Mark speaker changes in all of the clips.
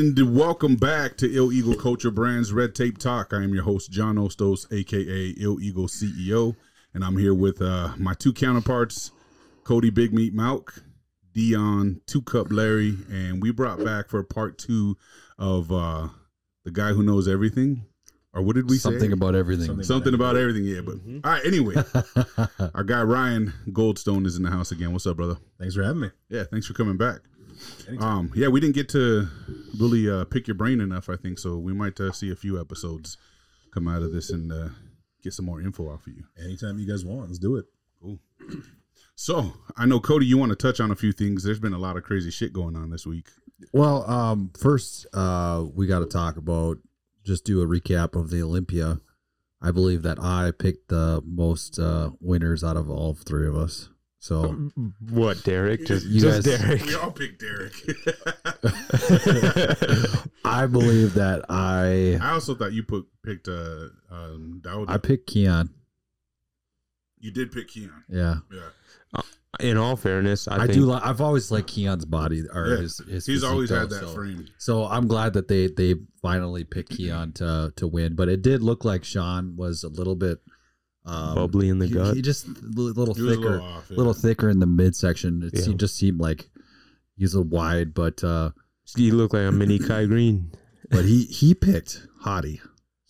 Speaker 1: Welcome back to Ill Eagle Culture Brands Red Tape Talk. I am your host, John Ostos, aka Ill Eagle CEO, and I'm here with uh, my two counterparts, Cody Big Meat Malk, Dion Two Cup Larry, and we brought back for part two of uh, the guy who knows everything. Or what did we
Speaker 2: Something
Speaker 1: say?
Speaker 2: about everything.
Speaker 1: Something about everything, yeah. But all right, anyway, our guy Ryan Goldstone is in the house again. What's up, brother?
Speaker 3: Thanks for having me.
Speaker 1: Yeah, thanks for coming back. Um, yeah, we didn't get to really uh, pick your brain enough, I think. So we might uh, see a few episodes come out of this and uh, get some more info off of you.
Speaker 3: Anytime you guys want, let's do it.
Speaker 1: So I know Cody, you want to touch on a few things. There's been a lot of crazy shit going on this week.
Speaker 4: Well, um, first, uh, we got to talk about just do a recap of the Olympia. I believe that I picked the most uh, winners out of all three of us. So
Speaker 5: What, Derek? Just,
Speaker 4: You
Speaker 5: just
Speaker 4: guys-
Speaker 5: Derek.
Speaker 1: all picked Derek.
Speaker 4: I believe that I
Speaker 1: I also thought you put picked uh, um, Dowd.
Speaker 4: I picked Keon.
Speaker 1: you did pick Keon.
Speaker 4: Yeah,
Speaker 1: Yeah,
Speaker 5: In all fairness, I,
Speaker 4: I,
Speaker 5: think
Speaker 4: do. Li- I've always liked Keon's body or
Speaker 1: Yeah.
Speaker 4: his, his.
Speaker 1: he's
Speaker 4: physique,
Speaker 1: always had
Speaker 4: though,
Speaker 1: that
Speaker 4: so.
Speaker 1: frame.
Speaker 4: So I'm glad that they they finally picked Keon to to win, but it did look like Sean was a little bit um,
Speaker 5: uh, bubbly in the
Speaker 4: he,
Speaker 5: gut.
Speaker 4: He just a little
Speaker 1: He
Speaker 4: thicker.
Speaker 1: was a little off. yeah.
Speaker 4: little thicker in the midsection. It
Speaker 5: Yeah.
Speaker 4: seemed, just seemed like he's a wide, but uh,
Speaker 5: you look like a mini Kai Green.
Speaker 4: but he he picked Hottie.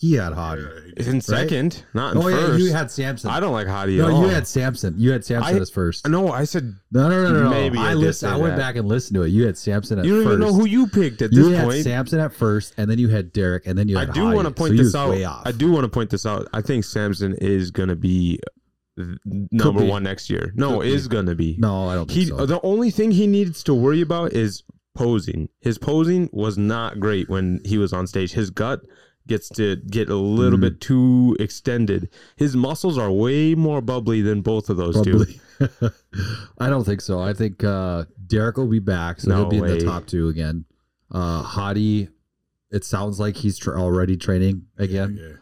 Speaker 4: He had Hottie.
Speaker 1: Yeah, he did.
Speaker 5: In second, not in
Speaker 4: Oh yeah,
Speaker 5: first.
Speaker 4: you had Samson.
Speaker 5: I don't like Hottie
Speaker 4: no,
Speaker 5: at all.
Speaker 4: you had Samson. You had Samson
Speaker 5: I-
Speaker 4: as first.
Speaker 5: no, I said
Speaker 4: No, no, no, no. no.
Speaker 5: Maybe I
Speaker 4: I
Speaker 5: did
Speaker 4: listened.
Speaker 5: say
Speaker 4: I went
Speaker 5: that.
Speaker 4: back and listened to it. You had Samson at
Speaker 5: you don't
Speaker 4: first.
Speaker 5: even know who you picked at
Speaker 4: You
Speaker 5: this
Speaker 4: had
Speaker 5: point.
Speaker 4: Samson at first, and then you had Derek, and then you
Speaker 5: I
Speaker 4: had
Speaker 5: do
Speaker 4: want to
Speaker 5: point
Speaker 4: so you
Speaker 5: this
Speaker 4: was
Speaker 5: out.
Speaker 4: Way off.
Speaker 5: I do want to point this out. I think Samson is going to be th- number
Speaker 4: be.
Speaker 5: one next year. No,
Speaker 4: Could be.
Speaker 5: is going to be.
Speaker 4: No, I don't think
Speaker 5: he. uh,
Speaker 4: so.
Speaker 5: The only thing he needs to worry about is posing. His posing was not great when he was on stage. His gut gets to get a little
Speaker 4: Mhm.
Speaker 5: bit too extended. His muscles are way more bubbly than both of those two.
Speaker 4: Probably. I don't think so. I think uh, Derek will be back, so
Speaker 5: No
Speaker 4: he'll be in
Speaker 5: way.
Speaker 4: the top two again. Uh, Hottie, it sounds like he's tr already training again.
Speaker 1: Yeah, yeah.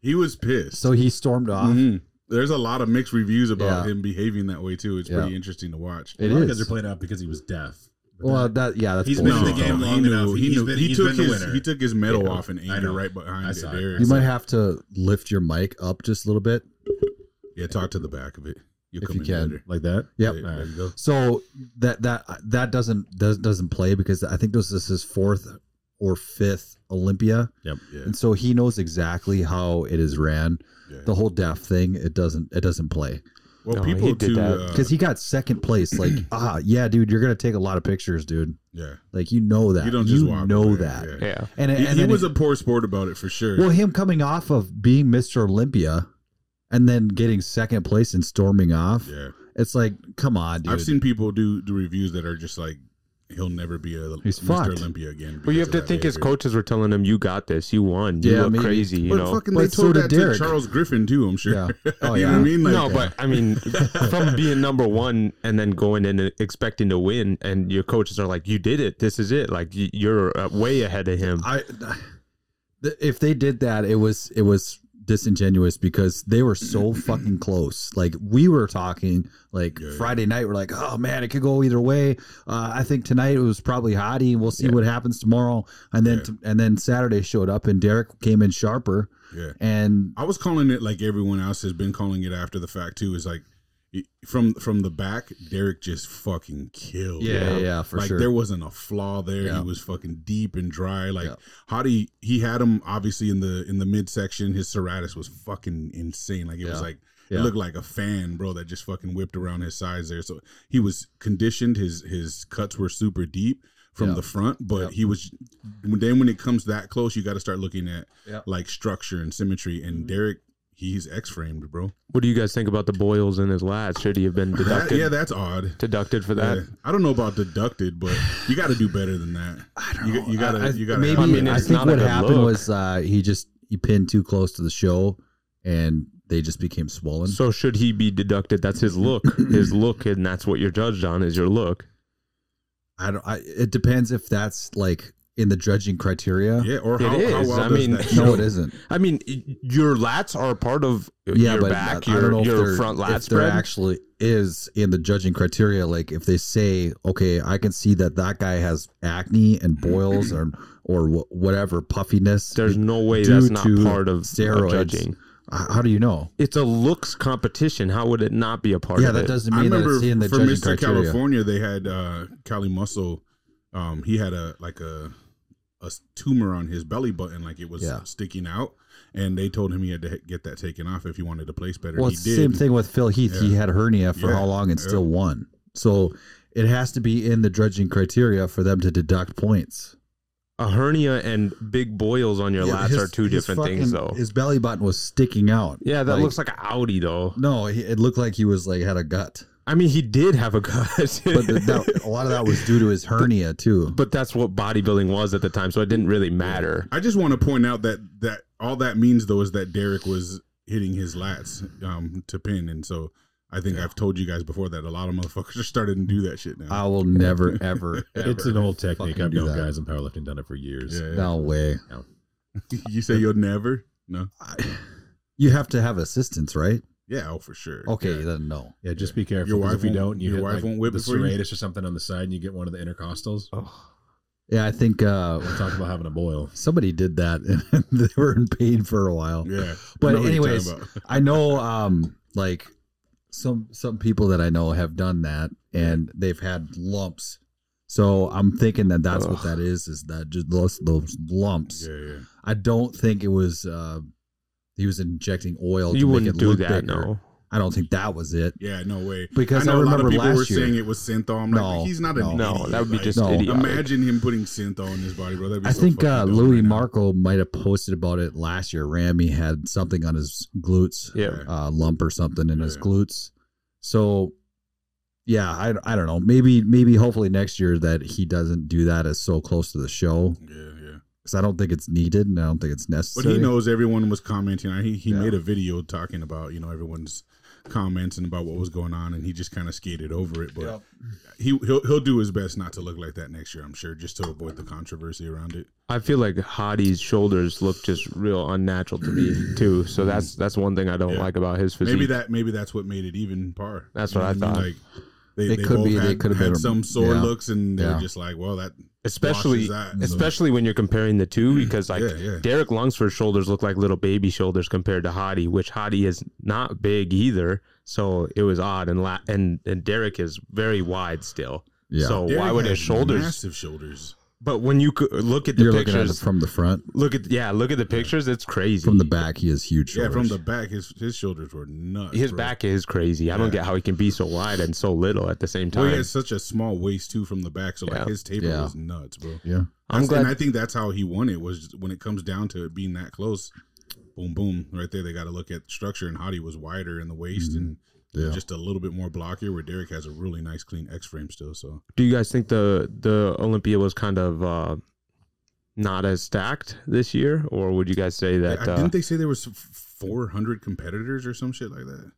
Speaker 1: He was pissed.
Speaker 4: So he stormed off.
Speaker 3: Mm-hmm.
Speaker 1: Mhm. There's a lot of mixed reviews about
Speaker 4: Yeah.
Speaker 1: him behaving that way too. It's
Speaker 4: Yeah.
Speaker 1: pretty interesting to watch.
Speaker 4: It
Speaker 3: a lot of guys are
Speaker 4: is.
Speaker 3: playing out because he was deaf. But
Speaker 4: Well,
Speaker 3: that-
Speaker 4: that yeah, that's
Speaker 3: He's
Speaker 4: bullshit.
Speaker 3: been in the
Speaker 4: No.
Speaker 3: game. long
Speaker 1: he
Speaker 3: enough.
Speaker 1: He,
Speaker 3: He's
Speaker 1: knew-
Speaker 3: been-
Speaker 1: he
Speaker 3: he's
Speaker 1: took
Speaker 3: been the
Speaker 1: his
Speaker 3: winner.
Speaker 1: he took his medal
Speaker 3: Yeah.
Speaker 1: off in
Speaker 3: I
Speaker 1: anger
Speaker 3: know.
Speaker 1: right behind
Speaker 3: I
Speaker 1: it.
Speaker 3: saw it.
Speaker 1: There
Speaker 4: You
Speaker 1: is-
Speaker 4: might have to lift your mic up just a little bit.
Speaker 1: yeah, talk to the back of it. You'll
Speaker 4: If
Speaker 1: come
Speaker 4: you
Speaker 1: in
Speaker 4: can.
Speaker 1: better.
Speaker 3: like that.
Speaker 4: Yep.
Speaker 1: There, there you go.
Speaker 4: So that that that doesn't does, doesn't play because I think this is his fourth or fifth Olympia,
Speaker 3: Yep.
Speaker 1: Yeah.
Speaker 4: and so he knows exactly how it is ran.
Speaker 1: yeah.
Speaker 4: The whole deaf thing, it doesn't it doesn't play.
Speaker 1: well,
Speaker 5: No,
Speaker 1: people
Speaker 5: he did
Speaker 1: too.
Speaker 5: that.
Speaker 1: uh,
Speaker 4: because he got second place. Like, ah, yeah, dude, you're gonna take a lot of pictures, dude.
Speaker 1: yeah,
Speaker 4: Like, you know that.
Speaker 1: you don't just walk
Speaker 4: know
Speaker 1: away.
Speaker 4: that.
Speaker 1: Yeah.
Speaker 5: Yeah.
Speaker 4: And,
Speaker 1: He,
Speaker 4: and
Speaker 1: he
Speaker 4: then
Speaker 1: was a poor sport about it for sure.
Speaker 4: well, him coming off of being Mr. Olympia, and then getting second place and storming off.
Speaker 1: yeah,
Speaker 4: It's like, come on, dude.
Speaker 1: I've seen people do do reviews that are just like, he'll never be a
Speaker 4: He's
Speaker 1: Mr.
Speaker 4: fucked.
Speaker 1: Olympia again.
Speaker 5: Well,
Speaker 1: because
Speaker 5: you have to
Speaker 1: of that
Speaker 5: think his
Speaker 1: behavior.
Speaker 5: coaches were telling him, "You got this. You won. You
Speaker 4: Yeah,
Speaker 5: look
Speaker 4: maybe.
Speaker 5: crazy." You
Speaker 1: But
Speaker 5: know.
Speaker 1: fucking,
Speaker 4: But
Speaker 1: they
Speaker 4: so
Speaker 1: told
Speaker 4: did
Speaker 1: that
Speaker 4: Derek.
Speaker 1: to Charles Griffin too. I'm sure.
Speaker 4: Yeah. Oh,
Speaker 1: you know
Speaker 4: yeah.
Speaker 1: what I mean? Like,
Speaker 5: no, but I mean, from being number one and then going in and expecting to win, and your coaches are like, "You did it. This is it. Like y- you're uh, way ahead of him."
Speaker 4: I, th- if they did that, it was it was disingenuous because they were so fucking close. Like we were talking like
Speaker 1: Yeah, yeah.
Speaker 4: Friday night, we're like, oh man, it could go either way. Uh, I think tonight it was probably Hottie. We'll see
Speaker 5: Yeah.
Speaker 4: what happens tomorrow. And then
Speaker 1: Yeah.
Speaker 4: t- and then Saturday showed up and Derek came in sharper
Speaker 1: yeah.
Speaker 4: and
Speaker 1: I was calling it like everyone else has been calling it after the fact too. Is like it- from from the back, Derek just fucking killed.
Speaker 4: yeah, yeah, yeah, for
Speaker 1: Oh, like
Speaker 4: sure.
Speaker 1: there wasn't a flaw there.
Speaker 4: Yeah.
Speaker 1: He was fucking deep and dry. Like
Speaker 4: Yeah.
Speaker 1: Hottie, he had him obviously in the in the midsection. His serratus was fucking insane. Like it was
Speaker 4: Yeah.
Speaker 1: like
Speaker 4: Yeah.
Speaker 1: it looked like a fan, bro, that just fucking whipped around his sides there. So he was conditioned. His his cuts were super deep from
Speaker 4: Yeah.
Speaker 1: the front, but
Speaker 4: Yeah.
Speaker 1: he was. Then when it comes that close, you got to start looking at
Speaker 4: Yeah. Mm-hmm.
Speaker 1: like structure and symmetry. And Derek, he's X-framed, bro.
Speaker 5: what do you guys think about the boils in his lats? Should he have been
Speaker 1: That-
Speaker 5: deducted?
Speaker 1: yeah, that's odd.
Speaker 5: deducted for that?
Speaker 1: Yeah. I don't know about deducted, but you got to do better than that.
Speaker 4: I don't
Speaker 1: You-
Speaker 4: know.
Speaker 1: you gotta-
Speaker 4: I-
Speaker 1: you gotta-
Speaker 4: maybe
Speaker 5: I
Speaker 4: I,
Speaker 5: mean, it's
Speaker 4: think
Speaker 5: not a
Speaker 4: what
Speaker 5: good
Speaker 4: happened
Speaker 5: look.
Speaker 4: was uh, he just he pinned too close to the show and they just became swollen.
Speaker 5: So should he be deducted? That's his look. his look, and that's what you're judged on is your look.
Speaker 4: I don't. I, it depends if that's like in the judging criteria?
Speaker 1: Yeah, or
Speaker 5: It
Speaker 1: how, how
Speaker 5: is.
Speaker 1: well
Speaker 5: I
Speaker 1: does
Speaker 5: mean-
Speaker 1: that show?
Speaker 4: No, it isn't.
Speaker 5: I mean, y- your lats are a part of
Speaker 4: Yeah,
Speaker 5: your
Speaker 4: but uh,
Speaker 5: back,
Speaker 4: I don't
Speaker 5: your,
Speaker 4: know if
Speaker 5: your
Speaker 4: there-
Speaker 5: front lat
Speaker 4: if there
Speaker 5: spread.
Speaker 4: actually is in the judging criteria. Like if they say, okay, I can see that that guy has acne and boils or or wh- whatever puffiness.
Speaker 5: There's no way
Speaker 4: due
Speaker 5: that's not
Speaker 4: to
Speaker 5: part of
Speaker 4: steroids.
Speaker 5: steroids. judging.
Speaker 4: H- how do you know?
Speaker 5: It's a looks competition. How would it not be a part
Speaker 4: Yeah,
Speaker 5: of
Speaker 4: that
Speaker 5: it?
Speaker 4: doesn't
Speaker 1: I
Speaker 4: mean that
Speaker 1: remember
Speaker 4: it's in the
Speaker 1: for
Speaker 4: judging
Speaker 1: Mr.
Speaker 4: criteria.
Speaker 1: California, they had uh, Cali Muscle. Um, he had a like a a tumor on his belly button, like it was
Speaker 4: Yeah.
Speaker 1: sticking out, and they told him he had to h- get that taken off if he wanted to place better.
Speaker 4: Well,
Speaker 1: he
Speaker 4: it's the same thing with Phil Heath. He
Speaker 1: Yeah.
Speaker 4: had hernia for
Speaker 1: Yeah.
Speaker 4: how long and
Speaker 1: Yeah.
Speaker 4: still won. So it has to be in the judging criteria for them to deduct points.
Speaker 5: a hernia and big boils on your
Speaker 4: Yeah,
Speaker 5: lats
Speaker 4: his-
Speaker 5: are two
Speaker 4: his
Speaker 5: different things,
Speaker 4: fucking-
Speaker 5: though.
Speaker 4: His belly button was sticking out.
Speaker 5: yeah, that looks like an Audi, though.
Speaker 4: No, he- it looked like he was like had a gut,
Speaker 5: I mean, he did have a gut,
Speaker 4: but
Speaker 5: but,
Speaker 4: th- that, a lot of that was due to his hernia too.
Speaker 5: that's what bodybuilding was at the time, so it didn't really matter.
Speaker 1: I just want to point out that that all that means though is that Derek was hitting his lats um, to pin, and so I think I've told you guys before that a lot of motherfuckers are starting to do that shit now.
Speaker 4: I will never ever. ever
Speaker 3: It's an old technique.
Speaker 4: fucking
Speaker 3: I've
Speaker 4: do
Speaker 3: known
Speaker 4: that.
Speaker 3: guys in powerlifting done it for years.
Speaker 1: Yeah.
Speaker 4: No way.
Speaker 1: you say you'll never? No.
Speaker 4: I- you have to have assistance, right?
Speaker 1: Yeah, oh for sure.
Speaker 4: Okay,
Speaker 1: Yeah.
Speaker 4: then no.
Speaker 3: Yeah, just be careful.
Speaker 1: Your
Speaker 3: 'cause
Speaker 1: wife
Speaker 3: if you
Speaker 1: won't-
Speaker 3: don't, you
Speaker 1: your
Speaker 3: hit
Speaker 1: wife
Speaker 3: like,
Speaker 1: won't whip
Speaker 3: the
Speaker 1: it for you?
Speaker 3: serratus or something on the side, and you get one of the intercostals.
Speaker 4: Yeah, I think uh,
Speaker 3: We'll talk about having a boil.
Speaker 4: somebody did that, and they were in pain for a while.
Speaker 1: Yeah.
Speaker 4: But
Speaker 1: I know what you're
Speaker 4: anyways,
Speaker 1: talking about.
Speaker 4: I know um like some some people that I know have done that and they've had lumps. So I'm thinking that that's what
Speaker 5: Ugh.
Speaker 4: that is is that just those, those lumps.
Speaker 1: yeah, yeah.
Speaker 4: I don't think it was uh he was injecting oil to
Speaker 5: you
Speaker 4: make it
Speaker 5: wouldn't do
Speaker 4: look
Speaker 5: that,
Speaker 4: bigger.
Speaker 5: no.
Speaker 4: I don't think that was it.
Speaker 1: Yeah, no way.
Speaker 4: Because I
Speaker 1: know a lot
Speaker 4: remember
Speaker 1: of people
Speaker 4: last
Speaker 1: were
Speaker 4: year-
Speaker 1: saying it was synthol. I'm
Speaker 4: No,
Speaker 1: like, he's not an
Speaker 4: no.
Speaker 5: No,
Speaker 1: idiot.
Speaker 5: that would be
Speaker 1: Like,
Speaker 5: just
Speaker 4: No.
Speaker 5: idiotic.
Speaker 1: Imagine him putting synthol in his body, bro. That'd be
Speaker 4: I
Speaker 1: so
Speaker 4: think
Speaker 1: fucking
Speaker 4: uh,
Speaker 1: dumb
Speaker 4: Louis
Speaker 1: right now.
Speaker 4: Marco might have posted about it last year. Ramy had something on his glutes.
Speaker 5: Yeah.
Speaker 4: uh, lump or something in his
Speaker 1: Yeah.
Speaker 4: glutes. So, yeah, I, I don't know. Maybe maybe hopefully next year that he doesn't do that as so close to the show
Speaker 1: Yeah, yeah.
Speaker 4: because I don't think it's needed and I don't think it's
Speaker 1: But
Speaker 4: necessary.
Speaker 1: he knows everyone was commenting. on- He he
Speaker 4: Yeah.
Speaker 1: made a video talking about you know everyone's comments and about what was going on, and he just kind of skated over it. But he he'll he'll do his best not to look like that next year. I'm sure, just to avoid the controversy around it.
Speaker 5: I feel like Hottie's shoulders look just real unnatural to me too. So that's that's one thing I don't
Speaker 1: Mm. Yeah.
Speaker 5: like about his physique.
Speaker 1: Maybe that maybe that's what made it even par.
Speaker 5: That's
Speaker 1: You know
Speaker 5: what I
Speaker 1: mean?
Speaker 5: thought.
Speaker 1: Like they,
Speaker 4: It
Speaker 1: they
Speaker 4: could
Speaker 1: both
Speaker 4: be, they
Speaker 1: had,
Speaker 4: could have
Speaker 1: had
Speaker 4: been-
Speaker 1: some sore
Speaker 4: yeah.
Speaker 1: looks, and they're
Speaker 4: Yeah.
Speaker 1: just like, well, that
Speaker 5: especially
Speaker 1: washes that. So-
Speaker 5: especially when you're comparing the two because like
Speaker 1: Yeah, yeah.
Speaker 5: Derek Lungsford's shoulders look like little baby shoulders compared to Hottie, which Hottie is not big either. So it was odd and la- and and Derek is very wide still.
Speaker 4: Yeah.
Speaker 5: So why
Speaker 1: Derek
Speaker 5: would
Speaker 1: had
Speaker 5: his shoulders?
Speaker 1: massive shoulders?
Speaker 5: But when you c- look at the
Speaker 4: You're looking at it
Speaker 5: pictures,
Speaker 4: from the front,
Speaker 5: look at yeah, look at the pictures. It's crazy
Speaker 4: from the back. He has huge.
Speaker 1: Yeah, from
Speaker 4: shoulders.
Speaker 1: the back, his his shoulders were nuts.
Speaker 5: His
Speaker 1: bro.
Speaker 5: back is crazy. I don't
Speaker 1: Yeah.
Speaker 5: get how he can be so wide and so little at the same time.
Speaker 1: Well, he has such a small waist too from the back, so like
Speaker 5: Yeah.
Speaker 1: his taper
Speaker 4: Yeah.
Speaker 1: was nuts, bro.
Speaker 4: yeah.
Speaker 5: I'm
Speaker 1: That's-
Speaker 5: glad
Speaker 1: and I think that's how he won it was just when it comes down to it being that close. Boom, boom, right there. They got to look at structure, and Hottie was wider in the waist
Speaker 5: Mm-hmm.
Speaker 1: and
Speaker 4: Yeah.
Speaker 1: just a little bit more blockier. Where Derek has a really nice clean X frame still. So
Speaker 5: Do you guys think the the Olympia was kind of uh, not as stacked this year, or would you guys say that?
Speaker 1: I,
Speaker 5: uh,
Speaker 1: didn't they say there was four hundred competitors or some shit like that?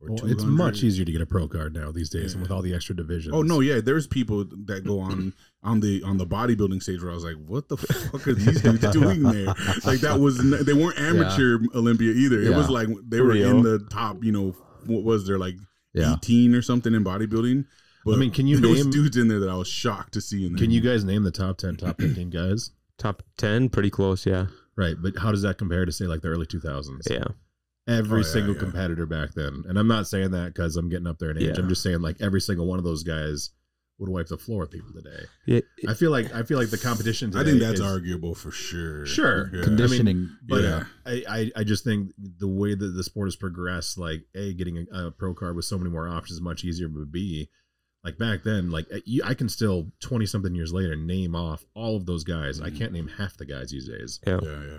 Speaker 1: Or
Speaker 3: Well, it's
Speaker 1: 200?
Speaker 3: much easier to get a pro card now these
Speaker 1: Yeah.
Speaker 3: days, and with all the extra divisions.
Speaker 1: Oh no, yeah. There's people that go on on the on the bodybuilding stage where I was like, what the fuck are these dudes doing there? Like that was n- they weren't amateur Olympia either. It was
Speaker 4: Yeah.
Speaker 1: like they were
Speaker 5: Rio.
Speaker 1: in the top. You know, what was there like
Speaker 4: Yeah.
Speaker 1: 18 or something in bodybuilding? But
Speaker 3: I mean, can you
Speaker 1: there
Speaker 3: name-
Speaker 1: was dudes in there that I was shocked to see in there?
Speaker 3: Can you guys name the top ten, top fifteen guys?
Speaker 5: top 10 pretty close yeah
Speaker 3: Right, but how does that compare to say like the early two thousands?
Speaker 5: yeah
Speaker 3: Every
Speaker 1: Oh, yeah,
Speaker 3: single
Speaker 1: yeah.
Speaker 3: competitor back then, and I'm not saying that because I'm getting up there in age.
Speaker 5: Yeah.
Speaker 3: I'm just saying like every single one of those guys would wipe the floor with people today.
Speaker 5: yeah
Speaker 3: I feel like I feel like the competition. Today
Speaker 1: I think that's
Speaker 3: is-
Speaker 1: arguable for sure.
Speaker 3: Sure.
Speaker 1: Yeah.
Speaker 3: Condi-
Speaker 4: Conditioning.
Speaker 3: But
Speaker 1: Yeah.
Speaker 3: I, I, I just think the way that the sport has progressed, like a getting a, a pro card with so many more options is much easier. But b, like back then, like eh, you, I can still twenty something years later name off all of those guys.
Speaker 5: Mm-hmm.
Speaker 3: I can't name half the guys these days.
Speaker 1: Yeah, yeah.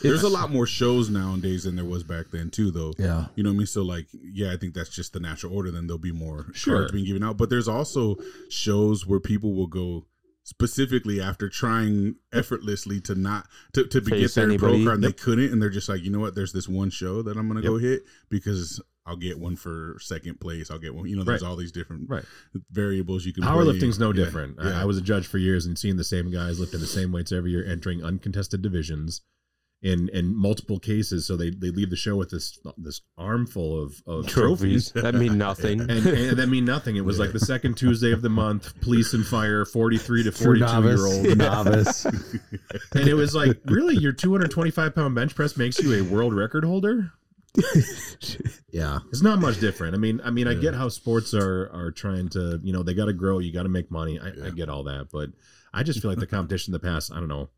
Speaker 1: There's a lot more shows nowadays than there was back then too, though.
Speaker 4: yeah.
Speaker 1: You know what I mean? So like, yeah, I think that's just the natural order. Then there'll be more
Speaker 3: Sure.
Speaker 1: cards being given out. But there's also shows where people will go specifically after trying effortlessly to not to, to be-
Speaker 5: Face
Speaker 1: get their pro
Speaker 5: anybody.
Speaker 1: card and they couldn't and they're just like you know what there's this one show that i'm gonna go hit because I'll get one for second place. I'll get one. You know, there's
Speaker 3: Right.
Speaker 1: all these different
Speaker 3: Right.
Speaker 1: variables you can. play.
Speaker 3: Powerlifting's no
Speaker 1: Yeah.
Speaker 3: different.
Speaker 1: Yeah.
Speaker 3: I, I was a judge for years and seeing the same guys lifting the same weights every year, entering uncontested divisions in in multiple cases. So they, they leave the show with this this armful of, of trophies.
Speaker 5: Trophies that mean nothing.
Speaker 3: And, and that mean nothing. It was like the second Tuesday of the month, police and fire, forty three to
Speaker 4: True
Speaker 3: forty two year
Speaker 4: novice.
Speaker 3: old,
Speaker 4: Novice.
Speaker 3: and it was like, really, your two hundred twenty five pound bench press makes you a world record holder.
Speaker 4: yeah.
Speaker 3: It's not much different. I mean, I mean, I get how sports are are trying to, you know, they got to grow. You got to make money. I, I
Speaker 1: Yeah.
Speaker 3: get all that, but I just feel like the competition in the past. I don't know,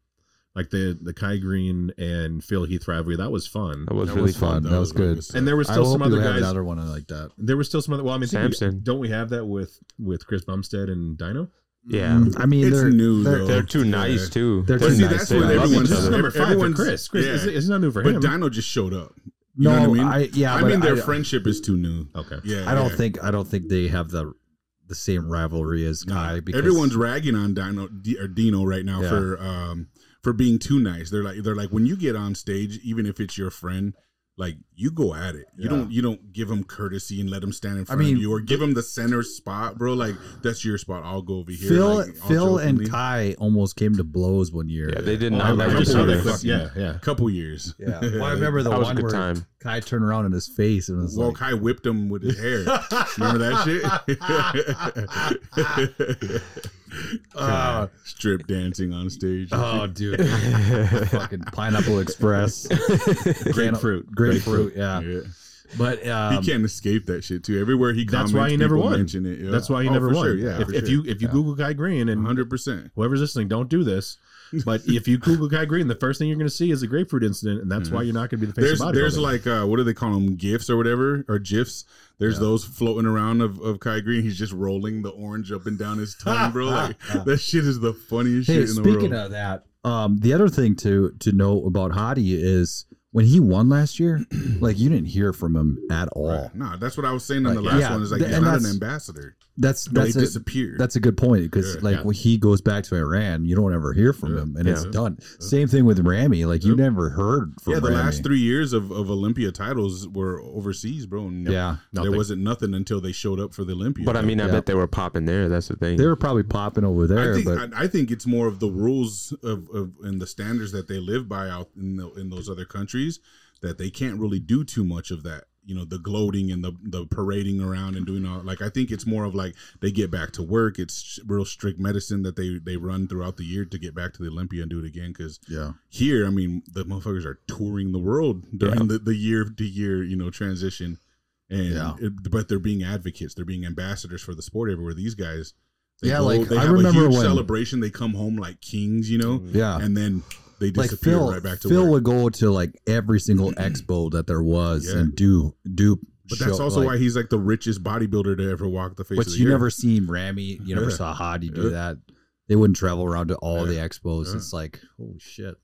Speaker 3: like the the Kai Green and Phil Heath rivalry. That was fun,
Speaker 5: that was
Speaker 1: That
Speaker 5: really
Speaker 1: was
Speaker 5: fun.
Speaker 4: That
Speaker 1: That
Speaker 4: was
Speaker 1: was
Speaker 4: good.
Speaker 1: good.
Speaker 3: and there were
Speaker 4: I
Speaker 3: still
Speaker 4: hope
Speaker 3: some
Speaker 4: you
Speaker 3: other
Speaker 4: have
Speaker 3: guys.
Speaker 4: another one like that.
Speaker 3: There were still some other. Well, I mean, I think we-
Speaker 5: Samson.
Speaker 3: don't we have that with with Chris Bumstead and Dino?
Speaker 5: Yeah.
Speaker 1: Mm,
Speaker 4: I mean,
Speaker 1: it's
Speaker 4: they're-
Speaker 1: new
Speaker 4: they're-
Speaker 1: though.
Speaker 5: They're too
Speaker 1: Yeah.
Speaker 5: nice too.
Speaker 4: They're
Speaker 5: They're,
Speaker 4: too nice.
Speaker 5: nice.
Speaker 1: They
Speaker 5: They
Speaker 1: love
Speaker 5: love
Speaker 1: each
Speaker 3: This
Speaker 1: other.
Speaker 3: is number five for
Speaker 1: Everyone's-
Speaker 3: Chris. Chris
Speaker 1: yeah.
Speaker 3: is, is not new for
Speaker 1: But
Speaker 3: him.
Speaker 1: Dino just showed up. You
Speaker 4: No,
Speaker 1: know what I mean?
Speaker 4: I yeah,
Speaker 1: I
Speaker 4: but
Speaker 1: mean, their
Speaker 4: I-
Speaker 1: friendship is too new.
Speaker 3: okay,
Speaker 1: Yeah,
Speaker 4: I don't
Speaker 1: yeah.
Speaker 4: think I don't think they have the the same rivalry as Kai because
Speaker 1: Everyone's ragging on Dino D, or Dino right now
Speaker 4: Yeah.
Speaker 1: for um for being too nice. They're like they're like when you get on stage, even if it's your friend, like you go at it. You
Speaker 4: Yeah.
Speaker 1: don't you don't give them courtesy and let them stand in front
Speaker 4: mean-
Speaker 1: of you or give them the center spot, bro. Like that's your spot. I'll go over here.
Speaker 4: Phil
Speaker 1: like, all
Speaker 4: Phil and
Speaker 1: jokingly.
Speaker 4: Kai almost came to blows one year.
Speaker 5: Yeah, they did
Speaker 3: Oh,
Speaker 5: not
Speaker 1: I
Speaker 5: like
Speaker 1: remember
Speaker 5: each
Speaker 1: that.
Speaker 5: other.
Speaker 1: Fucking-
Speaker 3: yeah, yeah.
Speaker 1: couple years.
Speaker 4: Yeah. Well, I remember the
Speaker 5: That was a
Speaker 4: one
Speaker 5: good
Speaker 4: where
Speaker 5: time.
Speaker 4: Kai turned around in his face and was
Speaker 1: Well,
Speaker 4: like,
Speaker 1: Kai whipped him with his hair. Remember that shit?
Speaker 4: Ah.
Speaker 1: strip dancing on stage.
Speaker 4: "Oh, dude, fucking Pineapple Express,
Speaker 3: Grapefruit.
Speaker 4: grapefruit." Yeah,
Speaker 1: yeah.
Speaker 4: but um,
Speaker 1: he can't escape that shit too. Everywhere he
Speaker 3: That's
Speaker 1: comments,
Speaker 3: why he never
Speaker 1: people
Speaker 3: won.
Speaker 1: Mention it. yeah.
Speaker 3: That's why he
Speaker 1: Oh,
Speaker 3: never
Speaker 1: for
Speaker 3: won.
Speaker 1: Sure, yeah,
Speaker 3: if, if you if you Google Kai Green and
Speaker 1: hundred percent.
Speaker 3: whoever's listening, don't do this. But if you Google Guy Green, the first thing you're going to see is a grapefruit incident, and that's why you're not going to be the face
Speaker 1: There's
Speaker 3: of bodybuilding.
Speaker 1: there's like uh, what do they call them gifs or whatever or gifs. There's those floating around of, of Kai Green. He's just rolling the orange up and down his tongue, bro. Like that shit is the funniest
Speaker 4: hey,
Speaker 1: shit in the world.
Speaker 4: speaking of that, um, the other thing to to know about Hadi is when he won last year, like you didn't hear from him at all.
Speaker 1: Nah, that's what I was saying on the
Speaker 3: Right,
Speaker 1: last
Speaker 4: yeah.
Speaker 1: one. Is like
Speaker 4: Th-
Speaker 1: he's
Speaker 4: and
Speaker 1: not an
Speaker 4: that's-
Speaker 1: ambassador.
Speaker 4: That's
Speaker 1: No, he
Speaker 4: that's a,
Speaker 1: disappeared.
Speaker 4: That's a good point because
Speaker 1: Yeah.
Speaker 4: like
Speaker 3: Yeah.
Speaker 4: when he goes back to Iran, you don't ever hear from
Speaker 1: Yeah.
Speaker 4: him, and it's
Speaker 1: Yeah.
Speaker 4: done. Same thing with Rami, like you
Speaker 1: Yeah.
Speaker 4: never heard from.
Speaker 1: yeah, the
Speaker 4: Rami.
Speaker 1: last three years of, of Olympia titles were overseas, bro. And
Speaker 4: Yeah,
Speaker 1: there
Speaker 3: Nothing.
Speaker 1: wasn't nothing until they showed up for the Olympia.
Speaker 5: But I mean, I
Speaker 4: Yeah.
Speaker 5: bet they were popping there. That's the thing.
Speaker 4: they were probably popping over
Speaker 1: I
Speaker 4: there,
Speaker 1: think
Speaker 4: but
Speaker 1: I, I think it's more of the rules of, of and the standards that they live by out in the, in those other countries that they can't really do too much of that. You know, the gloating and the the parading around and doing all like I think it's more of like they get back to work. It's real strict medicine that they they run throughout the year to get back to the Olympia and do it again because
Speaker 4: yeah,
Speaker 1: here, I mean, the motherfuckers are touring the world during the, the year to year, you know, transition. And
Speaker 4: Yeah.
Speaker 1: it- but they're being advocates, they're being ambassadors for the sport everywhere. These guys, they
Speaker 4: Yeah,
Speaker 1: go,
Speaker 4: like,
Speaker 1: they
Speaker 4: I
Speaker 1: have a
Speaker 4: remember
Speaker 1: huge
Speaker 4: when-
Speaker 1: celebration. They come home like kings, you know,
Speaker 4: yeah.
Speaker 1: and then they
Speaker 4: like
Speaker 1: disappear
Speaker 4: Phil,
Speaker 1: right back to
Speaker 4: Phil
Speaker 1: work.
Speaker 4: would go to like every single expo that there was
Speaker 1: Yeah.
Speaker 4: and do do.
Speaker 1: But that's
Speaker 4: show-
Speaker 1: also
Speaker 4: like,
Speaker 1: why he's like the richest bodybuilder to ever walk the face.
Speaker 4: But
Speaker 1: of the
Speaker 4: you
Speaker 1: earth.
Speaker 4: never seen Rami, you never
Speaker 1: Yeah.
Speaker 4: saw Hadi do
Speaker 1: Yeah.
Speaker 4: that. They wouldn't travel around to all
Speaker 1: Yeah.
Speaker 4: the expos.
Speaker 1: Yeah.
Speaker 4: It's like holy shit.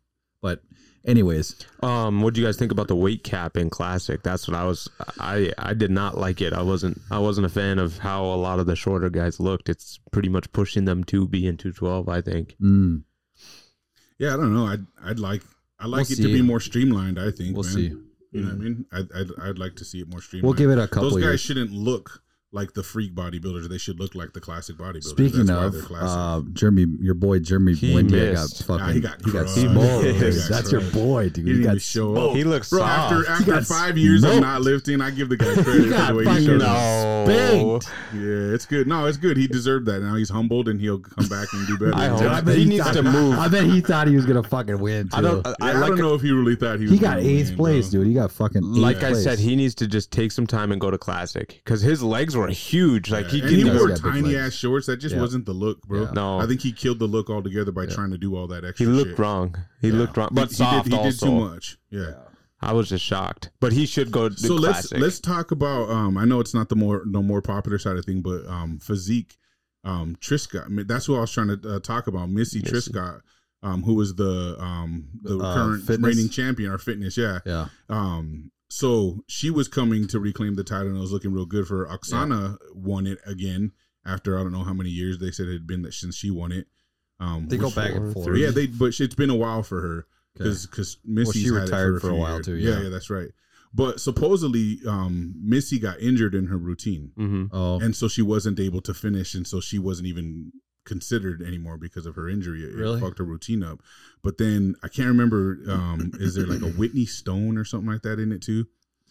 Speaker 4: But anyways,
Speaker 5: Um, what do you guys think about the weight cap in classic? That's what I was. I I did not like it. I wasn't. I wasn't a fan of how a lot of the shorter guys looked. It's pretty much pushing them to be in two twelve. I think.
Speaker 4: mm,
Speaker 1: Yeah, I don't know. I'd I'd like I like
Speaker 4: We'll
Speaker 1: it to
Speaker 4: see.
Speaker 1: be more streamlined. I think
Speaker 4: we'll
Speaker 1: man.
Speaker 4: see. Mm.
Speaker 1: You know what I mean? I'd, I'd I'd like to see it more streamlined.
Speaker 4: We'll give it a couple
Speaker 1: Those guys
Speaker 4: years.
Speaker 1: shouldn't look like the freak bodybuilders. They should look like the classic bodybuilders.
Speaker 4: Speaking
Speaker 1: That's why
Speaker 4: of
Speaker 1: they're classic.
Speaker 4: uh, Jeremy, your boy Jeremy
Speaker 5: He
Speaker 4: Buendia got
Speaker 5: missed.
Speaker 4: fucking
Speaker 1: Nah, he got crushed.
Speaker 4: smoked.
Speaker 5: He
Speaker 4: dude.
Speaker 5: got
Speaker 4: That's your
Speaker 1: crushed.
Speaker 4: boy, dude.
Speaker 1: he didn't
Speaker 4: got
Speaker 1: even show
Speaker 4: smoked.
Speaker 1: up.
Speaker 5: He looks
Speaker 1: Bro,
Speaker 5: soft.
Speaker 1: after after
Speaker 4: got
Speaker 1: five years of
Speaker 4: smoked.
Speaker 1: not lifting, I give the guy credit for the way he showed up.
Speaker 4: spanked.
Speaker 1: Yeah, it's good. No, it's good. He deserved that. Now he's humbled and he'll come back and do better.
Speaker 5: I hope.
Speaker 4: I bet
Speaker 5: He
Speaker 4: he,
Speaker 5: needs
Speaker 4: thought,
Speaker 5: to move.
Speaker 4: I bet he thought he was gonna fucking win. Too.
Speaker 5: I don't. uh, I,
Speaker 1: Yeah,
Speaker 5: I
Speaker 1: I,
Speaker 5: like.
Speaker 1: don't know if he really thought he was.
Speaker 4: he got
Speaker 1: gonna
Speaker 4: eighth
Speaker 1: win,
Speaker 4: place,
Speaker 1: bro.
Speaker 4: dude. He got fucking. Eighth
Speaker 5: Like I
Speaker 4: place.
Speaker 5: said, he needs to just take some time and go to classic because his legs were huge. Like he
Speaker 1: and
Speaker 5: can.
Speaker 1: he
Speaker 4: does
Speaker 1: wore
Speaker 4: got big
Speaker 1: tiny
Speaker 4: legs.
Speaker 1: ass shorts. That just
Speaker 4: Yeah.
Speaker 1: wasn't the look, bro.
Speaker 4: Yeah.
Speaker 5: No.
Speaker 1: I think he killed the look altogether by trying to do all that extra.
Speaker 5: he looked
Speaker 1: shit.
Speaker 5: wrong. He looked wrong. But
Speaker 1: he,
Speaker 5: soft
Speaker 1: did, he
Speaker 5: also.
Speaker 1: did too much. yeah.
Speaker 5: I was just shocked. But he should go to
Speaker 1: so let's
Speaker 5: classic.
Speaker 1: let's talk about um i know it's not the more no more popular side of thing but um physique um triscott I mean, that's what i was trying to uh, talk about missy,
Speaker 5: Missy.
Speaker 1: triscott um who was the um the
Speaker 4: Uh,
Speaker 1: current
Speaker 4: fitness?
Speaker 1: reigning champion or fitness yeah
Speaker 4: yeah,
Speaker 1: um so she was coming to reclaim the title and it was looking real good for her oksana won it again after i don't know how many years they said it had been that since she won it um
Speaker 4: they go
Speaker 1: which-
Speaker 4: back and
Speaker 5: four,
Speaker 4: forth.
Speaker 5: three.
Speaker 1: yeah, they but it's been a while for her because because Missy's
Speaker 4: she
Speaker 1: had it
Speaker 4: retired
Speaker 1: for a, few
Speaker 4: while
Speaker 1: years.
Speaker 4: too,
Speaker 1: Yeah.
Speaker 4: yeah.
Speaker 1: yeah, that's right. But supposedly, um, Missy got injured in her routine,
Speaker 5: Mm-hmm.
Speaker 4: Oh,
Speaker 1: and so she wasn't able to finish, and so she wasn't even considered anymore because of her injury. It
Speaker 4: Really?
Speaker 1: fucked her routine up. But then I can't remember. Um, is there like a Whitney Stone or something like that in it too?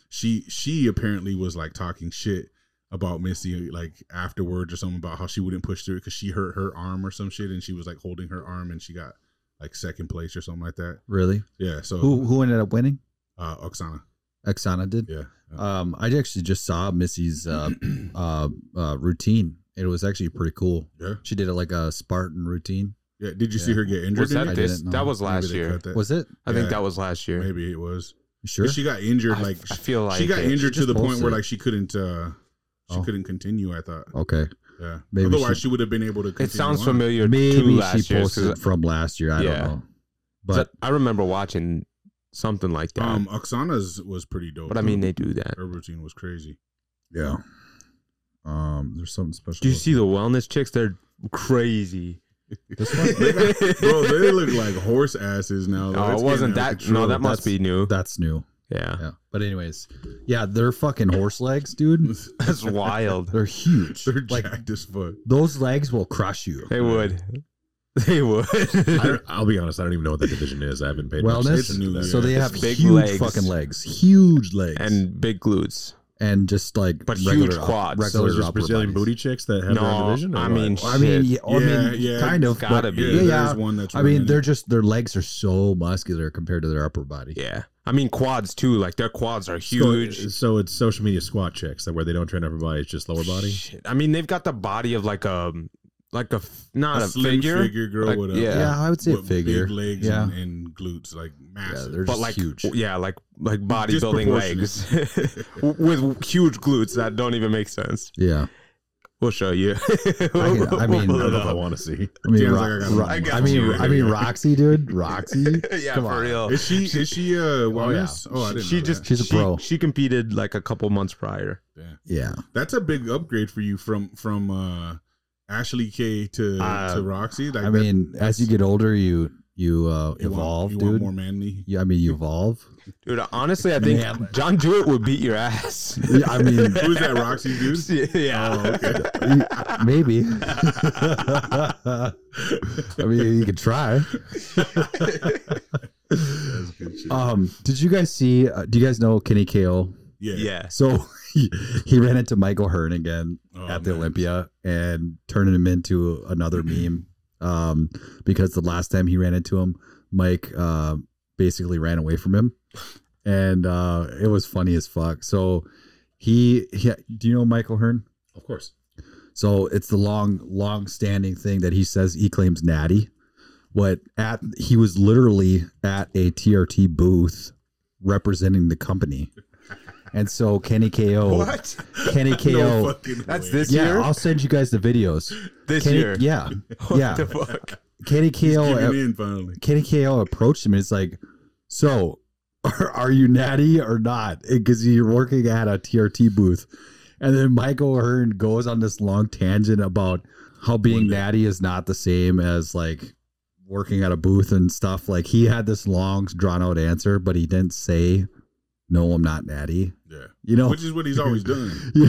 Speaker 1: She she apparently was like talking shit about Missy like afterwards or something about how she wouldn't push through because she hurt her arm or some shit, and she was like holding her arm and she got like second place or something like that.
Speaker 4: really?
Speaker 1: Yeah. So
Speaker 4: Who who ended up winning?
Speaker 1: uh, Oksana.
Speaker 4: Oksana did.
Speaker 1: Yeah.
Speaker 4: Um, I actually just saw Missy's uh, uh, uh, routine. It was actually pretty cool.
Speaker 1: Yeah.
Speaker 4: She did it like a Spartan routine.
Speaker 1: Yeah. Did you see
Speaker 4: Yeah.
Speaker 1: her get injured?
Speaker 5: Was
Speaker 1: in it?
Speaker 5: that
Speaker 4: I
Speaker 5: this?
Speaker 4: didn't know.
Speaker 5: That was
Speaker 1: Maybe
Speaker 5: last
Speaker 1: they
Speaker 5: year.
Speaker 1: cut that.
Speaker 4: Was it?
Speaker 5: I think
Speaker 1: Yeah.
Speaker 5: that was last year.
Speaker 1: Maybe it was.
Speaker 4: You sure?
Speaker 1: She got injured
Speaker 5: I,
Speaker 1: like
Speaker 5: I feel like
Speaker 1: she got
Speaker 5: it.
Speaker 1: injured to
Speaker 4: just
Speaker 1: the point
Speaker 4: posted
Speaker 1: where
Speaker 4: it.
Speaker 1: like she couldn't uh she
Speaker 4: Oh.
Speaker 1: couldn't continue, I thought.
Speaker 4: okay.
Speaker 1: Yeah.
Speaker 4: Maybe
Speaker 1: Otherwise
Speaker 4: she-
Speaker 1: she, would have been able to continue.
Speaker 5: It sounds
Speaker 1: on.
Speaker 5: familiar to
Speaker 4: Maybe
Speaker 5: last
Speaker 4: she
Speaker 5: year.
Speaker 4: posted from last year. I
Speaker 5: Yeah.
Speaker 4: don't know. But
Speaker 5: I remember watching something like that.
Speaker 1: Um Oksana's was pretty dope.
Speaker 5: but I
Speaker 1: too.
Speaker 5: mean, they do that.
Speaker 1: her routine was crazy.
Speaker 4: yeah. Um, there's something special.
Speaker 5: Do you see the wellness chicks? They're crazy.
Speaker 4: this one?
Speaker 1: They got- Bro, they look like horse asses now. though.
Speaker 5: No,
Speaker 1: It's
Speaker 5: it wasn't
Speaker 1: getting out of
Speaker 5: that. No,
Speaker 1: control.
Speaker 5: that must
Speaker 4: That's-
Speaker 5: be new.
Speaker 4: That's new.
Speaker 5: yeah.
Speaker 4: Yeah. But anyways, yeah, they're fucking horse legs, dude.
Speaker 5: That's wild.
Speaker 4: They're huge.
Speaker 1: They're
Speaker 4: like
Speaker 1: jacked as fuck.
Speaker 4: those legs will crush you.
Speaker 5: They would. They would.
Speaker 3: I don't, I'll be honest. I don't even know what that division is. I haven't paid much
Speaker 4: Wellness.
Speaker 1: It's
Speaker 3: attention to
Speaker 1: new,
Speaker 3: that.
Speaker 4: So they
Speaker 5: It's
Speaker 4: have
Speaker 5: big
Speaker 4: huge
Speaker 5: legs.
Speaker 4: fucking legs, huge legs,
Speaker 5: and big glutes.
Speaker 4: and just like
Speaker 5: But
Speaker 4: regular
Speaker 5: huge
Speaker 4: up-
Speaker 5: quads.
Speaker 3: So
Speaker 4: regular
Speaker 3: it's just
Speaker 4: upper
Speaker 3: Brazilian
Speaker 4: bodies.
Speaker 3: booty chicks that have their
Speaker 5: No,
Speaker 3: division. or
Speaker 5: I
Speaker 3: what?
Speaker 5: mean,
Speaker 4: I mean,
Speaker 5: Shit.
Speaker 4: yeah, I
Speaker 1: Yeah,
Speaker 4: mean,
Speaker 1: yeah,
Speaker 4: kind of.
Speaker 5: gotta
Speaker 4: but-
Speaker 5: be.
Speaker 1: Yeah,
Speaker 4: Yeah, yeah.
Speaker 1: there's one that's
Speaker 4: I mean,
Speaker 1: running.
Speaker 4: they're just their legs are so muscular compared to their upper body.
Speaker 5: Yeah. I mean, quads too. Like their quads are
Speaker 3: So-
Speaker 5: huge.
Speaker 3: So, it's social media squat chicks that where they don't train upper body, it's just lower body.
Speaker 5: Shit. I mean, they've got the body of like a, like a, f- not
Speaker 1: a
Speaker 5: a,
Speaker 1: slim
Speaker 5: figure,
Speaker 1: figure, girl
Speaker 5: Like,
Speaker 1: with a
Speaker 5: yeah.
Speaker 4: Yeah, I would say
Speaker 1: with
Speaker 4: figure.
Speaker 1: big legs
Speaker 4: yeah,
Speaker 1: and, and glutes like
Speaker 4: yeah,
Speaker 1: massive.
Speaker 4: they're
Speaker 5: but
Speaker 4: just
Speaker 5: like,
Speaker 4: huge.
Speaker 5: yeah, like, like bodybuilding legs with huge glutes that don't even make sense.
Speaker 4: Yeah,
Speaker 5: We'll show you.
Speaker 4: can- I mean,
Speaker 5: pull
Speaker 3: I
Speaker 5: it
Speaker 3: don't know if I
Speaker 5: up.
Speaker 3: want to see.
Speaker 4: I mean,
Speaker 1: Dan's
Speaker 4: Ro-
Speaker 1: like, I got one.
Speaker 4: Ro- I,
Speaker 5: I got
Speaker 4: mean,
Speaker 1: you.
Speaker 4: I mean, Roxy, dude, Roxy.
Speaker 5: yeah,
Speaker 4: Come
Speaker 5: for
Speaker 4: on.
Speaker 5: real.
Speaker 1: is she is she uh wellness? Oh, I didn't
Speaker 5: she
Speaker 1: know
Speaker 5: just
Speaker 1: that.
Speaker 4: She's a
Speaker 5: she-
Speaker 4: pro.
Speaker 5: She competed like a couple months prior.
Speaker 1: Yeah.
Speaker 4: Yeah,
Speaker 1: That's a big upgrade for you from from uh Ashley K to
Speaker 5: Uh,
Speaker 1: to Roxy. Like
Speaker 4: I
Speaker 1: that-
Speaker 4: mean, as you get older, you you
Speaker 1: you
Speaker 4: uh,
Speaker 1: want-
Speaker 4: evolve,
Speaker 1: you
Speaker 4: dude.
Speaker 1: Want more manly.
Speaker 4: yeah, I mean, you evolve.
Speaker 5: Dude, honestly, I think
Speaker 4: Man.
Speaker 5: John Jewett would beat your ass.
Speaker 4: Yeah, I mean,
Speaker 1: Who's that, Roxy dude?
Speaker 5: yeah.
Speaker 1: Oh, okay.
Speaker 4: maybe. I mean, you could try.
Speaker 1: That's good shit.
Speaker 4: Um, did you guys see? Uh, do you guys know Kenny Kale?
Speaker 1: yeah.
Speaker 5: Yeah.
Speaker 4: So he, he ran into Michael Hearn again
Speaker 1: Oh,
Speaker 4: at the
Speaker 1: man.
Speaker 4: Olympia and turning him into another meme. Um, because the last time he ran into him, Mike uh, basically ran away from him, and uh, it was funny as fuck. So he, he, do you know Michael Hearn?
Speaker 3: Of course.
Speaker 4: So it's the long, long standing thing that he says he claims natty. What at he was literally at a TRT booth representing the company. And so Kenny KO
Speaker 5: What?
Speaker 4: Kenny KO
Speaker 1: No fucking
Speaker 5: That's
Speaker 1: way.
Speaker 5: this
Speaker 4: Yeah,
Speaker 5: year.
Speaker 4: I'll send you guys the videos.
Speaker 5: this
Speaker 4: Kenny,
Speaker 5: year.
Speaker 4: Yeah.
Speaker 5: What
Speaker 4: yeah.
Speaker 5: the fuck?
Speaker 4: Kenny
Speaker 1: He's
Speaker 4: KO
Speaker 1: giving in finally.
Speaker 4: Kenny KO approached him and it's like, so are, are you natty or not? Because you're working at a TRT booth. And then Michael Hearn goes on this long tangent about how being natty is not the same as like working at a booth and stuff. Like he had this long drawn out answer, but he didn't say, no, I'm not natty.
Speaker 1: Yeah.
Speaker 4: You know,
Speaker 1: Which is what he's always done.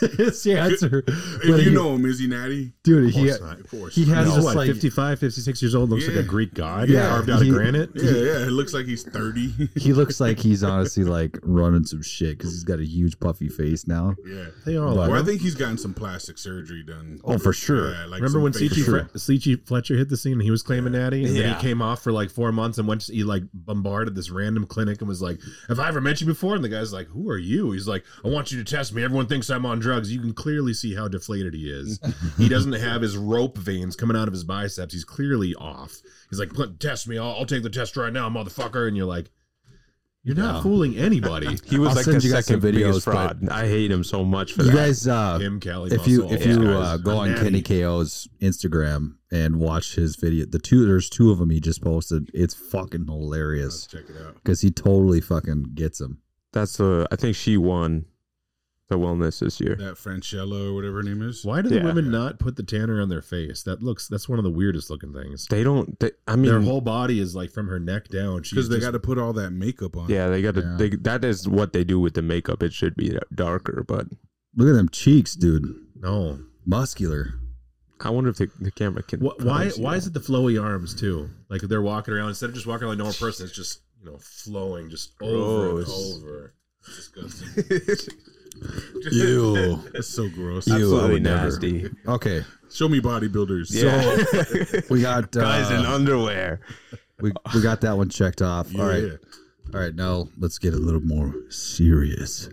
Speaker 4: it's the answer. But
Speaker 1: If you
Speaker 4: he-
Speaker 1: know him, is he natty?
Speaker 4: dude, he,
Speaker 3: course not.
Speaker 1: Of course.
Speaker 4: he has
Speaker 3: He's
Speaker 4: this
Speaker 3: what,
Speaker 4: like,
Speaker 3: 55, 56 years old, looks like
Speaker 1: Yeah.
Speaker 3: a Greek god
Speaker 1: Yeah.
Speaker 3: carved out of
Speaker 4: He-
Speaker 3: granite.
Speaker 1: yeah, yeah. It looks like he's thirty.
Speaker 4: he looks like he's honestly like running some shit because he's got a huge puffy face now.
Speaker 1: yeah.
Speaker 3: They all
Speaker 1: Well,
Speaker 3: are.
Speaker 1: I think he's gotten some plastic surgery done.
Speaker 4: Oh, for sure.
Speaker 1: Yeah, like
Speaker 3: Remember
Speaker 1: some
Speaker 3: when
Speaker 1: fake-
Speaker 3: CG, Fre- CG Fletcher hit the scene and he was claiming natty, and then
Speaker 5: Yeah.
Speaker 3: he came off for like four months and went. To, he like bombarded this random clinic and was like, "Have I ever met you before?" And the guy's like, "Who are you?" He's like, "I want you to test me. Everyone thinks I'm on drugs." You can clearly see how deflated he is. he doesn't have his rope veins coming out of his biceps. He's clearly off. He's like, "Pl- "Test me. I'll, I'll take the test right now, motherfucker." And you're like, "You're not
Speaker 4: Yeah.
Speaker 3: fooling anybody."
Speaker 5: He was
Speaker 4: I'll
Speaker 5: like
Speaker 4: send
Speaker 5: the
Speaker 4: you guys some
Speaker 5: second
Speaker 4: videos,
Speaker 5: biggest
Speaker 4: but-
Speaker 5: fraud. I hate him so much for
Speaker 4: You
Speaker 5: that.
Speaker 4: guys, uh,
Speaker 3: Him, Callie.
Speaker 4: if you
Speaker 3: Muscle,
Speaker 4: if
Speaker 3: all
Speaker 4: you
Speaker 3: those
Speaker 4: uh,
Speaker 3: guys.
Speaker 4: go on
Speaker 3: Natty.
Speaker 4: Kenny Ko's Instagram and watch his video, the two there's two of them he just posted. It's fucking
Speaker 1: Let's
Speaker 4: hilarious
Speaker 1: check it out.
Speaker 4: because he totally fucking gets him.
Speaker 5: That's the. I think she won. the wellness this year.
Speaker 1: That Franchella or whatever her name is.
Speaker 3: Why do the
Speaker 5: Yeah.
Speaker 3: women not put the tanner on their face? That looks that's one of the weirdest looking things.
Speaker 5: They don't. They, I
Speaker 3: Their
Speaker 5: mean,
Speaker 3: whole body is like from her neck down. She's
Speaker 1: Because they
Speaker 3: just-
Speaker 1: got to put all that makeup on.
Speaker 5: yeah, they got to.
Speaker 4: Yeah.
Speaker 5: They That is what they do with the makeup. It should be darker, but
Speaker 4: Look at them cheeks, dude.
Speaker 3: no.
Speaker 4: Muscular.
Speaker 5: I wonder if the, the camera can.
Speaker 3: Wh- Why
Speaker 5: probably see
Speaker 3: why
Speaker 5: that.
Speaker 3: is it the flowy arms too? Like they're walking around instead of just walking like a normal person, it's just you know flowing just over and
Speaker 5: Gross.
Speaker 3: over. Disgusting.
Speaker 4: Ew.
Speaker 1: That's so gross.
Speaker 4: Ew. I
Speaker 5: Absolutely
Speaker 4: would never.
Speaker 5: nasty.
Speaker 4: Okay.
Speaker 1: Show me bodybuilders.
Speaker 5: Yeah.
Speaker 4: We got uh,
Speaker 5: Guys in underwear.
Speaker 4: we, we got that one checked off.
Speaker 1: Yeah.
Speaker 4: All right. All right, now let's get a little more serious.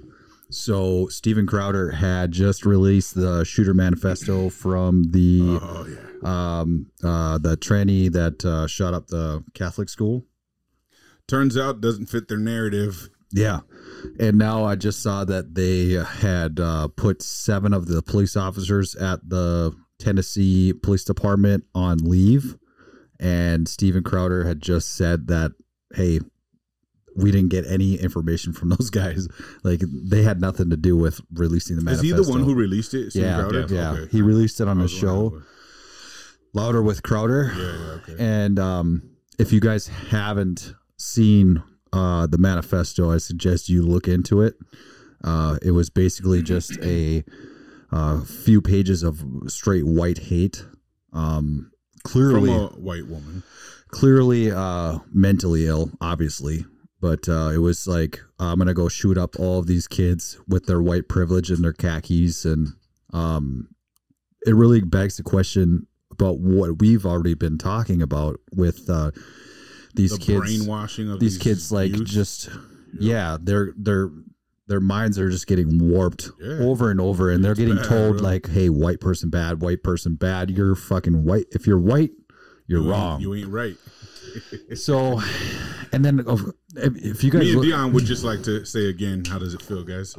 Speaker 4: So, Steven Crowder had just released the Shooter Manifesto from the
Speaker 1: Oh yeah.
Speaker 4: um, uh, the tranny that uh, shot up the Catholic school.
Speaker 1: Turns out doesn't fit their narrative.
Speaker 4: Yeah, and now I just saw that they had uh, put seven of the police officers at the Tennessee Police Department on leave, and Steven Crowder had just said that, "Hey, we didn't get any information from those guys. Like they had nothing to do with releasing the manifesto."
Speaker 1: Is he the one who released it? Steven
Speaker 4: yeah,
Speaker 1: Crowder?
Speaker 4: yeah,
Speaker 1: Okay.
Speaker 4: he released it on
Speaker 1: I
Speaker 4: a
Speaker 1: was
Speaker 4: show,
Speaker 1: wondering.
Speaker 4: Louder with Crowder.
Speaker 1: Yeah, yeah, okay.
Speaker 4: And um, if you guys haven't seen uh, the manifesto, I suggest you look into it. Uh, it was basically just a uh, few pages of straight white hate. Um,
Speaker 1: From
Speaker 4: clearly,
Speaker 1: a white woman.
Speaker 4: clearly uh, mentally ill, obviously. But uh, it was like I'm gonna go shoot up all of these kids with their white privilege and their khakis, and um, it really begs the question about what we've already been talking about with uh, these
Speaker 1: the
Speaker 4: kids.
Speaker 1: brainwashing of
Speaker 4: These kids, like,
Speaker 1: youth.
Speaker 4: just yeah, their their their minds are just getting warped
Speaker 1: Yeah.
Speaker 4: over and over, and they're
Speaker 1: It's
Speaker 4: getting
Speaker 1: bad,
Speaker 4: told
Speaker 1: bro.
Speaker 4: like, "Hey, white person bad, white person bad. You're fucking white. If you're white, you're
Speaker 1: You ain't-
Speaker 4: wrong."
Speaker 1: You ain't right.
Speaker 4: So, and then of- if, if you
Speaker 1: Me
Speaker 4: guys
Speaker 1: and
Speaker 4: look,
Speaker 1: Dion would just like to say again, how does it feel, guys?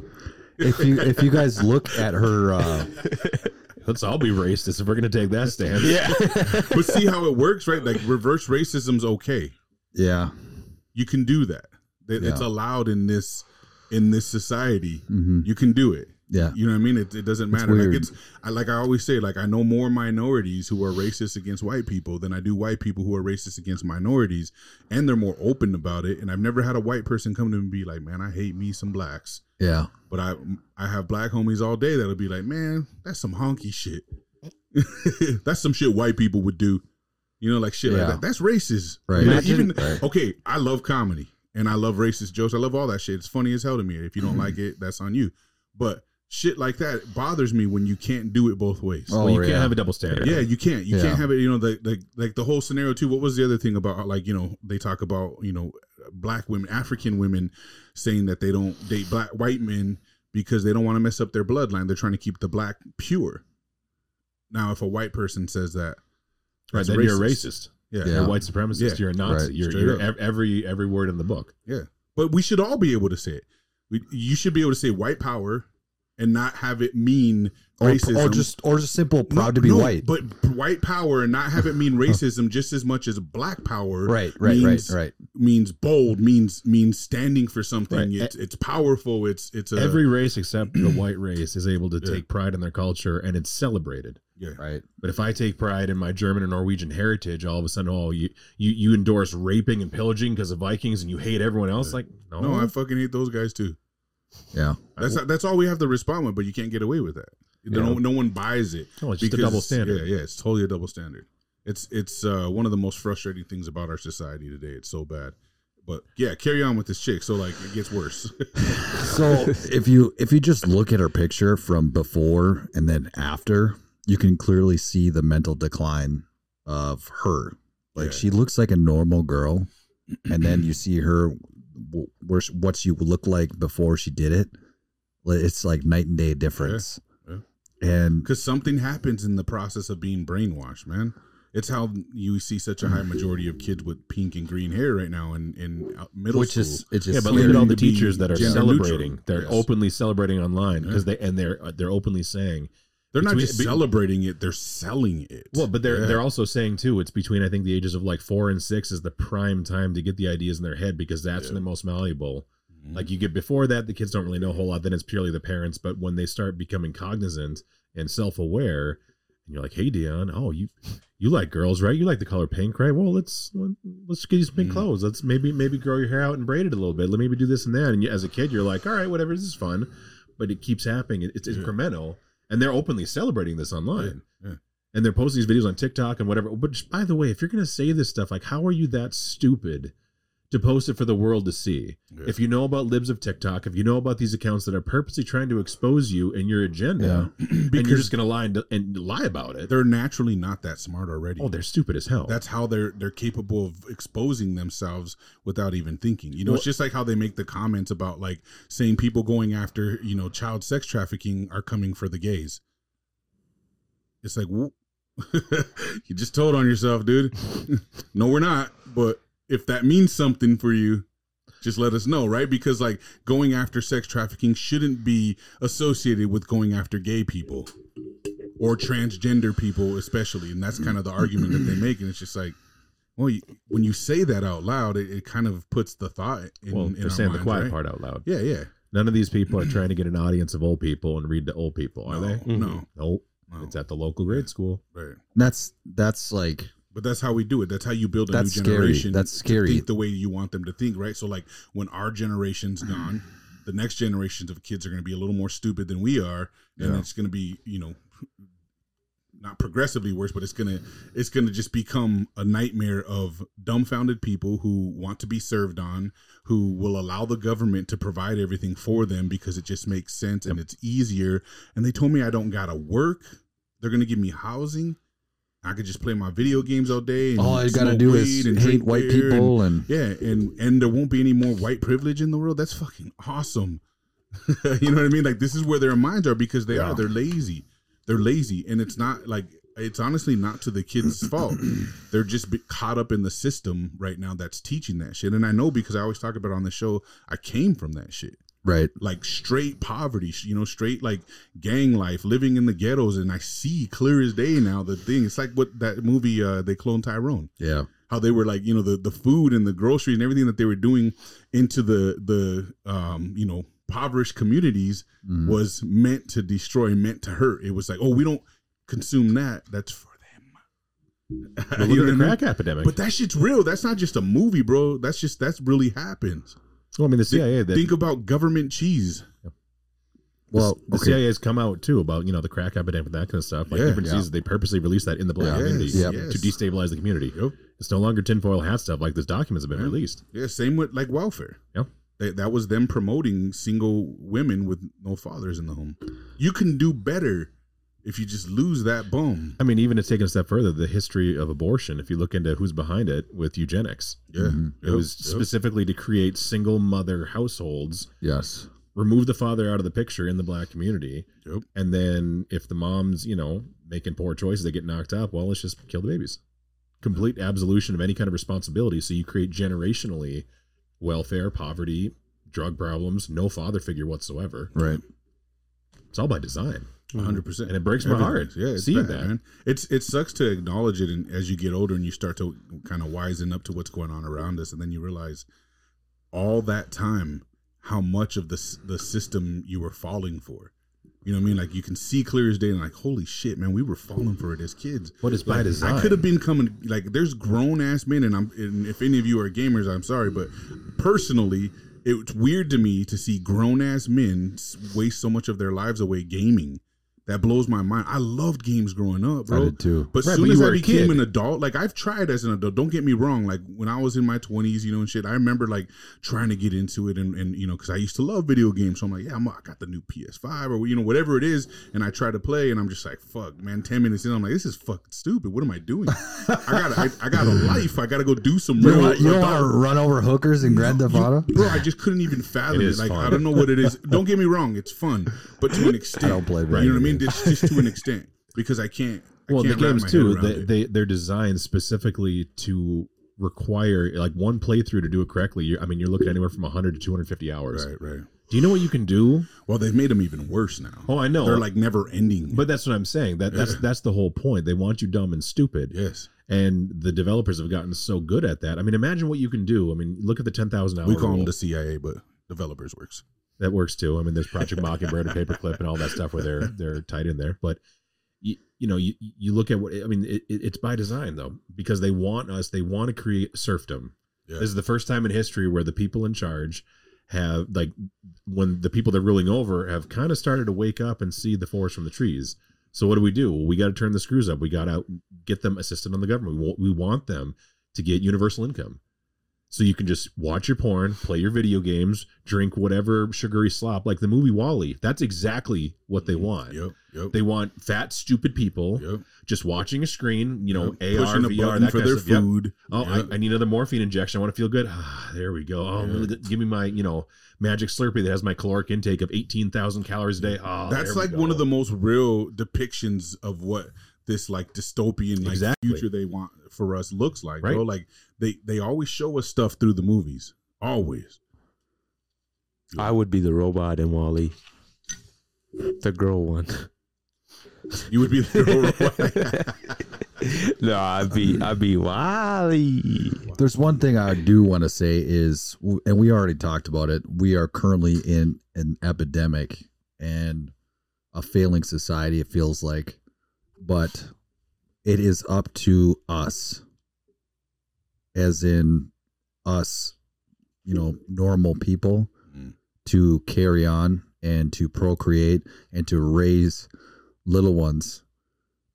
Speaker 4: if you if you guys look at her, uh,
Speaker 3: Let's all be racist if we're gonna take that stance.
Speaker 5: Yeah.
Speaker 1: But see how it works, right? Like reverse racism's okay.
Speaker 4: yeah,
Speaker 1: You can do that. It- It's
Speaker 4: Yeah.
Speaker 1: allowed in this in this society.
Speaker 4: hmm
Speaker 1: You can do it.
Speaker 4: yeah,
Speaker 1: You know what I mean? It, it doesn't matter.
Speaker 4: weird.
Speaker 1: like it's I like I always say, like I know more minorities who are racist against white people than I do white people who are racist against minorities, and they're more open about it. And I've never had a white person come to me and be like, "Man, I hate me some blacks."
Speaker 4: yeah,
Speaker 1: But I I have black homies all day that'll be like, "Man, that's some honky shit. that's some shit white people would do." You know, like shit
Speaker 4: Yeah.
Speaker 1: like that. That's racist.
Speaker 4: Right.
Speaker 1: You know,
Speaker 5: Imagine-
Speaker 1: even
Speaker 4: right.
Speaker 1: okay, I love comedy and I love racist jokes. I love all that shit. It's funny as hell to me. If you
Speaker 4: Mm-hmm.
Speaker 1: don't like it, that's on you. But shit like that bothers me when you can't do it both ways.
Speaker 4: Oh,
Speaker 3: Well, you
Speaker 4: yeah.
Speaker 3: can't have a double standard.
Speaker 1: Yeah, you can't. You
Speaker 4: Yeah.
Speaker 1: can't have it. You know, the, the like the whole scenario too. What was the other thing about? Like, you know, they talk about you know, black women, African women, saying that they don't date black white men because they don't want to mess up their bloodline. They're trying to keep the black pure. Now, if a white person says that,
Speaker 3: right.
Speaker 1: that's
Speaker 3: Then you're a racist.
Speaker 1: Yeah.
Speaker 4: Yeah.
Speaker 3: You're a white supremacist.
Speaker 1: Yeah.
Speaker 3: You're a Nazi.
Speaker 4: Right.
Speaker 3: You're,
Speaker 1: Straight
Speaker 3: you're
Speaker 1: up.
Speaker 3: ev- every every word in the book.
Speaker 1: but we should all be able to say it. We, you should be able to say white power and not have it mean
Speaker 4: or,
Speaker 1: racism.
Speaker 4: or just or just simple
Speaker 1: No,
Speaker 4: proud to be
Speaker 1: no,
Speaker 4: white.
Speaker 1: but white power and not have it mean racism just as much as black power
Speaker 4: Right, right,
Speaker 1: means-
Speaker 4: right, right.
Speaker 1: means bold means means standing for something
Speaker 3: Right.
Speaker 1: it's it's powerful it's it's a
Speaker 3: every race except the white race is able to
Speaker 1: Yeah.
Speaker 3: take pride in their culture and it's celebrated.
Speaker 1: yeah.
Speaker 4: Right.
Speaker 3: But if I take pride in my German and Norwegian heritage, all of a sudden, oh, you you, you endorse raping and pillaging because of Vikings and you hate everyone else. Like, no,
Speaker 1: no i fucking hate those guys too
Speaker 4: Yeah.
Speaker 1: that's that's all we have to respond with but you can't get away with that no, no one buys it
Speaker 3: no it's just a double standard.
Speaker 1: yeah yeah it's totally a double standard it's it's uh, one of the most frustrating things about our society today it's so bad but yeah carry on with this chick so like it gets worse
Speaker 4: So if you if you just look at her picture from before and then after, you can clearly see the mental decline of her. Like
Speaker 1: Yeah.
Speaker 4: she looks like a normal girl, and then you see her w- where she- what she looked like before she did it. Like, It's like night and day difference.
Speaker 1: Yeah.
Speaker 4: And
Speaker 1: because something happens in the process of being brainwashed, man. It's how you see such a high majority of kids with pink and green hair right now in in out- middle
Speaker 4: which
Speaker 1: school.
Speaker 4: is it's just
Speaker 3: Yeah, but look at
Speaker 1: clearly
Speaker 3: all the
Speaker 1: to be
Speaker 3: teachers that are
Speaker 1: gender
Speaker 3: celebrating.
Speaker 1: neutral.
Speaker 3: They're
Speaker 1: Yes.
Speaker 3: openly celebrating online because they and they're uh, they're openly saying
Speaker 1: they're not
Speaker 3: between-
Speaker 1: just
Speaker 3: be-
Speaker 1: celebrating it; they're selling it.
Speaker 3: well, but they're
Speaker 1: Yeah.
Speaker 3: they're also saying too. It's between I think the ages of like four and six is the prime time to get the ideas in their head because that's when they're most malleable. Like you get before that, the kids don't really know a whole lot. Then it's purely the parents. But when they start becoming cognizant and self-aware, and you're like, "Hey, Dion, oh you, you like girls, right? You like the color pink, right? Well, let's let's get you some pink
Speaker 1: Mhm.
Speaker 3: clothes. Let's maybe maybe grow your hair out and braid it a little bit. Let maybe do this and that." And you, as a kid, you're like, "All right, whatever. This is fun," but it keeps happening. It- It's
Speaker 1: Yeah.
Speaker 3: incremental, and they're openly celebrating this online.
Speaker 1: Yeah, yeah.
Speaker 3: And they're posting these videos on TikTok and whatever. But just, by the way, if you're gonna say this stuff, like, how are you that stupid to post it for the world to see?
Speaker 1: Yeah.
Speaker 3: If you know about libs of TikTok, if you know about these accounts that are purposely trying to expose you and your agenda, and you're
Speaker 1: because
Speaker 3: just going to lie and, and lie about it,
Speaker 1: they're naturally not that smart already.
Speaker 3: oh, they're stupid as hell.
Speaker 1: That's how they're they're capable of exposing themselves without even thinking. You know, it's
Speaker 3: Well-
Speaker 1: just like how they make the comments about like saying people going after you know child sex trafficking are coming for the gays. It's like whoop. you just told on yourself, dude. no, we're not. But if that means something for you, just let us know, right? Because like going after sex trafficking shouldn't be associated with going after gay people or transgender people, especially. And that's kind of the argument that they make. And it's just like, well, you, when you say that out loud, it, it kind of puts the thought in,
Speaker 3: well,
Speaker 1: in
Speaker 3: they're
Speaker 1: our
Speaker 3: saying the
Speaker 1: minds,
Speaker 3: quiet
Speaker 1: right?
Speaker 3: part out loud.
Speaker 1: Yeah, yeah.
Speaker 3: None of these people are trying to get an audience of old people and read to old people,
Speaker 1: no,
Speaker 3: are they?
Speaker 1: No,
Speaker 3: Nope.
Speaker 1: no.
Speaker 3: It's at the local grade school.
Speaker 1: Right.
Speaker 4: That's that's like
Speaker 1: But that's how we do it. That's how you build a
Speaker 4: that's
Speaker 1: new
Speaker 4: scary.
Speaker 1: generation.
Speaker 4: That's
Speaker 1: to
Speaker 4: scary.
Speaker 1: think the way you want them to think, right? So like when our generation's gone, the next generations of kids are going to be a little more stupid than we are, and
Speaker 3: Yeah.
Speaker 1: it's going to be you know not progressively worse, but it's gonna it's gonna just become a nightmare of dumbfounded people who want to be served on, who will allow the government to provide everything for them because it just makes sense and it's easier. And they told me I don't gotta work. They're gonna give me housing. I could just play my video games all day. And
Speaker 4: All I gotta
Speaker 1: smoke
Speaker 4: do
Speaker 1: weed
Speaker 4: is
Speaker 1: and
Speaker 4: hate
Speaker 1: drink
Speaker 4: white
Speaker 1: beer and-
Speaker 4: people and
Speaker 1: yeah, and and there won't be any more white privilege in the world. That's fucking awesome. you know what I mean? Like this is where their minds are because they
Speaker 3: Yeah.
Speaker 1: are they're lazy. They're lazy, and it's not like it's honestly not to the kids' fault. They're just be caught up in the system right now that's teaching that shit. And I know because I always talk about it on the show. I came from that shit
Speaker 4: right.
Speaker 1: like straight poverty, sh- you know, straight like gang life, living in the ghettos, and I see clear as day now the thing. It's like what that movie uh they cloned Tyrone
Speaker 4: Yeah.
Speaker 1: how they were like you know the the food and the groceries and everything that they were doing into the the um you know impoverished communities
Speaker 3: Mm-hmm.
Speaker 4: Mhm.
Speaker 1: was meant to destroy meant to hurt it was like oh we don't consume that that's for them You
Speaker 3: But look
Speaker 1: know
Speaker 3: at the
Speaker 1: what I mean?
Speaker 3: crack epidemic.
Speaker 1: but that shit's real that's not just a movie bro that's just that's really happens
Speaker 3: well, I mean, the CIA, that,
Speaker 1: think about government cheese
Speaker 4: Well,
Speaker 3: the
Speaker 4: okay.
Speaker 3: CIA has come out too about, you know, the crack epidemic and that kind of stuff. Like
Speaker 1: Yeah.
Speaker 3: different
Speaker 4: Yeah.
Speaker 3: diseases, they purposely release that in the
Speaker 1: Yes,
Speaker 3: black community
Speaker 4: Yeah.
Speaker 1: yes.
Speaker 3: to destabilize the community.
Speaker 1: Yep.
Speaker 3: It's no longer tinfoil hat stuff like this documents have been
Speaker 1: Yeah.
Speaker 3: released.
Speaker 1: yeah same with like welfare
Speaker 3: Yeah.
Speaker 1: They- that was them promoting single women with no fathers in the home you can do better if you just lose that bone
Speaker 3: I mean, even it's taken a step further, the history of abortion, if you look into who's behind it with eugenics,
Speaker 1: Yeah.
Speaker 4: Mhm.
Speaker 3: it was specifically to create single mother households,
Speaker 4: Yes.
Speaker 3: remove the father out of the picture in the black community.
Speaker 1: Yep.
Speaker 3: And then if the mom's, you know, making poor choices, they get knocked up, well, let's just kill the babies. Complete absolution of any kind of responsibility. So you create generationally welfare, poverty, drug problems, no father figure whatsoever.
Speaker 4: Right.
Speaker 3: It's all by design.
Speaker 1: hundred percent,
Speaker 3: And it breaks my heart
Speaker 1: Yeah, it's
Speaker 3: seeing
Speaker 1: bad,
Speaker 3: that.
Speaker 1: man. It's it sucks to acknowledge it, and as you get older and you start to kind of wisen up to what's going on around us, and then you realize all that time how much of the s- the system you were falling for. You know what I mean? Like you can see clear as day, and like holy shit, man, we were falling for it as kids.
Speaker 3: What is by
Speaker 1: Like,
Speaker 3: design?
Speaker 1: I could have been coming like there's grown ass men, and I'm and if any of you are gamers, I'm sorry, but personally, it's weird to me to see grown ass men s- waste so much of their lives away gaming. That blows my mind. I loved games growing up,
Speaker 4: I
Speaker 1: bro.
Speaker 4: did too.
Speaker 1: But
Speaker 3: Right,
Speaker 1: soon
Speaker 3: but you
Speaker 1: as
Speaker 3: were
Speaker 1: I
Speaker 3: a
Speaker 1: became
Speaker 3: kid.
Speaker 1: an adult, like I've tried as an adult. Don't get me wrong. Like when I was in my twenties, you know, and shit, I remember like trying to get into it, and, and you know, because I used to love video games. So I'm like, yeah, I'm, I got the new PS5 or you know whatever it is, and I try to play, and I'm just like, fuck, man. Ten minutes in, I'm like, this is fucking stupid. What am I doing? I got I, I got a life. I got to go do some
Speaker 4: You
Speaker 1: real.
Speaker 4: don't, want, you don't
Speaker 1: adult-
Speaker 4: want to run over hookers in Grand Theft Auto?
Speaker 1: Bro, I just couldn't even fathom
Speaker 3: It
Speaker 1: it.
Speaker 3: is
Speaker 1: Like, I
Speaker 3: fun.
Speaker 1: don't know what it is. Don't get me wrong, it's fun, but to an extent,
Speaker 4: I don't play
Speaker 1: You know
Speaker 4: video
Speaker 1: what I mean?
Speaker 4: games.
Speaker 1: Just, just to an extent, because I can't. I
Speaker 3: well the
Speaker 1: can't wrap
Speaker 3: games
Speaker 1: my head
Speaker 3: too
Speaker 1: around
Speaker 3: they,
Speaker 1: it.
Speaker 3: they they're designed specifically to require like one playthrough to do it correctly you're, i mean you're looking anywhere from 100 to 250 hours
Speaker 1: Right, right.
Speaker 3: do you know what you can do
Speaker 1: Well, they've made them even worse now.
Speaker 3: oh i know
Speaker 1: They're like never ending.
Speaker 3: but that's what i'm saying that that's that's the whole point they want you dumb and stupid
Speaker 1: yes,
Speaker 3: and the developers have gotten so good at that i mean imagine what you can do i mean look at the 10000 hour
Speaker 1: we call them
Speaker 3: rule.
Speaker 1: the CIA, but developers works.
Speaker 3: that works too. I mean, there's Project Mockingbird and Paperclip and all that stuff where they're they're tied in there. But you, you know, you you look at what I mean. It, it- it's by design though, because they want us. They want to create serfdom.
Speaker 1: Yeah.
Speaker 3: This is the first time in history where the people in charge have like when the people they're ruling over have kind of started to wake up and see the forest from the trees. So what do we do? Well, we got to turn the screws up. We got to get them assisted on the government. We want, we want them to get universal income. So you can just watch your porn, play your video games, drink whatever sugary slop like the movie Wally. That's exactly what
Speaker 1: Mm-hmm.
Speaker 3: they want.
Speaker 1: Yep, yep,
Speaker 3: They want fat, stupid people
Speaker 1: yep.
Speaker 3: just watching a screen, you know,
Speaker 1: yep.
Speaker 3: AR,
Speaker 1: Pushing a
Speaker 3: VR,
Speaker 1: button
Speaker 3: that
Speaker 1: for
Speaker 3: kind
Speaker 1: their
Speaker 3: of stuff. Yep.
Speaker 1: food.
Speaker 3: Oh,
Speaker 1: Yep.
Speaker 3: I, I need another morphine injection. I want to feel good. Ah, there we go. Oh, I'm gonna get- give me my, you know, magic Slurpee that has my caloric intake of 18,000 calories a day. Oh, there
Speaker 1: That's
Speaker 3: we
Speaker 1: like
Speaker 3: go.
Speaker 1: one of the most real depictions of what this like dystopian like
Speaker 3: Exactly.
Speaker 1: future they want for us looks like,
Speaker 3: Right.
Speaker 1: bro. Like they they always show us stuff through the movies, always.
Speaker 5: I would be the robot in Wally. The girl one.
Speaker 1: You would be the
Speaker 5: no, I'd be I'd be Wally.
Speaker 4: There's one thing I do want to say is, and we already talked about it. We are currently in an epidemic and a failing society. It feels like, but it is up to us, as in us, you know, normal people,
Speaker 1: Mm.
Speaker 4: to carry on and to procreate and to raise little ones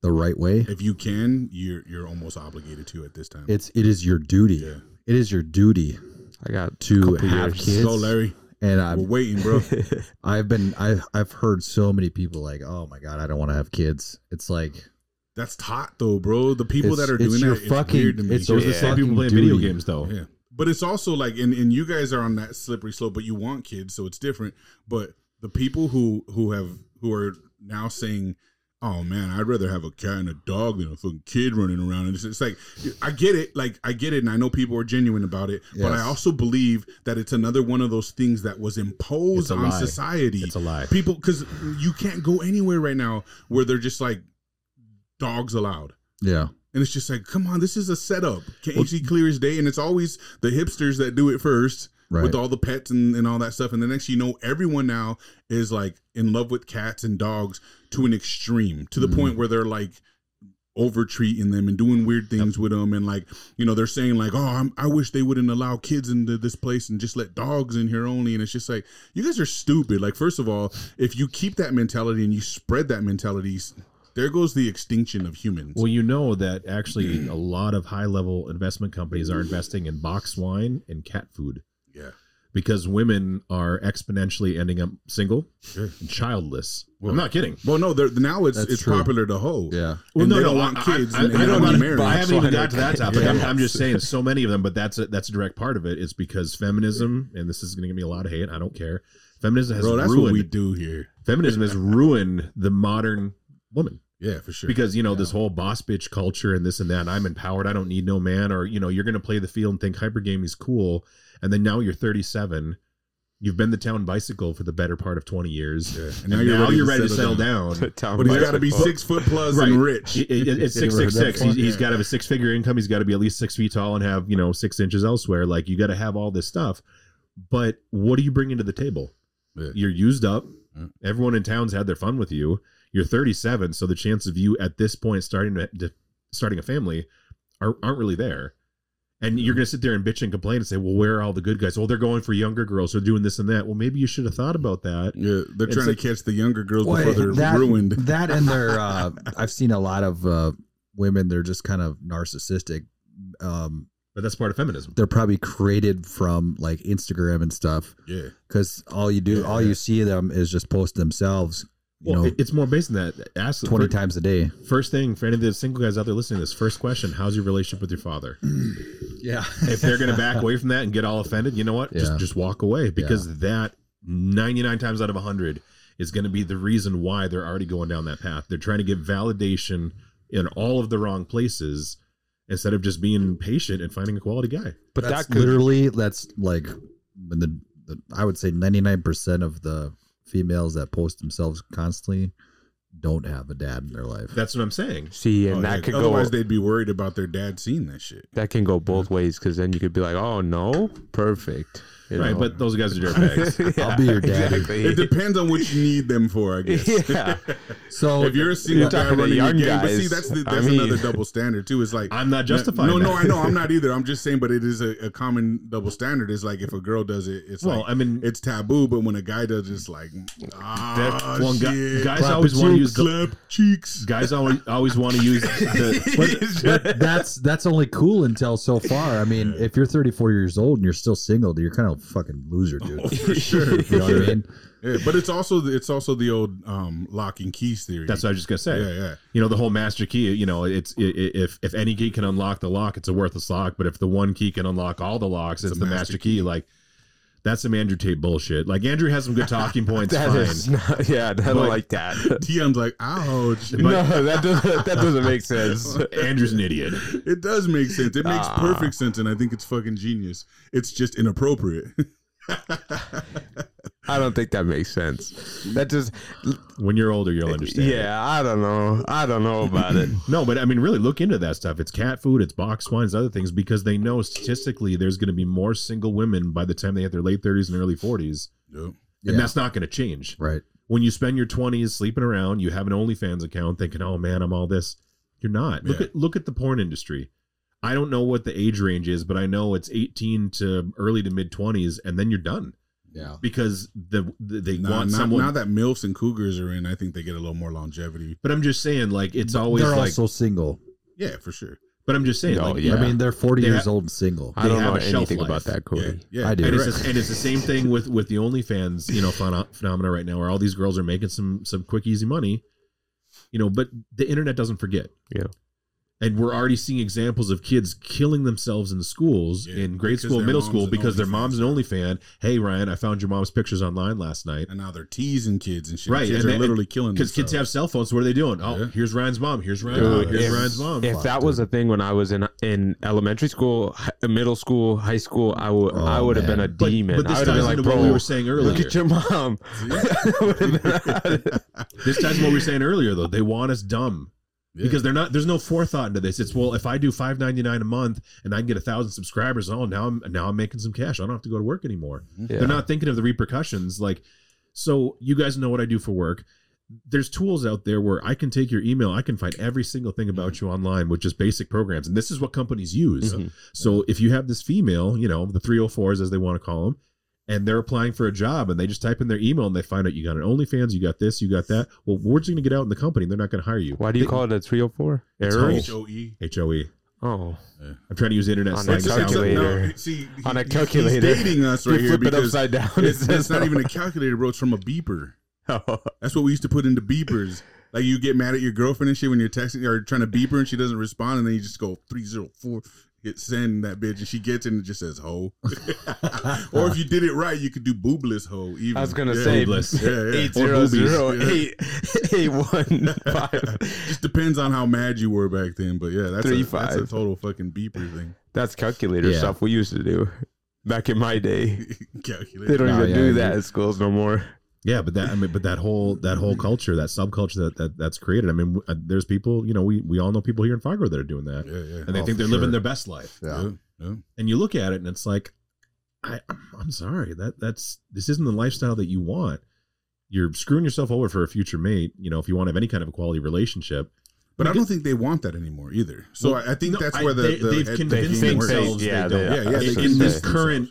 Speaker 4: the right way.
Speaker 1: if you can, you're you're almost obligated to at this time.
Speaker 4: It's it is your duty.
Speaker 1: yeah.
Speaker 4: It is your duty.
Speaker 5: I got
Speaker 4: To
Speaker 5: couple
Speaker 4: have
Speaker 5: years.
Speaker 4: kids.
Speaker 1: Go, Larry.
Speaker 4: And I'm
Speaker 1: We're waiting, bro.
Speaker 4: I've been I I've heard so many people like, "Oh my god, I don't want to have kids." It's like
Speaker 1: That's hot though, bro. The people
Speaker 4: It's-
Speaker 1: that are
Speaker 4: it's
Speaker 1: doing
Speaker 4: your
Speaker 1: that,
Speaker 4: fucking-
Speaker 1: it's weird to me.
Speaker 4: it's your
Speaker 3: those are the same
Speaker 4: fucking
Speaker 3: people playing video
Speaker 4: duty.
Speaker 3: games though.
Speaker 1: Yeah. But it's also like and, and you guys are on that slippery slope, but you want kids, so it's different. But the people who who have who are now saying, Oh man, I'd rather have a cat and a dog than a fucking kid running around. And it's, it's like I get it, like I get it, and I know people are genuine about it, but I
Speaker 4: Yes.
Speaker 1: also believe that it's another one of those things that was
Speaker 3: It's
Speaker 1: imposed
Speaker 3: a
Speaker 1: on
Speaker 3: lie.
Speaker 1: society
Speaker 3: It's a lie.
Speaker 1: people because you can't go anywhere right now where they're just like dogs allowed
Speaker 4: yeah.
Speaker 1: and it's just like come on this is a setup khc clear as day and it's always the hipsters that do it first
Speaker 4: Right.
Speaker 1: with all the pets and, and all that stuff and the next you know everyone now is like in love with cats and dogs to an extreme to the
Speaker 4: Mhm.
Speaker 1: point where they're like over treating them and doing weird things with them and like you know they're saying like oh I'm, i wish they wouldn't allow kids into this place and just let dogs in here only and it's just like you guys are stupid like first of all if you keep that mentality and you spread that mentality s- there goes the extinction of humans
Speaker 3: Well, you know that actually a lot of high level investment companies are investing in box wine and cat food
Speaker 1: yeah
Speaker 3: because women are exponentially ending up single
Speaker 1: Sure.
Speaker 3: and childless.
Speaker 1: Well,
Speaker 3: I'm not kidding.
Speaker 1: well no they're, now it's
Speaker 4: That's
Speaker 1: it's
Speaker 4: true.
Speaker 1: popular to hoe
Speaker 4: Yeah.
Speaker 1: Well,
Speaker 3: Well,
Speaker 1: and
Speaker 3: no,
Speaker 1: they
Speaker 3: no,
Speaker 1: don't want
Speaker 3: I-
Speaker 1: kids
Speaker 3: I, I,
Speaker 1: and they
Speaker 3: I
Speaker 1: don't
Speaker 3: don't
Speaker 1: want to
Speaker 3: even-
Speaker 1: marry.
Speaker 3: I haven't even
Speaker 5: Box
Speaker 3: got to that topic. I'm,
Speaker 1: Yeah.
Speaker 3: I'm just saying, so many of them. But that's a, that's a direct part of it. It's because feminism, and this is going to give me a lot of hate. I don't care. Feminism has
Speaker 1: bro that's what
Speaker 3: ruined.
Speaker 1: we do here
Speaker 3: feminism has ruined the modern woman
Speaker 1: yeah for sure
Speaker 3: because you know this whole boss bitch culture and this and that. I'm empowered. I don't need no man. Or you know, you're going to play the field and think hypergamy is cool, and then now you're 37. You've been the town bicycle for the better part of 20 years.
Speaker 1: Yeah.
Speaker 3: And now, you're, ready to settle down. uh,
Speaker 5: Town
Speaker 1: but he's got to
Speaker 5: bicycle.
Speaker 1: be six foot plus
Speaker 3: Right.
Speaker 1: and rich
Speaker 3: It- it- it's
Speaker 4: You
Speaker 3: six
Speaker 4: ever heard
Speaker 3: six
Speaker 4: that
Speaker 3: six.
Speaker 4: before?
Speaker 3: He's, he's
Speaker 1: Yeah.
Speaker 3: got to have a six figure income. He's got to be at least six feet tall and have you know six inches elsewhere. Like you got to have all this stuff. But what do you bring into the table?
Speaker 1: Yeah.
Speaker 3: You're used up.
Speaker 4: Mm.
Speaker 1: Yeah.
Speaker 3: Everyone in town's had their fun with you. You're 37, so the chance of you at this point starting to, to- starting a family are, aren't really there. And you're going to sit there and bitch and complain and say, "Well, where are all the good guys? Well, they're going for younger girls. They're doing this and that. Well, maybe you should have thought about that."
Speaker 1: Yeah, they're
Speaker 3: It's
Speaker 1: trying
Speaker 3: like-
Speaker 1: to catch the younger girls
Speaker 4: Well,
Speaker 1: before they're
Speaker 4: that,
Speaker 1: ruined.
Speaker 4: That and their uh I've seen a lot of uh women they're just kind of narcissistic. Um
Speaker 3: But that's part of feminism.
Speaker 4: they're probably created from like Instagram and stuff
Speaker 1: Yeah,
Speaker 4: cuz all you do
Speaker 1: Yeah,
Speaker 4: all
Speaker 1: yeah.
Speaker 4: you see them is just post themselves, you
Speaker 3: Well,
Speaker 4: know,
Speaker 3: it- it's more based on that. Ask
Speaker 4: 20
Speaker 3: for-
Speaker 4: times a day.
Speaker 3: First thing for any of the single guys out there listening to this, first question: How's your relationship with your father?
Speaker 4: Yeah.
Speaker 3: If they're going to back away from that and get all offended, you know what? Just
Speaker 4: Yeah.
Speaker 3: just walk away because that ninety nine times out of hundred is going to be the reason why they're already going down that path. They're trying to get validation in all of the wrong places instead of just being patient and finding a quality guy.
Speaker 5: But
Speaker 4: that's
Speaker 5: that could
Speaker 4: literally that's like when the, the I would say ninety nine percent of the females that post themselves constantly don't have a dad in their life.
Speaker 3: That's what I'm saying.
Speaker 5: see,
Speaker 1: Oh,
Speaker 5: and
Speaker 1: yeah.
Speaker 5: that could go
Speaker 1: Otherwise, they'd be worried about their dad seeing that shit.
Speaker 5: that can go both ways because then you could be like, oh no, perfect. you
Speaker 3: right,
Speaker 5: know?
Speaker 3: but those guys are dirtbags.
Speaker 5: Yeah,
Speaker 4: be your daddy.
Speaker 1: It
Speaker 5: Exactly.
Speaker 1: depends on what you need them for, I guess.
Speaker 5: Yeah.
Speaker 4: So
Speaker 1: If you're a single
Speaker 5: You're
Speaker 1: guy
Speaker 5: talking to
Speaker 1: running your
Speaker 5: young
Speaker 1: game, but see,
Speaker 5: guys.
Speaker 1: that's the,
Speaker 5: I
Speaker 1: that's
Speaker 5: mean-
Speaker 1: another double standard too. It's like
Speaker 3: I'm not justifying.
Speaker 1: No, no,
Speaker 3: that.
Speaker 1: I know I'm not either. I'm just saying, but it is a, a common double standard. It's like if a girl does it, it's
Speaker 3: Well,
Speaker 1: like
Speaker 3: I mean,
Speaker 1: it's taboo, but when a guy does, it, it's like ah,
Speaker 3: That- well, gu-
Speaker 1: shit.
Speaker 3: guys always wanna
Speaker 1: cheeks,
Speaker 3: use the-
Speaker 1: clap cheeks.
Speaker 3: guys always always want to use the.
Speaker 4: but that's that's only cool until so far. I mean, if you're 34 years old and you're still single, you're kind of a fucking loser, dude.
Speaker 1: Oh, for sure,
Speaker 4: You
Speaker 1: for
Speaker 4: know what I
Speaker 1: sure.
Speaker 4: mean?
Speaker 1: Yeah, but it's also the, it's also the old um, lock and keys theory.
Speaker 3: That's what I was just gonna say.
Speaker 1: yeah, yeah.
Speaker 3: You know, the whole master key. You know, it's i- i if if any key can unlock the lock, it's a worthless lock. But if the one key can unlock all the locks, it's, the master, key. Like that's some Andrew Tate bullshit. Like Andrew has some good talking points.
Speaker 5: That
Speaker 3: fine.
Speaker 5: is not. Yeah, I don't
Speaker 3: But-
Speaker 5: like that.
Speaker 1: Tm's like, ouch.
Speaker 5: no, that doesn't. That doesn't make sense.
Speaker 3: Andrew's an idiot.
Speaker 1: It does make sense. It makes
Speaker 5: Ah.
Speaker 1: perfect sense, and I think it's fucking genius. It's just inappropriate.
Speaker 5: I don't think that makes sense. That just.
Speaker 3: When you're older, you'll understand. it.
Speaker 5: Yeah, I don't know. I don't know about it.
Speaker 3: No, but I mean, really look into that stuff. It's cat food, it's box wines, other things, because they know statistically there's going to be more single women by the time they hit their late 30s and early 40s.
Speaker 1: Yep.
Speaker 4: Yeah.
Speaker 3: And that's not going to change.
Speaker 4: Right.
Speaker 3: When you spend your 20s sleeping around, you have an OnlyFans account thinking, oh man, I'm all this. You're not. Look
Speaker 1: Yeah.
Speaker 3: at look at the porn industry. I don't know what the age range is, but I know it's 18 to early to mid 20s, and then you're done
Speaker 4: Yeah.
Speaker 3: because the, the they
Speaker 1: Nah,
Speaker 3: want
Speaker 1: now,
Speaker 3: someone.
Speaker 1: now that MILFs and Cougars are in, I think they get a little more longevity.
Speaker 3: but I'm just saying, like it's always
Speaker 4: they're
Speaker 3: like.
Speaker 4: also single.
Speaker 1: Yeah, for sure.
Speaker 3: but I'm just saying,
Speaker 5: No,
Speaker 3: like
Speaker 5: Yeah.
Speaker 4: I mean, they're 40
Speaker 3: They
Speaker 4: years
Speaker 3: ha-
Speaker 4: old and single.
Speaker 5: I
Speaker 3: They
Speaker 5: don't
Speaker 3: have
Speaker 5: know
Speaker 3: a shelf
Speaker 5: anything
Speaker 3: life.
Speaker 5: about that,
Speaker 1: Yeah,
Speaker 5: Cody.
Speaker 1: yeah.
Speaker 4: I do.
Speaker 3: And it's, the- and it's the same thing with with the OnlyFans, you know, pheno- phenomena right now, where all these girls are making some some quick easy money, you know. But the internet doesn't forget.
Speaker 5: Yeah.
Speaker 3: And we're already seeing examples of kids killing themselves in schools
Speaker 1: Yeah,
Speaker 3: in grade
Speaker 1: because
Speaker 3: school,
Speaker 1: their
Speaker 3: middle
Speaker 1: mom's
Speaker 3: school
Speaker 1: an
Speaker 3: because their
Speaker 1: OnlyFans.
Speaker 3: mom's an OnlyFan. Hey Ryan, I found your mom's pictures online last night.
Speaker 1: And now they're teasing kids and shit.
Speaker 3: Right,
Speaker 1: kids
Speaker 3: and
Speaker 1: are
Speaker 3: they-
Speaker 1: literally killing
Speaker 3: Because kids have
Speaker 1: themselves.
Speaker 3: cell phones, so what are they doing? Oh,
Speaker 1: Yeah.
Speaker 3: here's Ryan's mom. Here's Ryan's
Speaker 5: Dude,
Speaker 3: mom. Here's
Speaker 5: if-
Speaker 3: Ryan's mom.
Speaker 5: If that was a thing when I was in in elementary school, hi- middle school, high school, I would I
Speaker 4: Oh,
Speaker 5: would have
Speaker 4: man.
Speaker 5: been a
Speaker 3: but,
Speaker 5: demon.
Speaker 3: but
Speaker 5: I
Speaker 3: this
Speaker 5: would
Speaker 3: ties
Speaker 5: have been like,
Speaker 3: into what
Speaker 5: bro,
Speaker 3: we were saying earlier.
Speaker 5: look at your mom.
Speaker 3: This ties into what we were saying earlier, though. They want us dumb.
Speaker 1: Yeah.
Speaker 3: because they're not there's no forethought into this it's well if i do 599 a month and i can get a thousand subscribers oh now i'm now i'm making some cash i don't have to go to work anymore
Speaker 5: Yeah.
Speaker 3: they're not thinking of the repercussions like so you guys know what i do for work there's tools out there where i can take your email i can find every single thing about you online with just basic programs and this is what companies use
Speaker 5: Mhm.
Speaker 3: so if you have this female you know the 304s as they want to call them and they're applying for a job and they just type in their email and they find out you got an OnlyFans, you got this, you got that. Well, word's going to get out in the company. They're not going to hire you.
Speaker 5: Why do you call it a 304? Error?
Speaker 3: Total.
Speaker 1: HOE.
Speaker 3: HOE.
Speaker 5: Oh.
Speaker 3: I'm trying E. to use the internet
Speaker 5: On
Speaker 1: E.
Speaker 3: slang
Speaker 5: a
Speaker 1: It's, it's,
Speaker 3: sound.
Speaker 5: calculator.
Speaker 1: no, see,
Speaker 5: On a
Speaker 1: he- he's
Speaker 5: calculator.
Speaker 1: dating us right
Speaker 5: you
Speaker 1: here
Speaker 5: flip it
Speaker 1: because
Speaker 5: upside down. Oh.
Speaker 1: it's,
Speaker 5: it
Speaker 1: it's
Speaker 5: says-
Speaker 1: not even a calculator, bro. It's from a beeper. That's what we used to put into beepers. Like you get mad at your girlfriend and shit when you're texting or trying to beep her and she doesn't respond, and then you just go three zero four, hit send that bitch, and she gets it and it just says ho. or if you did it right, you could do boobless ho. Even
Speaker 5: I was gonna
Speaker 1: Yeah.
Speaker 5: say
Speaker 3: Boobless.
Speaker 1: Yeah, yeah.
Speaker 5: eight
Speaker 1: Or
Speaker 5: zero
Speaker 1: boobies.
Speaker 5: zero
Speaker 1: Yeah.
Speaker 5: eight eight one five.
Speaker 1: Just depends on how mad you were back then, but yeah, that's,
Speaker 5: Three,
Speaker 1: a, that's a
Speaker 5: five.
Speaker 1: total fucking beeper thing.
Speaker 5: That's calculator
Speaker 3: Yeah.
Speaker 5: stuff we used to do back in my day. They
Speaker 1: Calculator.
Speaker 5: don't
Speaker 4: Nah,
Speaker 5: even
Speaker 4: yeah,
Speaker 5: do
Speaker 4: dude.
Speaker 5: that at schools no more.
Speaker 3: Yeah, but that I mean, but that whole that whole culture, that subculture that, that that's created. I mean, w- uh, there's people. You know, we we all know people here in Fargo that are doing that,
Speaker 1: Yeah, yeah.
Speaker 3: and they
Speaker 4: Oh,
Speaker 3: think
Speaker 4: for
Speaker 3: they're living
Speaker 4: sure.
Speaker 3: their best life.
Speaker 1: Yeah, yeah.
Speaker 3: And you look at it, and it's like, I I'm sorry that that's this isn't the lifestyle that you want. You're screwing yourself over for a future mate. You know, if you want to have any kind of a quality relationship.
Speaker 1: But I don't think they want that anymore either. So
Speaker 3: Well,
Speaker 1: I, I think
Speaker 3: No,
Speaker 1: that's
Speaker 3: I-
Speaker 1: where the,
Speaker 3: they,
Speaker 1: the
Speaker 3: they've
Speaker 1: head thinking
Speaker 3: convinced
Speaker 5: think
Speaker 1: works.
Speaker 5: they-
Speaker 3: themselves they,
Speaker 5: yeah,
Speaker 3: don't.
Speaker 5: they-
Speaker 1: Yeah, yeah, they
Speaker 3: in
Speaker 1: convince
Speaker 3: this current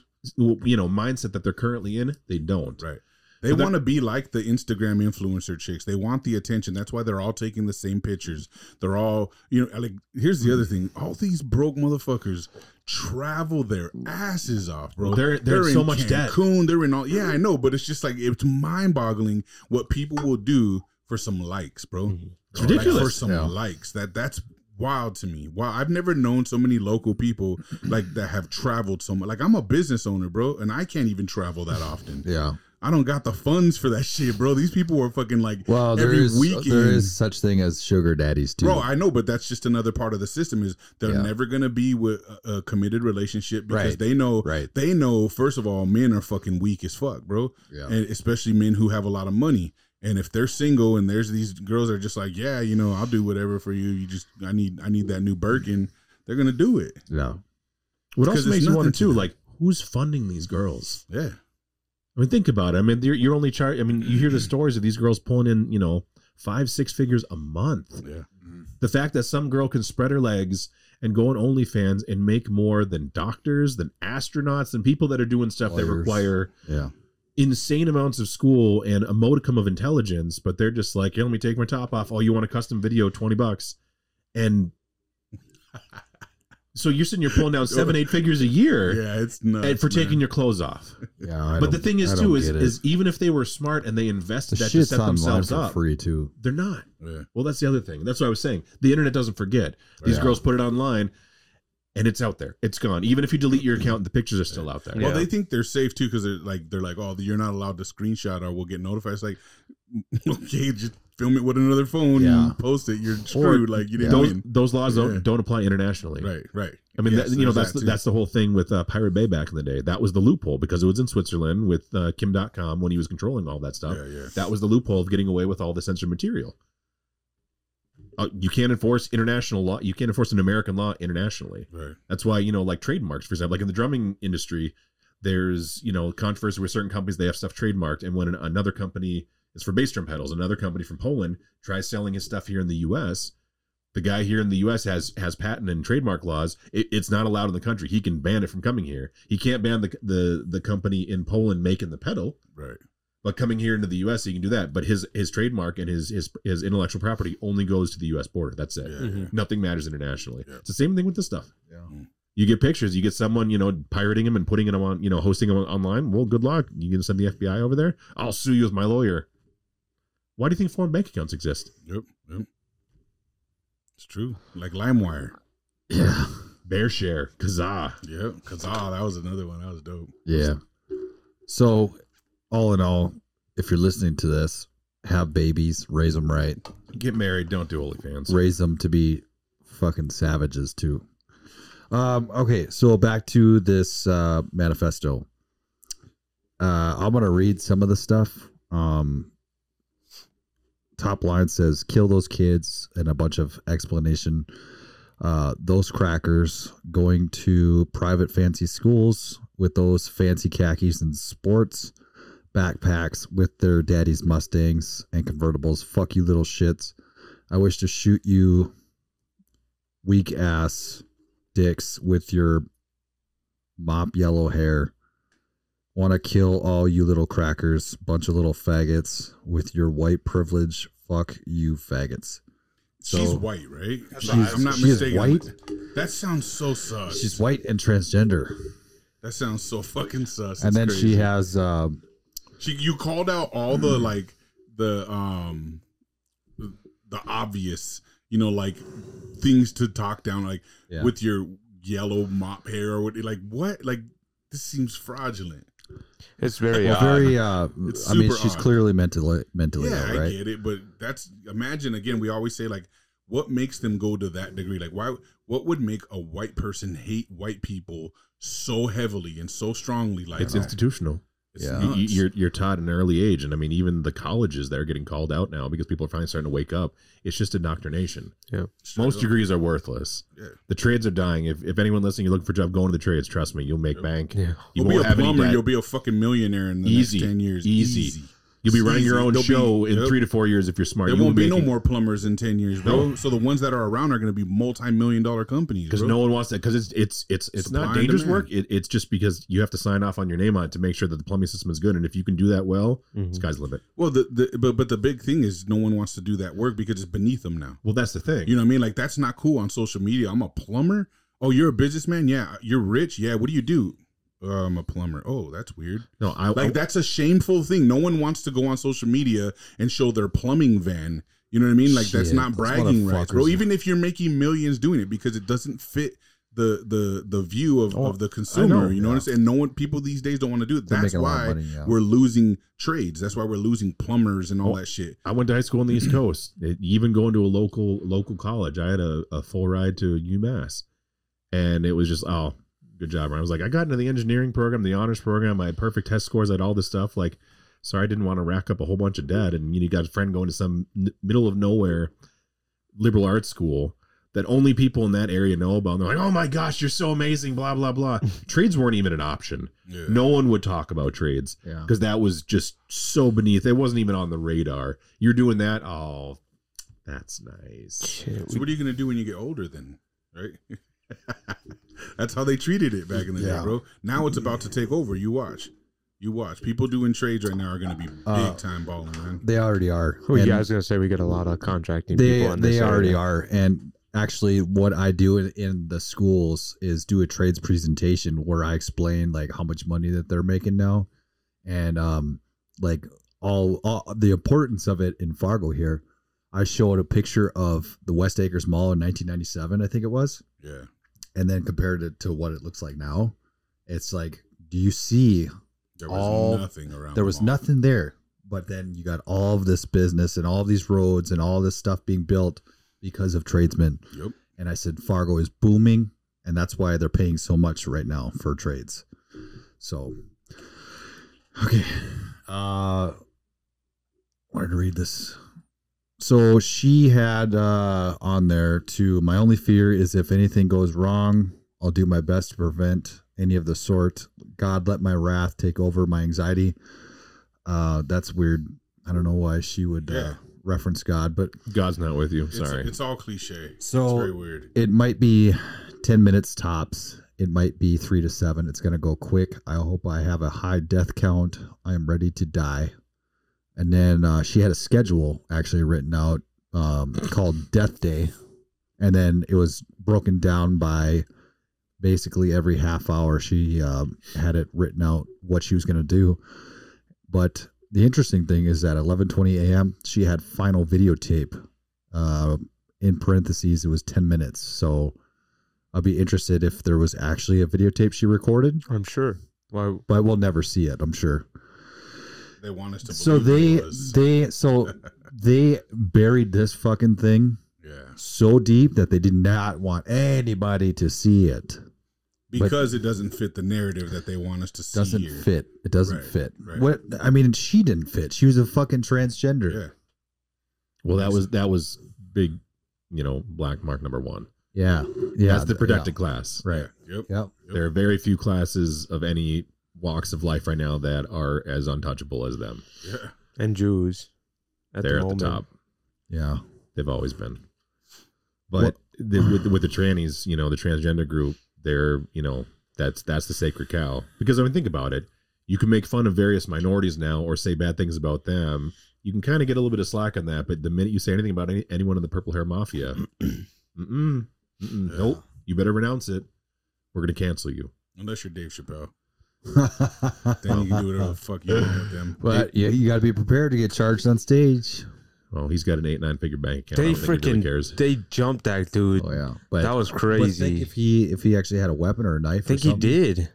Speaker 3: you know mindset that they're currently in, they don't.
Speaker 1: Right. They
Speaker 3: But they're-
Speaker 1: want to be like the Instagram influencer chicks. They want the attention. That's why they're all taking the same pictures. They're all, you know, like here's the other thing. All these broke motherfuckers travel their asses off, bro.
Speaker 3: They're- they're in so much debt.
Speaker 1: Cancun, They're in all. Yeah, I know, but it's just like it's mind-boggling what people will do for some likes, bro.
Speaker 3: Mm-hmm. It's
Speaker 1: Or, like,
Speaker 3: ridiculous.
Speaker 1: for some
Speaker 4: Yeah.
Speaker 1: likes. That that's wild to me. Wow, I've never known so many local people like that have traveled so much. Like I'm a business owner, bro, and I can't even travel that often.
Speaker 4: Yeah.
Speaker 1: I don't got the funds for that shit, bro. These people were fucking like
Speaker 4: Well, there
Speaker 1: every
Speaker 4: is
Speaker 1: weekend.
Speaker 4: there is such thing as sugar daddies too.
Speaker 1: Bro, I know, but that's just another part of the system. Is they're
Speaker 4: Yeah.
Speaker 1: never gonna be with a, a committed relationship because
Speaker 4: Right.
Speaker 1: they know,
Speaker 4: Right.
Speaker 1: they know. First of all, men are fucking weak as fuck, bro,
Speaker 4: Yeah.
Speaker 1: and especially men who have a lot of money. And if they're single and there's these girls that are just like, yeah, you know, I'll do whatever for you. You just, I need, I need that new Birkin. They're gonna do it.
Speaker 4: no.
Speaker 3: What
Speaker 1: Because
Speaker 3: else
Speaker 1: it's
Speaker 3: makes you
Speaker 1: nothing
Speaker 3: wonder
Speaker 1: to
Speaker 3: too?
Speaker 1: them.
Speaker 3: Like, who's funding these girls?
Speaker 1: Yeah.
Speaker 3: I mean, think about it. I mean, you're, you're only charged. I mean, you hear the
Speaker 1: Mm-hmm.
Speaker 3: stories of these girls pulling in, you know, five, six figures a month.
Speaker 1: Yeah.
Speaker 3: The fact that some girl can spread her legs and go on OnlyFans and make more than doctors, than astronauts, than people that are doing stuff that
Speaker 4: Lawyers.
Speaker 3: require
Speaker 4: Yeah.
Speaker 3: insane amounts of school and a modicum of intelligence, but they're just like, hey, let me take my top off. Oh, you want a custom video, 20 bucks. And so you're sitting, you're pulling down seven, eight figures a year
Speaker 1: Yeah, it's nuts.
Speaker 3: and for taking
Speaker 1: man.
Speaker 3: your clothes off.
Speaker 4: Yeah. I
Speaker 3: but the
Speaker 4: don't-
Speaker 3: thing is,
Speaker 4: I
Speaker 3: too,
Speaker 4: don't
Speaker 3: is,
Speaker 4: get it.
Speaker 3: is even if they were smart and they invested
Speaker 4: the
Speaker 3: that to
Speaker 4: shit's
Speaker 3: set
Speaker 4: online
Speaker 3: themselves
Speaker 4: for
Speaker 3: up,
Speaker 4: free too.
Speaker 3: they're not.
Speaker 1: Yeah.
Speaker 3: Well, that's the other thing. That's what I was saying. The internet doesn't forget. These
Speaker 4: Yeah.
Speaker 3: girls put it online and it's out there. It's gone. Even if you delete your account, the pictures are still out there.
Speaker 1: Well,
Speaker 5: Yeah.
Speaker 1: they think they're safe too because they're like they're like, oh, you're not allowed to screenshot or we'll get notified. It's like, okay, just film it with another phone
Speaker 4: Yeah.
Speaker 1: and post it. You're screwed. like you didn't
Speaker 3: Those,
Speaker 1: win.
Speaker 3: those laws
Speaker 1: Yeah.
Speaker 3: don't, don't apply internationally.
Speaker 1: Right, right.
Speaker 3: I mean,
Speaker 1: Yes,
Speaker 3: that, you know,
Speaker 1: there's
Speaker 3: that's
Speaker 1: that, too.
Speaker 3: that's the whole thing with uh, Pirate Bay back in the day. That was the loophole because it was in Switzerland with uh, Kim.com when he was controlling all that stuff.
Speaker 1: yeah, yeah.
Speaker 3: That was the loophole of getting away with all the censored material. Uh, you can't enforce international law. You can't enforce an American law internationally.
Speaker 1: Right.
Speaker 3: That's why you know, like trademarks, for example, like in the drumming industry, there's you know controversy with certain companies they have stuff trademarked, and when an, another company is for bass drum pedals, another company from Poland tries selling his stuff here in the U.S. The guy here in the U.S. has has patent and trademark laws. It, it's not allowed in the country. He can ban it from coming here. He can't ban the the the company in Poland making the pedal,
Speaker 1: Right.
Speaker 3: but coming here into the U.S. he can do that. But his his trademark and his his his intellectual property only goes to the U.S. border. That's
Speaker 1: Yeah.
Speaker 3: it
Speaker 1: yeah.
Speaker 3: nothing matters internationally.
Speaker 1: Yeah.
Speaker 3: It's the same thing with this stuff.
Speaker 4: Yeah.
Speaker 3: You get pictures, you get someone, you know, pirating them and putting them on, you know, hosting them online. Well, good luck. You can send the FBI over there. I'll sue you with my lawyer. Why do you think foreign bank accounts exist?
Speaker 1: Yep. Yep. It's true. Like LimeWire.
Speaker 3: Yeah. Bear share, Kazaa.
Speaker 1: Yep. Cause ah, that was another one. That was dope.
Speaker 4: Yeah. So, all in all, if you're listening to this, have babies, raise them right,
Speaker 3: Get married. Don't do OnlyFans.
Speaker 4: raise them to be fucking savages too. Um, okay, so back to this uh, manifesto. Uh, I'm gonna read some of the stuff. Um, top line says, "Kill those kids," and a bunch of explanation. Uh, those crackers going to private fancy schools with those fancy khakis and sports backpacks with their daddy's mustangs and convertibles. Fuck you, little shits. I wish to shoot you weak ass dicks with your mop yellow hair. Want to kill all you little crackers, bunch of little faggots with your white privilege. Fuck you, faggots.
Speaker 1: she's
Speaker 4: So-
Speaker 1: white, right? That's-
Speaker 4: She's-
Speaker 1: I'm not
Speaker 4: she is
Speaker 1: mistaken.
Speaker 4: white?
Speaker 1: That sounds so sus.
Speaker 4: She's white and transgender,
Speaker 1: that sounds so fucking sus.
Speaker 4: and
Speaker 1: It's
Speaker 4: then she
Speaker 1: crazy.
Speaker 4: has um,
Speaker 1: She you called out all the
Speaker 4: Hmm.
Speaker 1: like the um the, the obvious, you know, like things to talk down like
Speaker 4: yeah.
Speaker 1: with your yellow mop hair or what like what? Like this seems fraudulent.
Speaker 5: It's very
Speaker 4: well,
Speaker 5: odd.
Speaker 4: very. Uh,
Speaker 1: It's
Speaker 4: I mean,
Speaker 1: super
Speaker 4: she's
Speaker 1: odd.
Speaker 4: clearly mentally mentally
Speaker 1: yeah,
Speaker 4: ill, right?
Speaker 1: I get it, but that's imagine again we always say like what makes them go to that degree? Like why what would make a white person hate white people so heavily and so strongly like
Speaker 3: It's
Speaker 1: that?
Speaker 3: institutional.
Speaker 1: It's
Speaker 4: Yeah.
Speaker 3: You-
Speaker 1: nuts.
Speaker 3: you- You're you're taught at an early age, and I mean, even the colleges they're getting called out now because people are finally starting to wake up. It's just indoctrination.
Speaker 1: Straight
Speaker 3: Most
Speaker 1: up.
Speaker 3: degrees are worthless.
Speaker 1: Yeah.
Speaker 3: The trades are dying. If, if anyone listening, you're looking for a job, go into the trades. Trust me, you'll make bank.
Speaker 5: Yeah.
Speaker 3: You
Speaker 1: You'll be
Speaker 3: won't
Speaker 1: a
Speaker 3: have any
Speaker 1: plumber.
Speaker 3: debt.
Speaker 1: You'll be a fucking millionaire in the
Speaker 3: Easy.
Speaker 1: next ten years.
Speaker 3: Easy. You'll be
Speaker 1: It's
Speaker 3: running your
Speaker 1: easy.
Speaker 3: own
Speaker 1: They'll
Speaker 3: show
Speaker 1: be-
Speaker 3: in
Speaker 1: yep.
Speaker 3: three to four years if you're smart.
Speaker 1: There
Speaker 3: You'll
Speaker 1: won't be no
Speaker 3: making-
Speaker 1: more plumbers in ten years, bro.
Speaker 3: No.
Speaker 1: So the ones that are around are going to be multi-million dollar companies.
Speaker 3: because
Speaker 1: bro.
Speaker 3: no one wants that because it's it's it's it's
Speaker 1: Supply
Speaker 3: not
Speaker 1: and
Speaker 3: dangerous
Speaker 1: demand.
Speaker 3: work. It, it's just because you have to sign off on your name on it to make sure that the plumbing system is good. And if you can do that well,
Speaker 5: Mhm.
Speaker 3: sky's the limit.
Speaker 1: Well, the, the but but the big thing is no one wants to do that work because it's beneath them now.
Speaker 3: Well, that's the thing.
Speaker 1: You know what I mean? Like that's not cool on social media. I'm a plumber. Oh, you're a businessman. Yeah, you're rich. Yeah, what do you do? Uh, I'm a plumber. Oh, that's weird.
Speaker 3: no, I
Speaker 4: Oh.
Speaker 1: Like that's a shameful thing. No one wants to go on social media and show their plumbing van. You know what I mean? Like that's
Speaker 4: Shit,
Speaker 1: not
Speaker 4: those
Speaker 1: bragging rights, bro.
Speaker 4: motherfuckers.
Speaker 1: Even if you're making millions doing it, because it doesn't fit the the the view of,
Speaker 3: Oh,
Speaker 1: of the consumer. you know what
Speaker 4: yeah.
Speaker 1: I'm saying? No one people these days don't want to do it.
Speaker 4: They're
Speaker 1: That's
Speaker 4: making a lot of
Speaker 1: why
Speaker 4: money. Yeah.
Speaker 1: we're losing trades. That's why we're losing plumbers and all
Speaker 3: Oh.
Speaker 1: that shit.
Speaker 3: I went to high school on the East Coast. It, even going to a local local college, I had a, a full ride to UMass, and it was just oh, good job. Ryan. I was like, I got into the engineering program, the honors program. I had perfect test scores. I had all this stuff. Like, sorry, I didn't want to rack up a whole bunch of debt. And you, know, you got a friend going to some n- middle of nowhere liberal arts school that only people in that area know about. And they're like, oh my gosh, you're so amazing, blah, blah, blah. trades weren't even an option.
Speaker 1: Yeah.
Speaker 3: No one would talk about trades
Speaker 4: Yeah.
Speaker 3: because that was just so beneath. It wasn't even on the radar. You're doing that. Oh, that's nice.
Speaker 5: Shit,
Speaker 1: So
Speaker 5: we-
Speaker 1: what are you gonna do when you get older then? Right? That's how they treated it back in the
Speaker 4: Yeah.
Speaker 1: day, bro. Now it's about to take over. You watch. You watch. People doing trades right now are gonna be big
Speaker 4: Uh,
Speaker 1: time balling, man.
Speaker 4: They already are.
Speaker 5: well,
Speaker 4: And
Speaker 5: Oh, yeah, I was gonna say we get a lot of contracting
Speaker 4: they
Speaker 5: people. In this
Speaker 4: they already
Speaker 5: area.
Speaker 4: are. And actually, what I do in, in the schools is do a trades presentation where I explain like how much money that they're making now, and um like all, all the importance of it in Fargo here. I showed a picture of the West Acres Mall in 1997, I think it was.
Speaker 1: Yeah.
Speaker 4: and then compared it to what it looks like now, it's like, do you see
Speaker 1: There was
Speaker 4: All-
Speaker 1: nothing around.
Speaker 4: there was
Speaker 1: them all.
Speaker 4: nothing there? But then you got all of this business and all these roads and all this stuff being built because of tradesmen.
Speaker 1: Yep.
Speaker 4: And I said, Fargo is booming, and that's why they're paying so much right now for trades. So, okay. Uh, wanted to read this. So she had uh, on there too. My only fear is if anything goes wrong, I'll do my best to prevent any of the sort. God, let my wrath take over my anxiety. Uh, that's weird. I don't know why she would uh,
Speaker 1: Yeah.
Speaker 4: reference God, but
Speaker 3: God's not with you. I'm
Speaker 1: It's,
Speaker 3: sorry.
Speaker 1: It's all cliche.
Speaker 4: So-
Speaker 1: it's very weird.
Speaker 4: it might be 10 minutes tops it might be three to seven it's going to go quick i hope i have a high death count i am ready to die and then uh, she had a schedule actually written out um, called death day and then it was broken down by basically every half hour she um, had it written out what she was going to do but the interesting thing is that 11:20 a.m. she had final videotape. Uh, in parentheses, it was 10 minutes. So I'll be interested if there was actually a videotape she recorded,
Speaker 5: I'm sure. Why?
Speaker 4: but we'll never see it. I'm sure.
Speaker 1: They want us to.
Speaker 4: So
Speaker 1: believe
Speaker 4: they
Speaker 1: it was-
Speaker 4: they so they buried this fucking thing
Speaker 1: yeah,
Speaker 4: so deep that they did not want anybody to see it.
Speaker 1: because it doesn't fit the narrative that they want us to see.
Speaker 4: Doesn't
Speaker 1: here.
Speaker 4: fit. It doesn't
Speaker 1: Right,
Speaker 4: fit.
Speaker 1: right.
Speaker 4: What I mean, she didn't fit. She was a fucking transgender.
Speaker 1: Yeah,
Speaker 3: well, that was that was big, you know, black mark number one.
Speaker 4: Yeah. Yeah.
Speaker 3: That's the
Speaker 4: yeah.
Speaker 3: protected class.
Speaker 4: Right.
Speaker 1: Yeah. Yep.
Speaker 4: Yep.
Speaker 3: There are very few classes of any walks of life right now that are as untouchable as them.
Speaker 1: Yeah.
Speaker 5: And Jews. At
Speaker 3: They're
Speaker 5: the
Speaker 3: at
Speaker 5: moment.
Speaker 3: the top.
Speaker 4: Yeah.
Speaker 3: They've always been. But the, with with the trannies, you know, the transgender group, they're you know that's that's the sacred cow. Because I mean, think about it. You can make fun of various minorities now, or say bad things about them. You can kind of get a little bit of slack on that, but the minute you say anything about any, anyone in the purple hair mafia, mm-mm, mm-mm,
Speaker 1: Yeah.
Speaker 3: nope, you better renounce it. We're gonna cancel you.
Speaker 1: Unless you're Dave Chappelle, then you can do whatever the
Speaker 4: but
Speaker 1: fuck you want with them.
Speaker 4: yeah, you got to be prepared to get charged on stage.
Speaker 3: Well, he's got an eight nine figure bank account. I
Speaker 5: They
Speaker 3: don't think he really
Speaker 5: freaking
Speaker 3: cares.
Speaker 5: they jumped that dude.
Speaker 4: Oh yeah, but
Speaker 5: that was
Speaker 4: but think
Speaker 5: crazy.
Speaker 4: if he if he actually had a weapon or a knife,
Speaker 5: I think
Speaker 4: or
Speaker 5: he
Speaker 4: something.
Speaker 5: did.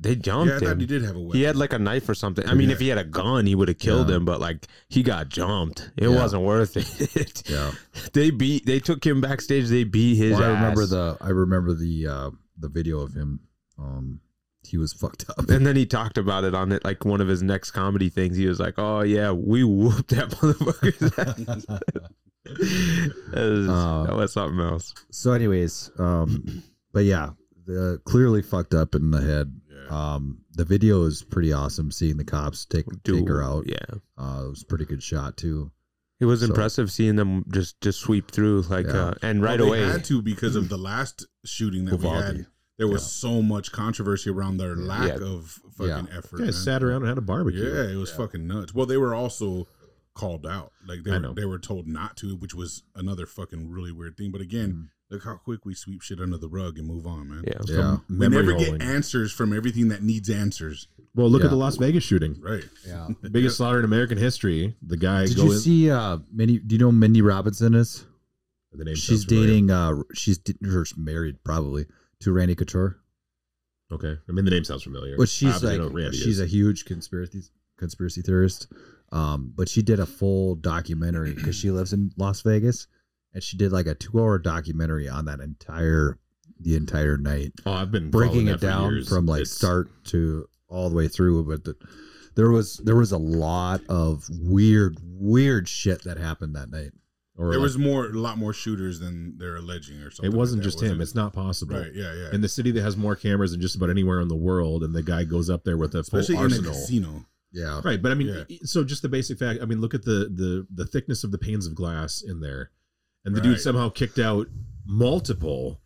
Speaker 5: They
Speaker 1: yeah, I
Speaker 5: jumped
Speaker 1: thought
Speaker 5: him.
Speaker 1: he did have a weapon.
Speaker 5: He had like a knife or something. I mean,
Speaker 1: Yeah.
Speaker 5: if he had a gun, he would have killed
Speaker 4: Yeah.
Speaker 5: him. But like, he got jumped. It
Speaker 4: Yeah.
Speaker 5: wasn't worth it.
Speaker 4: Yeah,
Speaker 5: they beat. They took him backstage. They beat his.
Speaker 4: Well, I remember
Speaker 5: ass.
Speaker 4: the I remember the uh, the video of him. Um, he was fucked up.
Speaker 5: And then he talked about it on it like one of his next comedy things. He was like, "Oh yeah, we whooped that motherfucker's ass." that, was,
Speaker 4: Uh,
Speaker 5: that was something else.
Speaker 4: so, anyways, um, but yeah, the, clearly fucked up in the head.
Speaker 1: Yeah.
Speaker 4: Um, the video is pretty awesome. Seeing the cops take
Speaker 5: Dude,
Speaker 4: take her out.
Speaker 5: Yeah,
Speaker 4: Uh, it was a pretty good shot too.
Speaker 5: it was
Speaker 4: So-
Speaker 5: impressive seeing them just just sweep through like
Speaker 4: Yeah.
Speaker 5: uh, and right
Speaker 1: Well,
Speaker 5: away.
Speaker 1: They had to because of the last shooting that we
Speaker 4: Uvalde.
Speaker 1: had. There was
Speaker 4: Yeah.
Speaker 1: so much controversy around their lack
Speaker 5: Yeah.
Speaker 1: of fucking effort. man.
Speaker 3: Guys sat around and had a barbecue.
Speaker 1: Yeah, it was fucking nuts. Well, they were also called out. Like they
Speaker 3: I
Speaker 1: were,
Speaker 3: know.
Speaker 1: they were told not to, which was another fucking really weird thing. But again,
Speaker 4: Mhm.
Speaker 3: Mm-hmm.
Speaker 1: look how quick we sweep shit under the rug and move on, man.
Speaker 5: yeah,
Speaker 4: Yeah.
Speaker 1: We never
Speaker 3: Memory
Speaker 1: get
Speaker 3: holding.
Speaker 1: answers from everything that needs answers.
Speaker 3: Well, look
Speaker 4: Yeah.
Speaker 3: at the Las Vegas shooting.
Speaker 1: Right.
Speaker 4: Yeah.
Speaker 3: Biggest slaughter in American history. The guy
Speaker 4: Did
Speaker 3: go
Speaker 4: you
Speaker 3: in-
Speaker 4: see uh Mindy? Do you know who Mindy Robinson is?
Speaker 3: the name
Speaker 4: she's
Speaker 3: sounds familiar.
Speaker 4: dating uh she's d- or she's married probably to Randy Couture.
Speaker 3: Okay, I mean the name sounds familiar.
Speaker 4: But she's
Speaker 3: Obviously, I know who
Speaker 4: like
Speaker 3: Randy
Speaker 4: she's
Speaker 3: is.
Speaker 4: a huge conspiracy conspiracy theorist. Um, but she did a full documentary because she lives in Las Vegas, and she did like a two-hour documentary on that entire the entire night,
Speaker 3: oh, I've been following
Speaker 4: breaking
Speaker 3: that
Speaker 4: it
Speaker 3: for
Speaker 4: down
Speaker 3: years.
Speaker 4: from like
Speaker 3: It's-
Speaker 4: start to all the way through. But the, there was there was a lot of weird weird shit that happened that night.
Speaker 3: Or
Speaker 1: there
Speaker 3: like-
Speaker 1: was more, a lot more shooters than they're alleging, or something.
Speaker 3: it
Speaker 1: like
Speaker 3: wasn't
Speaker 1: that,
Speaker 3: just
Speaker 1: was
Speaker 3: him.
Speaker 1: it?
Speaker 3: It's not possible.
Speaker 1: right. Yeah, yeah.
Speaker 3: In the city that has more cameras than just about anywhere in the world, and the guy goes up there with a full
Speaker 1: Especially in a
Speaker 3: arsenal.
Speaker 1: casino.
Speaker 4: Yeah.
Speaker 3: Right, but I mean,
Speaker 1: Yeah.
Speaker 3: i- so just the basic fact. I mean, look at the the the thickness of the panes of glass in there, and the dude
Speaker 1: Right.
Speaker 3: somehow kicked out multiple.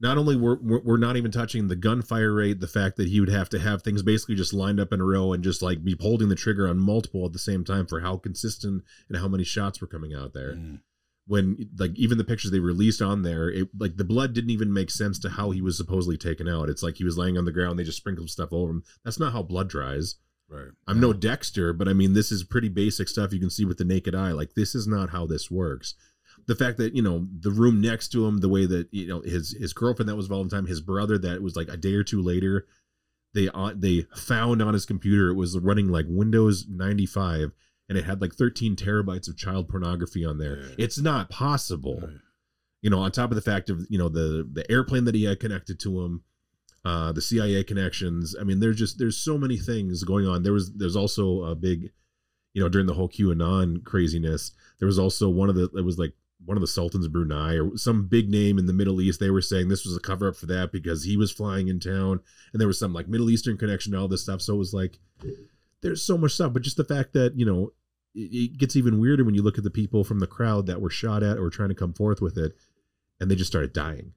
Speaker 3: Not only were we're we're not even touching the gunfire rate, the fact that he would have to have things basically just lined up in a row and just like be holding the trigger on multiple at the same time for how consistent and how many shots were coming out there.
Speaker 1: Mm.
Speaker 3: When like even the pictures they released on there, it like the blood didn't even make sense to how he was supposedly taken out. It's like he was laying on the ground, they just sprinkled stuff over him. That's not how blood dries.
Speaker 1: Right.
Speaker 3: I'm no Dexter, but I mean, this is pretty basic stuff you can see with the naked eye. Like, this is not how this works. The fact that you know the room next to him, the way that you know his his girlfriend that was involved in time, his brother that was like a day or two later, they on they found on his computer it was running like Windows 95 and it had like 13 terabytes of child pornography on there.
Speaker 1: Yeah.
Speaker 3: It's not possible
Speaker 1: Right.
Speaker 3: you know, on top of the fact of you know the the airplane that he had connected to him, uh, the CIA connections. I mean, there's just there's so many things going on. There was there's also a big, you know, during the whole QAnon craziness, there was also one of the it was like one of the sultans of Brunei or some big name in the Middle East. They were saying this was a cover up for that because he was flying in town, and there was some like Middle Eastern connection to all this stuff. So it was like there's so much stuff, but just the fact that you know. It it gets even weirder when you look at the people from the crowd that were shot at or trying to come forth with it and they just started dying.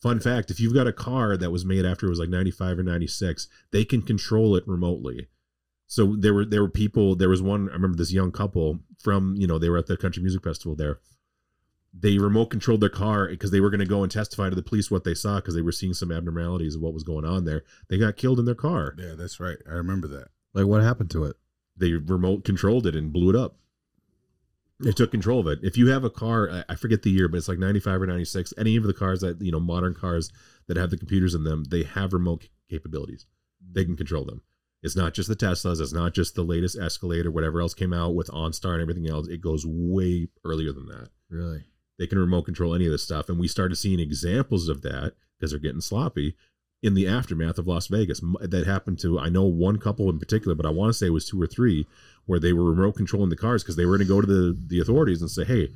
Speaker 3: Fun fact if you've got a car that was made after it was like 95 or 96, they can control it remotely. So there were there were people there was one I remember this young couple from you know they were at the country music festival there. They remote controlled their car because they were going to go and testify to the police what they saw because they were seeing some abnormalities of what was going on there. They got killed in their car.
Speaker 1: Yeah, that's right. I remember that.
Speaker 4: Like what happened to it?
Speaker 3: They remote controlled it and blew it up. They took control of it. If you have a car, I- I forget the year, but it's like 95 or 96. Any of the cars that, you know, modern cars that have the computers in them, they have remote c- capabilities. They can control them. It's not just the Teslas. It's not just the latest Escalade or whatever else came out with OnStar and everything else. It goes way earlier than that.
Speaker 4: Really?
Speaker 3: They can remote control any of this stuff. And we started seeing examples of that because they're getting sloppy in the aftermath of Las Vegas. M- That happened to, I know one couple in particular, but I want to say it was two or three where they were remote controlling the cars because they were going to go to the, the authorities and say, hey,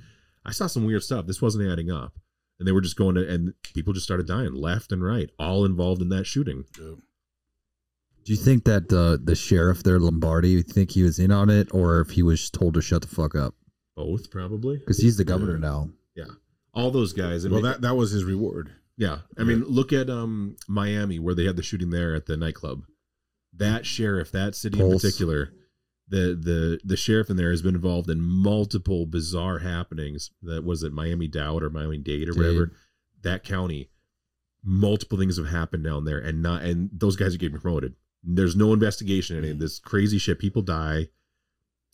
Speaker 3: I saw some weird stuff. This wasn't adding up. And they were just going to, and people just started dying left and right, all involved in that shooting.
Speaker 1: Yeah.
Speaker 4: Do you think that the the sheriff there, Lombardi, you think he was in on it, or if he was told to shut the fuck up?
Speaker 3: Both, probably.
Speaker 4: Because he's the governor now.
Speaker 3: All those guys. I
Speaker 1: Well,
Speaker 3: mean-
Speaker 1: that that was his reward.
Speaker 3: Yeah. I mean, look at um Miami where they had the shooting there at the nightclub. That sheriff, that city in
Speaker 4: Pulse.
Speaker 3: particular, the the the sheriff in there has been involved in multiple bizarre happenings. That was it Miami Dade or Miami Dade or whatever. That county, multiple things have happened down there and not and those guys are getting promoted. There's no investigation in any of this crazy shit. People die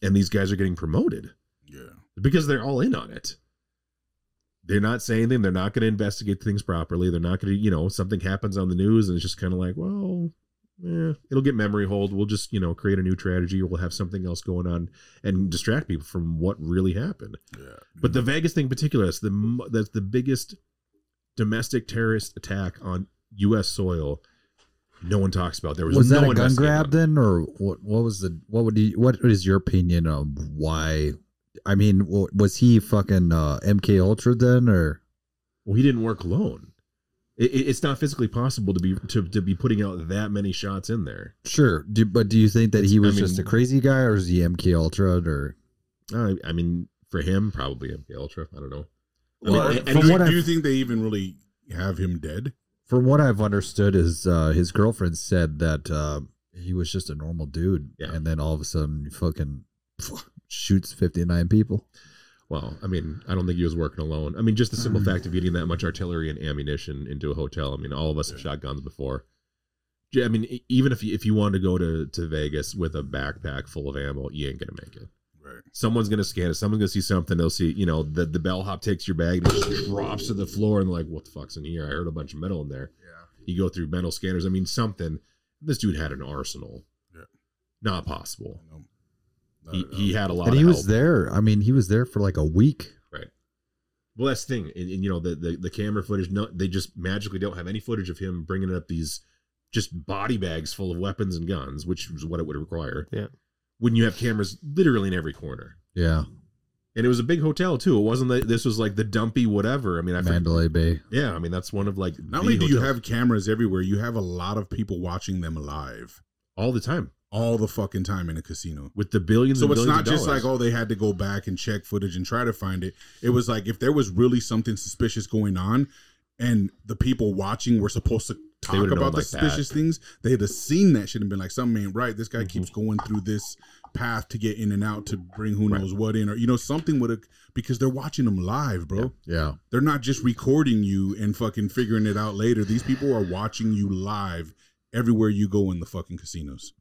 Speaker 3: and these guys are getting promoted
Speaker 1: Yeah.
Speaker 3: because they're all in on it. They're not saying anything. They're not going to investigate things properly. They're not going to, you know, something happens on the news and it's just kind of like, well, yeah, it'll get memory hold. We'll just, you know, create a new strategy or we'll have something else going on and distract people from what really happened.
Speaker 1: Yeah.
Speaker 3: But
Speaker 4: Mm-hmm.
Speaker 3: the Vegas thing in particular, that's the mo- that's the biggest domestic terrorist attack on U.S. soil. No one talks about. There was,
Speaker 4: Was, that
Speaker 3: no
Speaker 4: a gun
Speaker 3: investigating
Speaker 4: grab
Speaker 3: it.
Speaker 4: then, or what? What was the? What would you? What is your opinion of why? I mean, wa- was he fucking uh, MK Ultra then, or
Speaker 3: Well, he didn't work alone. It, it- it's not physically possible to be to, to be putting out that many shots in there.
Speaker 4: sure? Do, but do you think that he was
Speaker 3: mean-
Speaker 4: just a crazy guy, or is he MK Ultra, or
Speaker 3: I, I mean, for him, probably MK Ultra. I don't know. I
Speaker 4: Well,
Speaker 1: and
Speaker 3: mean, and-
Speaker 1: do,
Speaker 4: from
Speaker 1: you-
Speaker 4: what
Speaker 1: do
Speaker 4: I've-
Speaker 1: you think they even really have him dead?
Speaker 4: from what I've understood, is uh, his girlfriend said that uh, he was just a normal dude,
Speaker 3: Yeah.
Speaker 4: and then all of a sudden, he fucking shoots fifty nine people.
Speaker 3: well, I mean, I don't think he was working alone. I mean, just the simple fact of getting that much artillery and ammunition into a hotel. I mean, all of us have shot guns before. Yeah, I mean, e- even if you, if you wanted to go to, to Vegas with a backpack full of ammo, you ain't gonna make it.
Speaker 1: Right.
Speaker 3: Someone's gonna scan it. Someone's gonna see something. They'll see, you know, the the bellhop takes your bag and it just drops to the floor and like, what the fuck's in here? I heard a bunch of metal in there.
Speaker 1: Yeah.
Speaker 3: You go through metal scanners. I mean, something. This dude had an arsenal.
Speaker 1: Yeah.
Speaker 3: Not possible.
Speaker 1: No. No,
Speaker 3: He,
Speaker 1: no.
Speaker 3: he had a lot.
Speaker 4: And
Speaker 3: of
Speaker 4: he was
Speaker 3: help.
Speaker 4: there. I mean, he was there for like a week.
Speaker 3: Well, that's the thing, and, and, you know the, the the camera footage. No, they just magically don't have any footage of him bringing up these just body bags full of weapons and guns, which is what it would require.
Speaker 5: Yeah.
Speaker 3: When you have cameras literally in every corner,
Speaker 4: Yeah.
Speaker 3: and it was a big hotel too. It wasn't that this was like the dumpy whatever. I mean, I forget-
Speaker 4: Mandalay Bay.
Speaker 3: yeah, I mean that's one of like
Speaker 1: Not
Speaker 3: the
Speaker 1: only do you
Speaker 3: hotels
Speaker 1: have cameras everywhere, you have a lot of people watching them live
Speaker 3: all the time
Speaker 1: all the fucking time in a casino.
Speaker 3: with the billions.
Speaker 1: So
Speaker 3: and
Speaker 1: it's
Speaker 3: billions
Speaker 1: not
Speaker 3: of
Speaker 1: just
Speaker 3: dollars.
Speaker 1: like oh they had to go back and check footage and try to find it. It was like if there was really something suspicious going on, and the people watching were supposed to talk
Speaker 3: would've known
Speaker 1: about the
Speaker 3: like
Speaker 1: suspicious things, they'd have seen that shit and been like something ain't right.
Speaker 3: Mm-hmm.
Speaker 1: This guy keeps going through this path to get in and out to bring who knows what in, or you know something would have because they're watching them live, bro.
Speaker 4: Yeah.
Speaker 1: They're not just recording you and fucking figuring it out later. These people are watching you live everywhere you go in the fucking casinos.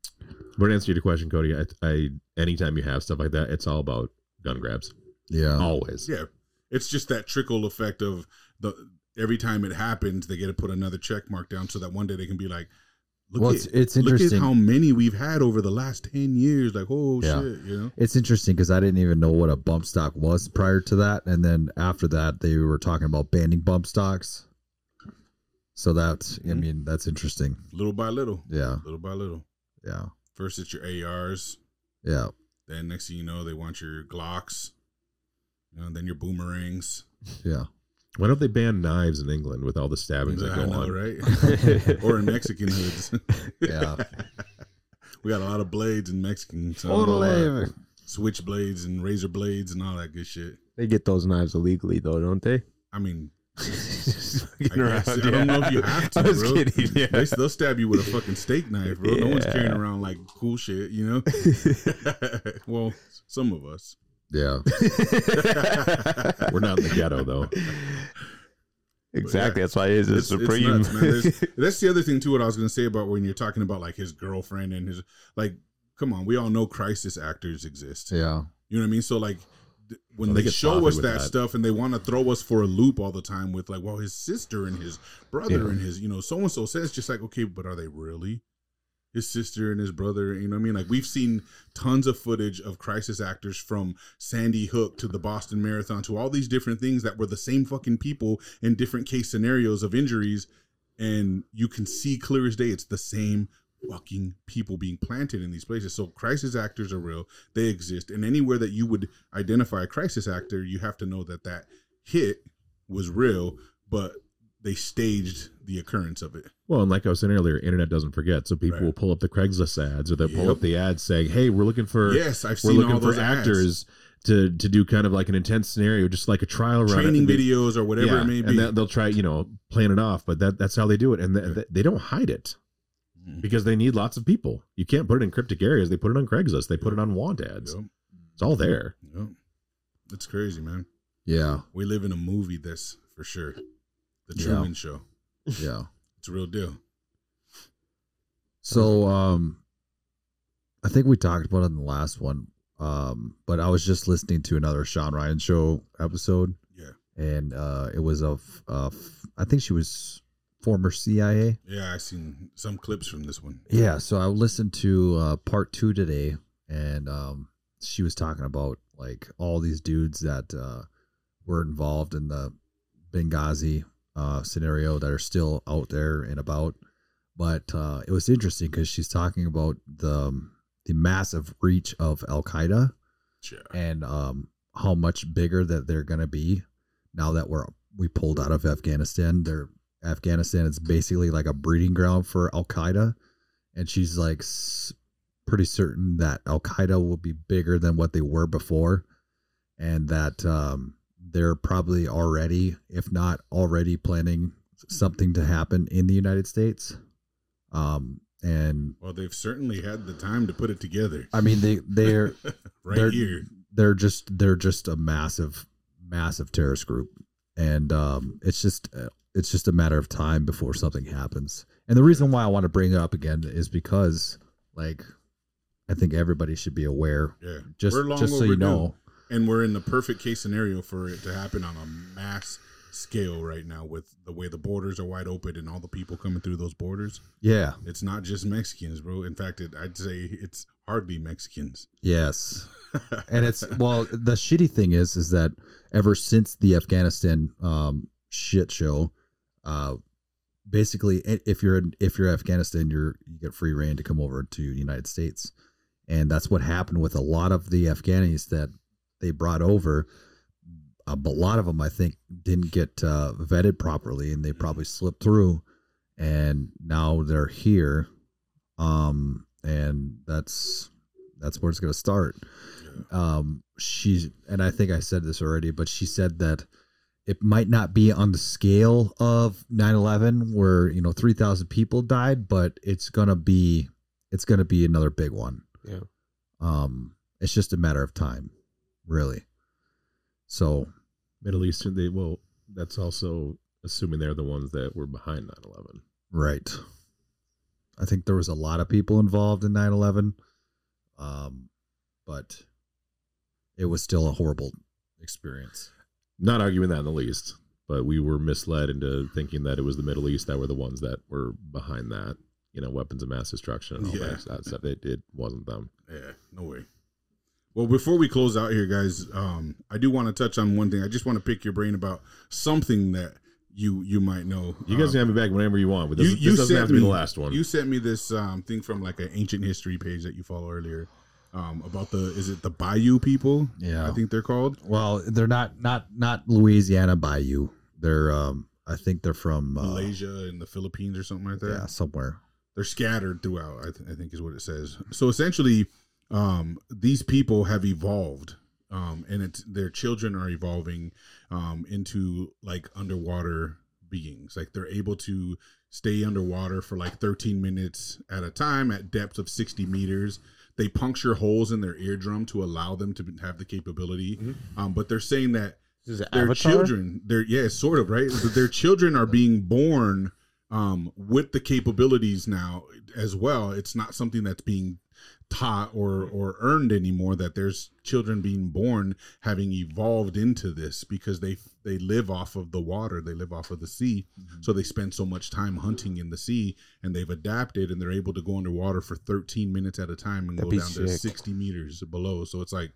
Speaker 3: But to answer your question, Cody, I, I anytime you have stuff like that, it's all about gun grabs.
Speaker 4: Yeah.
Speaker 3: Always.
Speaker 1: Uh-huh. Yeah, it's just that trickle effect of the every time it happens, they get to put another check mark down so that one day they can be like, look
Speaker 4: well,
Speaker 1: at
Speaker 4: it's, it's
Speaker 1: look at
Speaker 4: interesting.
Speaker 1: how many we've had over the last ten years. Like, oh
Speaker 4: Yeah.
Speaker 1: shit, you know.
Speaker 4: It's interesting because I didn't even know what a bump stock was prior to that, and then after that, they were talking about banning bump stocks. So that's, I
Speaker 1: Mhm.
Speaker 4: mean, that's interesting.
Speaker 1: Little by little,
Speaker 4: Yeah,
Speaker 1: little by little.
Speaker 4: yeah,
Speaker 1: First it's your ARs,
Speaker 4: yeah.
Speaker 1: then next thing you know, they want your Glocks, you know, then your boomerangs.
Speaker 3: Why don't they ban knives in England with all the stabbings that
Speaker 1: I
Speaker 3: go
Speaker 1: know,
Speaker 3: on?
Speaker 1: right? or in Mexican hoods.
Speaker 4: Yeah.
Speaker 1: we got a lot of blades in Mexican. so I don't know about
Speaker 4: Totally.
Speaker 1: Switch blades and razor blades and all that good shit.
Speaker 5: They get those knives illegally though, don't they?
Speaker 1: I mean, I
Speaker 5: I,
Speaker 1: guess. I don't know if you have to,
Speaker 5: I was
Speaker 1: bro.
Speaker 5: kidding. Yeah.
Speaker 1: They, they'll stab you with a fucking steak knife, bro. No one's
Speaker 5: Yeah.
Speaker 1: carrying around like cool shit, you know? well, some of us.
Speaker 4: Yeah.
Speaker 3: We're not in the ghetto though.
Speaker 5: Exactly. That's why it is a
Speaker 1: It's- it's
Speaker 5: supreme.
Speaker 1: nuts, man. There's- That's the other thing, too, what I was going to say about when you're talking about like his girlfriend and his, like, come on, we all know crisis actors exist.
Speaker 4: Yeah.
Speaker 1: You know what I mean? So, like, th- when
Speaker 3: Well, they
Speaker 1: they,
Speaker 3: get
Speaker 1: show
Speaker 3: sloppy
Speaker 1: us that,
Speaker 3: with that.
Speaker 1: stuff and they want to throw us for a loop all the time with, like, well, his sister and his brother and his, you know, so and so says, just like, okay, but are they really? His sister and his brother, you know what I mean? Like, we've seen tons of footage of crisis actors from Sandy Hook to the Boston Marathon to all these different things that were the same fucking people in different case scenarios of injuries. And you can see clear as day, it's the same fucking people being planted in these places. So crisis actors are real. They exist. And anywhere that you would identify a crisis actor, you have to know that that hit was real, but they staged the occurrence of it.
Speaker 3: Well, and like I was saying earlier, internet doesn't forget. So people
Speaker 1: Right.
Speaker 3: will pull up the Craigslist ads or they'll pull
Speaker 1: Yep.
Speaker 3: up the ads saying, Hey, we're looking for
Speaker 1: yes, I've
Speaker 3: we're
Speaker 1: seen all
Speaker 3: looking
Speaker 1: those
Speaker 3: for
Speaker 1: actors
Speaker 3: actors to to do kind of like an intense scenario, just like a trial run.
Speaker 1: training
Speaker 3: They-
Speaker 1: videos or whatever
Speaker 3: yeah,
Speaker 1: it may be.
Speaker 3: And that, they'll try, you know, playing it off, but that that's how they do it. And th-
Speaker 1: Yeah.
Speaker 3: th- they don't hide it
Speaker 1: Mhm.
Speaker 3: because they need lots of people. You can't put it in cryptic areas. They put it on Craigslist. They put it on want ads.
Speaker 1: Yep,
Speaker 3: It's all there.
Speaker 1: yep. It's crazy, man.
Speaker 4: Yeah.
Speaker 1: We live in a movie that's for sure. The
Speaker 4: Yeah.
Speaker 1: Truman Show.
Speaker 4: Yeah.
Speaker 1: It's a real deal.
Speaker 4: So um I think we talked about it in the last one. Um, but I was just listening to another Sean Ryan show episode
Speaker 1: Yeah.
Speaker 4: and uh it was of uh I think she was former CIA.
Speaker 1: Yeah, I've seen some clips from this one.
Speaker 4: Yeah, so I listened to uh, part two today, and um, she was talking about like all these dudes that uh, were involved in the Benghazi uh, scenario that are still out there and about. But uh, it was interesting because she's talking about the um, the massive reach of Al Qaeda
Speaker 1: Yeah.
Speaker 4: and um, how much bigger that they're gonna be now that we're we pulled out of Afghanistan. They're Afghanistan is basically like a breeding ground for Al Qaeda, and she's like s- pretty certain that Al Qaeda will be bigger than what they were before, and that um, they're probably already, if not already, planning something to happen in the United States. Um, and
Speaker 1: Well, they've certainly had the time to put it together.
Speaker 4: I mean they they're
Speaker 1: right
Speaker 4: they're-
Speaker 1: here.
Speaker 4: they're just they're just a massive massive terrorist group and um it's just uh, it's just a matter of time before something happens and the reason why i want to bring it up again is because like i think everybody should be aware
Speaker 1: Yeah.
Speaker 4: just
Speaker 1: We're long
Speaker 4: just so you
Speaker 1: overdue.
Speaker 4: know
Speaker 1: And we're in the perfect case scenario for it to happen on a mass scale right now with the way the borders are wide open and all the people coming through those borders.
Speaker 4: yeah
Speaker 1: It's not just Mexicans, bro. In fact, it, I'd say it's hardly Mexicans.
Speaker 4: yes and it's well the shitty thing is is that ever since the afghanistan um shit show uh basically i- if you're in, if you're afghanistan you're you get free reign to come over to the united states and that's what happened with a lot of the afghanis that they brought over, a b- lot of them I think didn't get uh, vetted properly, and they probably slipped through, and now they're here, um, and that's that's where it's going to start. Um, she's and I think I said this already, but she said that it might not be on the scale of 9-11 where you know 3000 people died but it's gonna be it's gonna be another big one
Speaker 5: Yeah.
Speaker 4: um it's just a matter of time really so
Speaker 3: Middle Eastern, they well, that's also assuming they're the ones that were behind 9/11.
Speaker 4: right i think there was a lot of people involved in 9-11 um but it was still a horrible experience
Speaker 3: Not arguing that in the least, but we were misled into thinking that it was the Middle East that were the ones that were behind that. You know, weapons of mass destruction and all
Speaker 1: Yeah.
Speaker 3: that, that stuff. It, it wasn't them.
Speaker 1: Yeah, no way. Well, before we close out here, guys, um, I do want to touch on one thing. I just want to pick your brain about something that you you might know.
Speaker 3: You guys
Speaker 1: Um,
Speaker 3: can have me back whenever you want, but this,
Speaker 1: you-
Speaker 3: this
Speaker 1: you
Speaker 3: doesn't
Speaker 1: sent
Speaker 3: have to be the
Speaker 1: me-
Speaker 3: last one.
Speaker 1: You sent me this um, thing from like an ancient history page that you follow earlier um, about the is it the Bayou people?
Speaker 4: yeah
Speaker 1: I think they're called.
Speaker 4: well they're not not not louisiana bayou they're um i think they're from uh,
Speaker 1: Malaysia and the Philippines or something like that.
Speaker 4: yeah somewhere
Speaker 1: they're scattered throughout I, th- I think is what it says so essentially um, these people have evolved um, and it's their children are evolving um, into like underwater beings like they're able to stay underwater for like 13 minutes at a time at depths of 60 meters they puncture holes in their eardrum to allow them to have the capability um, but they're saying that
Speaker 5: This is
Speaker 1: their
Speaker 5: Avatar?
Speaker 1: children their yeah sort of right But their children are being born um with the capabilities now as well it's not something that's being taught or or earned anymore that there's children being born having evolved into this because they they live off of the water they live off of the sea
Speaker 5: Mm-hmm.
Speaker 1: so they spend so much time hunting in the sea and they've adapted and they're able to go underwater for 13 minutes at a time and
Speaker 5: That'd
Speaker 1: go
Speaker 5: be
Speaker 1: down to
Speaker 5: sick.
Speaker 1: 60 meters below so it's like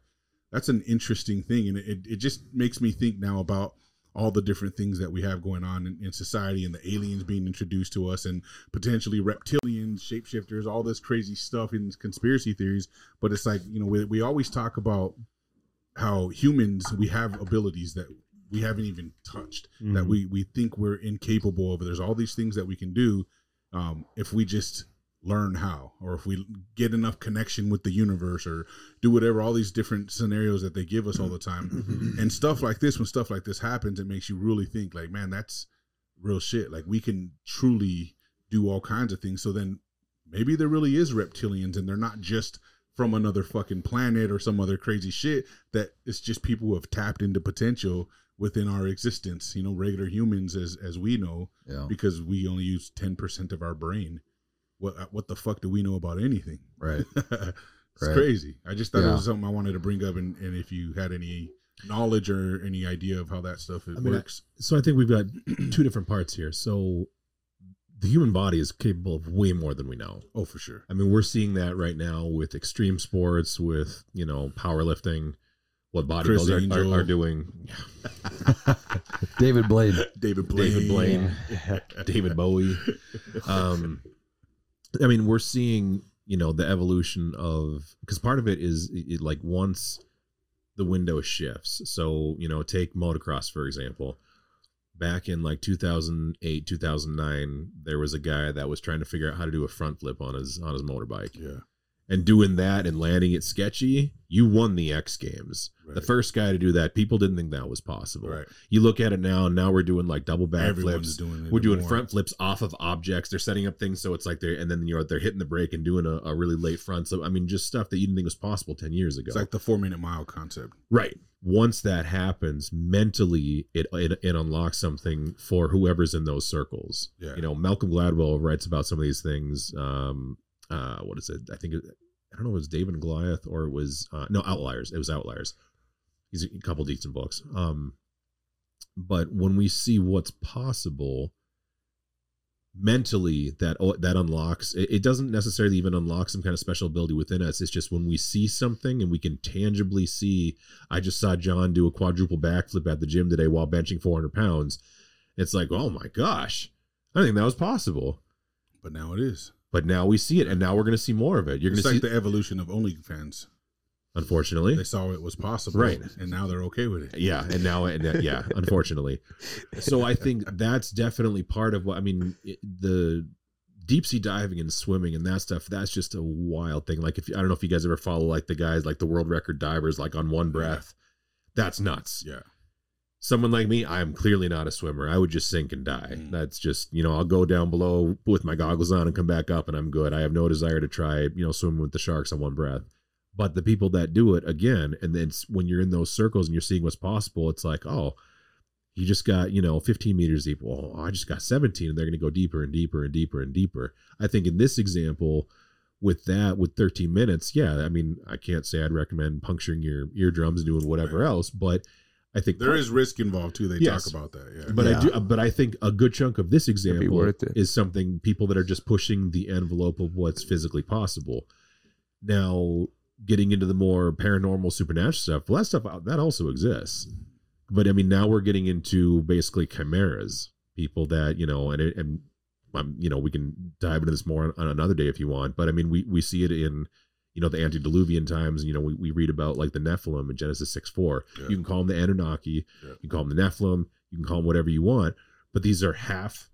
Speaker 1: that's an interesting thing and it, it just makes me think now about all the different things that we have going on in, in society and the aliens being introduced to us and potentially reptilians shapeshifters all this crazy stuff in conspiracy theories but it's like you know we, we always talk about how humans we have abilities that we haven't even touched that
Speaker 5: Mhm.
Speaker 1: we we think we're incapable of there's all these things that we can do um, if we just learn how or if we get enough connection with the universe or do whatever all these different scenarios that they give us all the time and stuff like this when stuff like this happens it makes you really think like man that's real shit like we can truly do all kinds of things so then maybe there really is reptilians and they're not just from another fucking planet or some other crazy shit that it's just people who have tapped into potential within our existence you know regular humans as as we know
Speaker 4: yeah
Speaker 1: because we only use 10% of our brain what what the fuck do we know about anything
Speaker 4: right
Speaker 1: it's
Speaker 4: Right.
Speaker 1: crazy. I just thought it
Speaker 4: Yeah.
Speaker 1: was something I wanted to bring up, and, and if you had any knowledge or any idea of how that stuff it
Speaker 3: I mean, I-
Speaker 1: works,
Speaker 3: so I think we've got two different parts here. So the human body is capable of way more than we know.
Speaker 1: oh for sure.
Speaker 3: I mean, we're seeing that right now with extreme sports, with you know powerlifting, what
Speaker 1: Chris
Speaker 3: bodybuilders are,
Speaker 1: Angel.
Speaker 3: are, are doing.
Speaker 4: david blade
Speaker 1: David Blaine,
Speaker 3: David Blaine, David Bowie. Um, I mean, we're seeing you know the evolution of because part of it is it, like once the window shifts. So you know, take motocross for example. Back in like 2008, 2009, there was a guy that was trying to figure out how to do a front flip on his on his motorbike
Speaker 1: yeah,
Speaker 3: and doing that and landing it sketchy, you won the X Games. The
Speaker 1: Right.
Speaker 3: first guy to do that, people didn't think that was possible.
Speaker 1: right.
Speaker 3: You look at it now, and now we're doing like double back
Speaker 1: Everyone's
Speaker 3: flips.
Speaker 1: doing it.
Speaker 3: We're doing
Speaker 1: more.
Speaker 3: front flips off of objects. They're setting up things so it's like they're and then you're they're hitting the brake and doing a, a really late front. So I mean, just stuff that you didn't think was possible ten years ago.
Speaker 1: It's like the four minute mile concept.
Speaker 3: Right. Once that happens, mentally it, it it unlocks something for whoever's in those circles.
Speaker 1: Yeah.
Speaker 3: You know, Malcolm Gladwell writes about some of these things. Um, uh, what is it? I think it, I don't know. if It was David and Goliath, or it was uh, no Outliers. It was Outliers. He's a couple decent books. Um, but when we see what's possible mentally that oh, that unlocks it, it doesn't necessarily even unlock some kind of special ability within us it's just when we see something and we can tangibly see i just saw john do a quadruple backflip at the gym today while benching 400 pounds it's like oh my gosh i didn't think that was possible
Speaker 1: But now it is.
Speaker 3: but now we see it and now we're going to see more of it you're going
Speaker 1: It's
Speaker 3: to
Speaker 1: like
Speaker 3: see
Speaker 1: the evolution of OnlyFans.
Speaker 3: unfortunately.
Speaker 1: They saw it was possible,
Speaker 3: Right.
Speaker 1: And now they're okay with it.
Speaker 3: Yeah, and now, and, uh, yeah, unfortunately. So I think that's definitely part of what I mean. It, the deep sea diving and swimming and that stuff. That's just a wild thing. Like if you, I don't know if you guys ever follow like the guys like the world record divers like on one breath. That's nuts.
Speaker 1: Yeah,
Speaker 3: Someone like me, I'm clearly not a swimmer. I would just sink and die.
Speaker 1: Mm.
Speaker 3: That's just you know I'll go down below with my goggles on and come back up and I'm good. I have no desire to try you know swimming with the sharks on one breath. But the people that do it again, and then it's- when you're in those circles and you're seeing what's possible, it's like oh you just got you know 15 meters deep well i just got 17 and they're going to go deeper and deeper and deeper and deeper i think in this example with that with 13 minutes yeah i mean i can't say i'd recommend puncturing your eardrums and doing whatever else but i think
Speaker 1: there is risk involved too. They
Speaker 3: Yes.
Speaker 1: talk about that. Yeah,
Speaker 3: but i
Speaker 4: Yeah.
Speaker 3: do but i think a good chunk of this example
Speaker 5: worth it.
Speaker 3: is something people that are just pushing the envelope of what's physically possible now getting into the more paranormal supernatural stuff well that stuff uh, that also exists but I mean, now we're getting into basically chimeras, people that you know, and and um, you know, we can dive into this more on, on another day if you want. But I mean, we we see it in you know the antediluvian times. You know, we, we read about like the Nephilim in Genesis six four.
Speaker 1: Yeah.
Speaker 3: You can call them the Anunnaki.
Speaker 1: Yeah.
Speaker 3: You can call them the Nephilim. You can call them whatever you want. But these are half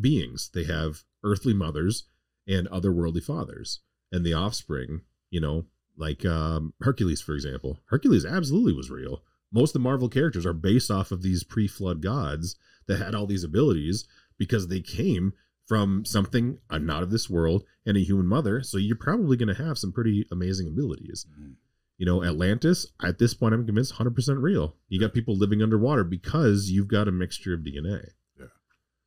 Speaker 3: beings. They have earthly mothers and otherworldly fathers, and the offspring. You know, like um, Hercules, for example. Hercules absolutely was real most of the Marvel characters are based off of these pre-flood gods that had all these abilities because they came from something uh, not of this world and a human mother. So you're probably going to have some pretty amazing abilities.
Speaker 1: Mhm.
Speaker 3: You know, Atlantis at this point, I'm convinced 100 percent real. You got people living underwater because you've got a mixture of DNA.
Speaker 1: Yeah.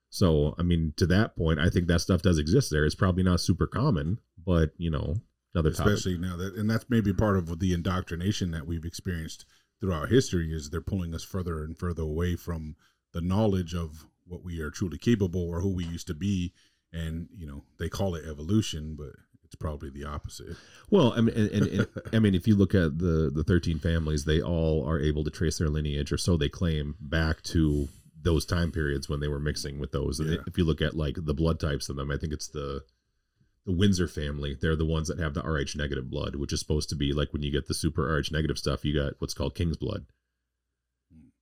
Speaker 3: So I mean, to that point, I think that stuff does exist there. It's probably not super common, but you know, another topic.
Speaker 1: especially now that, and that's maybe part of the indoctrination that we've experienced throughout history is they're pulling us further and further away from the knowledge of what we are truly capable or who we used to be. And you know, they call it evolution, but it's probably the opposite.
Speaker 3: Well, I mean, and, and, and, I mean, if you look at the the thirteen families, they all are able to trace their lineage, or so they claim, back to those time periods when they were mixing with those. And
Speaker 1: Yeah.
Speaker 3: If you look at like the blood types of them, I think it's the the Windsor family. They're the ones that have the Rh negative blood, which is supposed to be like when you get the super Rh negative stuff, you got what's called King's blood.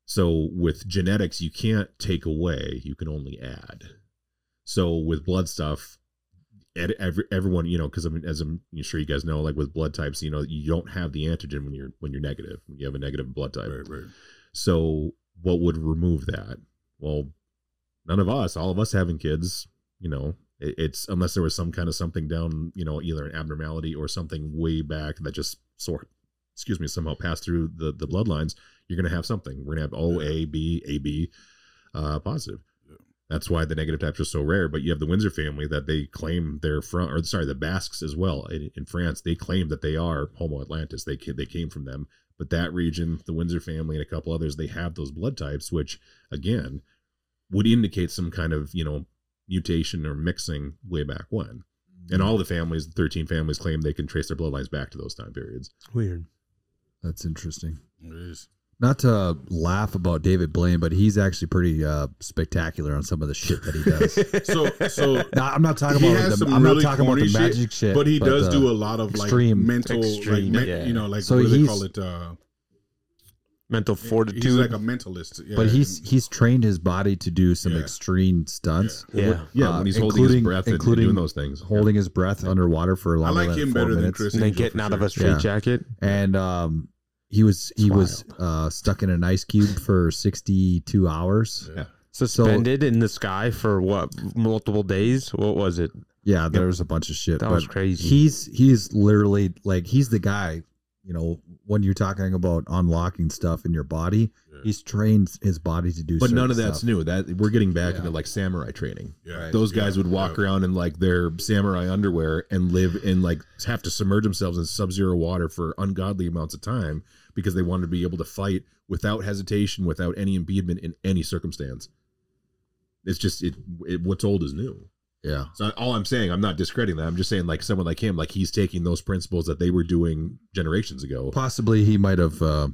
Speaker 3: So with genetics, you can't take away; you can only add. So with blood stuff, ed- every, everyone you know, because I mean, as I'm I'm sure you guys know, like with blood types, you know, you don't have the antigen when you're when you're negative. You have a negative blood type.
Speaker 1: Right, right.
Speaker 3: So what would remove that? Well, none of us, all of us having kids, you know, it, it's unless there was some kind of something down, you know, either an abnormality or something way back that just sort, excuse me, somehow passed through the the bloodlines. You're gonna have something. We're gonna have O A B A B uh, positive.
Speaker 1: Yeah.
Speaker 3: That's why the negative types are so rare. But you have the Windsor family that they claim they're from, or sorry, the Basques as well in, in France. They claim that they are Homo Atlantis. They ca- they came from them but that region, the Windsor family and a couple others, they have those blood types, which again would indicate some kind of you know mutation or mixing way back when.
Speaker 4: Mm-hmm.
Speaker 3: And all the families, the thirteen families, claim they can trace their bloodlines back to those time periods.
Speaker 5: Weird.
Speaker 4: That's interesting.
Speaker 1: It is.
Speaker 4: Not to laugh about David Blaine, but he's actually pretty uh, spectacular on some of the shit that he does.
Speaker 1: So, so
Speaker 4: No, I'm not talking
Speaker 1: He
Speaker 4: about
Speaker 1: has
Speaker 4: the,
Speaker 1: some
Speaker 4: I'm
Speaker 1: really
Speaker 4: not talking about
Speaker 1: corny
Speaker 4: the
Speaker 1: shit,
Speaker 4: magic shit,
Speaker 1: but he does
Speaker 4: uh,
Speaker 1: do a lot of
Speaker 4: extreme-
Speaker 1: like mental,
Speaker 5: extreme,
Speaker 1: like, me-
Speaker 5: yeah.
Speaker 1: you know, like
Speaker 4: So
Speaker 1: what do they
Speaker 4: he's-
Speaker 1: call it? Uh,
Speaker 5: Mental fortitude.
Speaker 1: He's like a mentalist. Yeah,
Speaker 4: But he's
Speaker 1: and-
Speaker 4: he's trained his body to do some
Speaker 1: Yeah.
Speaker 4: extreme stunts,
Speaker 5: yeah.
Speaker 3: Yeah,
Speaker 4: Uh,
Speaker 3: Um, when he's holding his
Speaker 4: including-
Speaker 3: breath and- and
Speaker 4: including
Speaker 3: doing those things.
Speaker 4: holding his breath underwater for
Speaker 1: I
Speaker 4: longer
Speaker 1: like
Speaker 4: than
Speaker 1: him
Speaker 4: four
Speaker 1: better than
Speaker 4: minutes.
Speaker 1: Chris.
Speaker 5: And then
Speaker 1: Angel,
Speaker 5: getting
Speaker 1: for
Speaker 5: out of
Speaker 1: sure.
Speaker 5: a straight
Speaker 4: Yeah.
Speaker 5: jacket.
Speaker 4: and um, he was he
Speaker 5: It's
Speaker 4: was uh, stuck in an ice cube for 62 hours.
Speaker 1: Yeah.
Speaker 5: Suspended in the sky for what? Multiple days? What was it?
Speaker 4: Yeah, there was a bunch of shit.
Speaker 5: That
Speaker 4: but
Speaker 5: was crazy.
Speaker 4: He's he's literally like he's the guy. You know, when you're talking about unlocking stuff in your body,
Speaker 1: Yeah.
Speaker 4: he's trained his body to do.
Speaker 3: But none
Speaker 4: certain
Speaker 3: of that's
Speaker 4: stuff.
Speaker 3: new. That we're getting back
Speaker 4: Yeah.
Speaker 3: into like samurai training.
Speaker 1: Yeah.
Speaker 3: Those guys
Speaker 1: Yeah.
Speaker 3: would walk
Speaker 1: Yeah.
Speaker 3: around in like their samurai underwear and live in like have to submerge themselves in sub-zero water for ungodly amounts of time because they wanted to be able to fight without hesitation, without any impediment in any circumstance. It's just it, it what's old is new.
Speaker 4: Yeah,
Speaker 3: So all I'm saying, I'm not discrediting that. I'm just saying like someone like him, like he's taking those principles that they were doing generations ago.
Speaker 4: possibly he might have uh,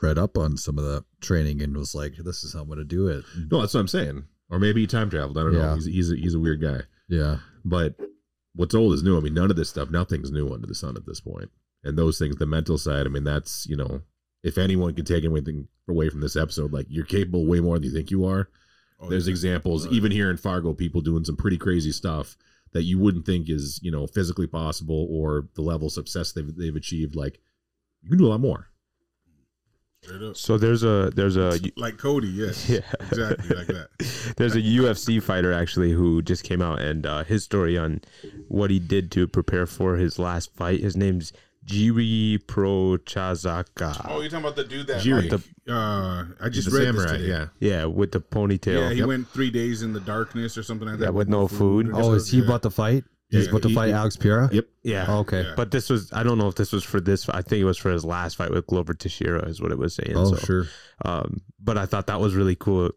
Speaker 4: read up on some of the training and was like, "This is how I'm going to do it."
Speaker 3: No, that's what I'm saying. Or maybe he time traveled. I don't know.
Speaker 4: Yeah.
Speaker 3: He's he's a, he's a weird guy.
Speaker 4: Yeah,
Speaker 3: But what's old is new. I mean, none of this stuff, nothing's new under the sun at this point. and those things, the mental side. I mean, that's you know, if anyone can take anything away from this episode, like you're capable way more than you think you are.
Speaker 1: Oh,
Speaker 3: There's
Speaker 1: yeah.
Speaker 3: examples
Speaker 1: Right.
Speaker 3: even here in Fargo, people doing some pretty crazy stuff that you wouldn't think is you know physically possible or the level of success they've they've achieved. Like you can do a lot more.
Speaker 1: Straight up.
Speaker 5: So there's a there's a
Speaker 1: like Cody, yes,
Speaker 5: Yeah.
Speaker 1: exactly like that.
Speaker 5: There's a UFC fighter actually who just came out, and uh, his story on what he did to prepare for his last fight. His name's Jiri Prochazaka.
Speaker 1: Oh, you're talking about the dude that
Speaker 3: Jiri.
Speaker 1: like, uh, I just
Speaker 3: the
Speaker 1: read
Speaker 3: samurai,
Speaker 1: this today.
Speaker 3: yeah.
Speaker 5: Yeah, with the ponytail.
Speaker 1: Yeah, he
Speaker 5: Yep.
Speaker 1: went three days in the darkness or something like that.
Speaker 5: Yeah, with no food.
Speaker 1: or
Speaker 4: Oh, is he
Speaker 1: something.
Speaker 4: about to fight? He's
Speaker 1: Yeah,
Speaker 4: about to
Speaker 3: he-
Speaker 4: fight
Speaker 3: he-
Speaker 4: Alex Pira.
Speaker 3: Yep.
Speaker 5: yeah.
Speaker 4: Oh, okay.
Speaker 1: Yeah.
Speaker 5: But this was, I don't know if this was for this. I think it was for his last fight with Glover Teixeira, is what it was saying.
Speaker 4: Oh,
Speaker 5: so,
Speaker 4: sure.
Speaker 5: um, but I thought that was really cool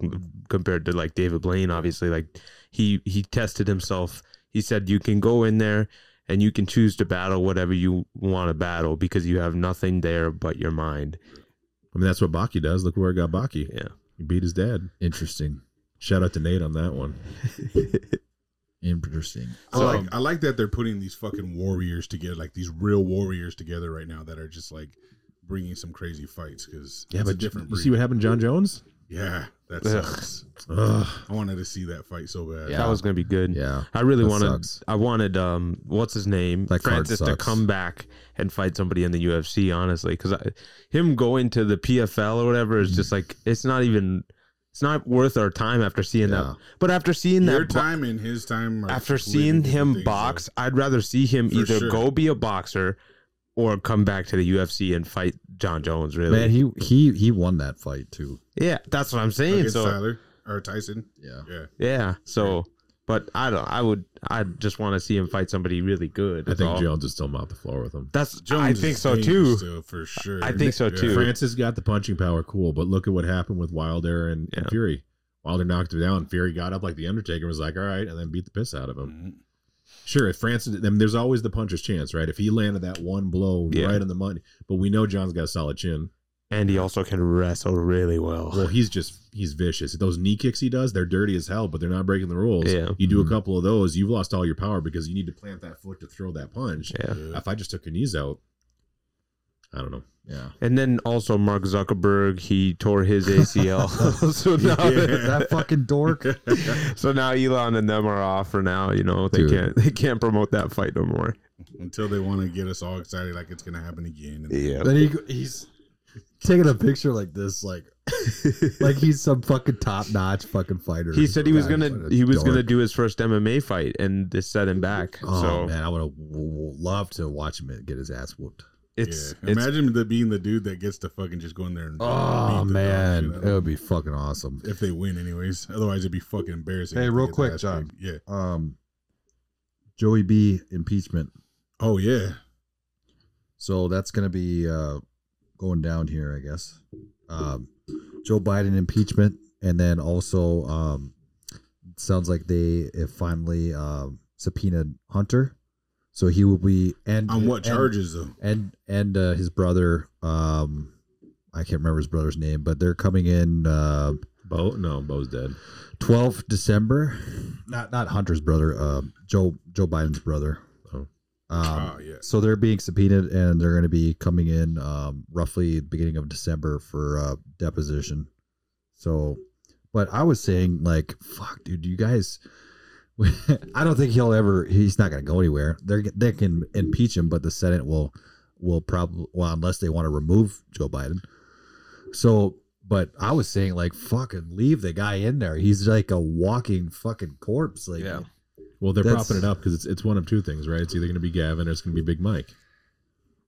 Speaker 5: compared to like David Blaine. Obviously, like he he tested himself. He said you can go in there and you can choose to battle whatever you want to battle because you have nothing there but your mind.
Speaker 3: I mean, that's what Baki does. Look where it got Baki.
Speaker 5: Yeah.
Speaker 3: He beat his dad.
Speaker 4: Interesting.
Speaker 3: Shout out to Nate on that one.
Speaker 4: Interesting.
Speaker 1: I like I like that they're putting these fucking warriors together, like these real warriors together right now that are just like bringing some crazy fights because yeah, it's a different
Speaker 3: you
Speaker 1: breed.
Speaker 3: see what happened to John Jones?
Speaker 1: yeah, that
Speaker 5: Ugh.
Speaker 1: sucks.
Speaker 3: Ugh.
Speaker 1: I wanted to see that fight so bad.
Speaker 4: Yeah.
Speaker 5: That was gonna be good.
Speaker 4: Yeah.
Speaker 5: I really
Speaker 4: That
Speaker 5: wanted.
Speaker 4: sucks.
Speaker 5: I wanted. Um, what's his name?
Speaker 4: That card
Speaker 5: Francis to
Speaker 4: sucks.
Speaker 5: come back and fight somebody in the UFC. Honestly, because him going to the PFL or whatever is
Speaker 4: Mm.
Speaker 5: just like it's not even. It's not worth our time after seeing
Speaker 4: Yeah.
Speaker 5: that. But after seeing
Speaker 1: Your
Speaker 5: that, bo-
Speaker 1: time and his time. Are
Speaker 5: after
Speaker 1: completely
Speaker 5: seeing
Speaker 1: different
Speaker 5: him
Speaker 1: things,
Speaker 5: box,
Speaker 1: so-
Speaker 5: I'd rather see him
Speaker 1: For
Speaker 5: either
Speaker 1: sure.
Speaker 5: go be a boxer or come back to the UFC and fight John Jones. Really,
Speaker 4: Man, he he he won that fight too.
Speaker 5: yeah, that's what I'm saying.
Speaker 1: Against
Speaker 5: so
Speaker 1: Tyler or Tyson.
Speaker 4: Yeah.
Speaker 1: Yeah,
Speaker 5: yeah, so. But I don't. I would. I just want to see him fight somebody really good.
Speaker 3: I
Speaker 5: that's
Speaker 3: think
Speaker 5: all.
Speaker 3: Jones would still mop the floor with him.
Speaker 5: That's
Speaker 1: Jones.
Speaker 5: I
Speaker 1: is
Speaker 5: think so
Speaker 1: dangerous
Speaker 5: too.
Speaker 1: Still, for sure.
Speaker 5: I think so,
Speaker 1: Yeah.
Speaker 5: too.
Speaker 3: Francis got the punching power, cool, but look at what happened with Wilder and, and
Speaker 5: Yeah.
Speaker 3: Fury. Wilder knocked him down. Fury got up like the Undertaker was like, all right, and then beat the piss out of him.
Speaker 1: Mhm.
Speaker 3: Sure, if Francis, then there's always the puncher's chance, right? If he landed that one blow
Speaker 5: Yeah.
Speaker 3: right on the money, but we know John's got a solid chin.
Speaker 5: And he also can wrestle really well.
Speaker 3: Well, he's just he's vicious. Those knee kicks he does, they're dirty as hell, but they're not breaking the rules.
Speaker 5: Yeah.
Speaker 3: You do
Speaker 4: Mhm.
Speaker 3: a couple of those, you've lost all your power because you need to plant that foot to throw that punch.
Speaker 5: yeah.
Speaker 1: Yeah.
Speaker 3: If I just took your knees out, I don't know.
Speaker 4: Yeah.
Speaker 5: And then also Mark Zuckerberg, he tore his ACL. so now
Speaker 4: that fucking dork.
Speaker 5: So now Elon and them are off for now, you know. They
Speaker 4: Dude.
Speaker 5: can't they can't promote that fight no more.
Speaker 1: Until they want to get us all excited, like it's gonna happen again. And
Speaker 5: Yeah.
Speaker 4: Then he he's taking a picture like this, like like he's some fucking top notch fucking fighter.
Speaker 5: He said he was
Speaker 4: That
Speaker 5: gonna
Speaker 4: fucking
Speaker 5: he was
Speaker 4: dork.
Speaker 5: gonna do his first MMA fight and this set him back.
Speaker 4: Oh
Speaker 5: so
Speaker 4: man, I would have loved to watch him get his ass whooped.
Speaker 5: it's
Speaker 1: yeah.
Speaker 5: it's
Speaker 1: imagine the, being the dude that gets to fucking just go in there and
Speaker 4: Oh
Speaker 1: beat the
Speaker 4: man,
Speaker 1: dog shit out of
Speaker 4: it would be fucking awesome.
Speaker 1: if they win anyways. Otherwise, it'd be fucking embarrassing.
Speaker 4: Hey,
Speaker 1: if they
Speaker 4: real
Speaker 1: get the
Speaker 4: quick,
Speaker 1: ass
Speaker 4: John.
Speaker 1: beat. Yeah.
Speaker 4: Um, Joey B impeachment.
Speaker 1: Oh yeah.
Speaker 4: So that's going to be uh, going down here, I guess. Um, Joe Biden impeachment, and then also um, sounds like they have finally um, subpoenaed Hunter, so he will be and
Speaker 1: On what
Speaker 4: and-
Speaker 1: charges though?
Speaker 4: And and uh, his brother, um, I can't remember his brother's name, but they're coming in uh,
Speaker 3: Bo, no, Bo's dead.
Speaker 4: 12 December. Not not Hunter's brother, uh, Joe Joe Biden's brother.
Speaker 3: Oh.
Speaker 4: Um,
Speaker 1: oh yeah.
Speaker 4: so they're being subpoenaed and they're going to be coming in um, roughly the beginning of December for uh, deposition. So, but I was saying like, fuck, dude, you guys. I don't think he'll ever. He's not going to go anywhere. They are they can impeach him, but the Senate will will probably well unless they want to remove Joe Biden. So, but I was saying like, fucking leave the guy in there. He's like a walking fucking corpse. Like,
Speaker 5: Yeah.
Speaker 3: Well, they're
Speaker 4: That's-
Speaker 3: propping it up because it's it's one of two things, right? It's either going to be Gavin or it's going to be Big Mike.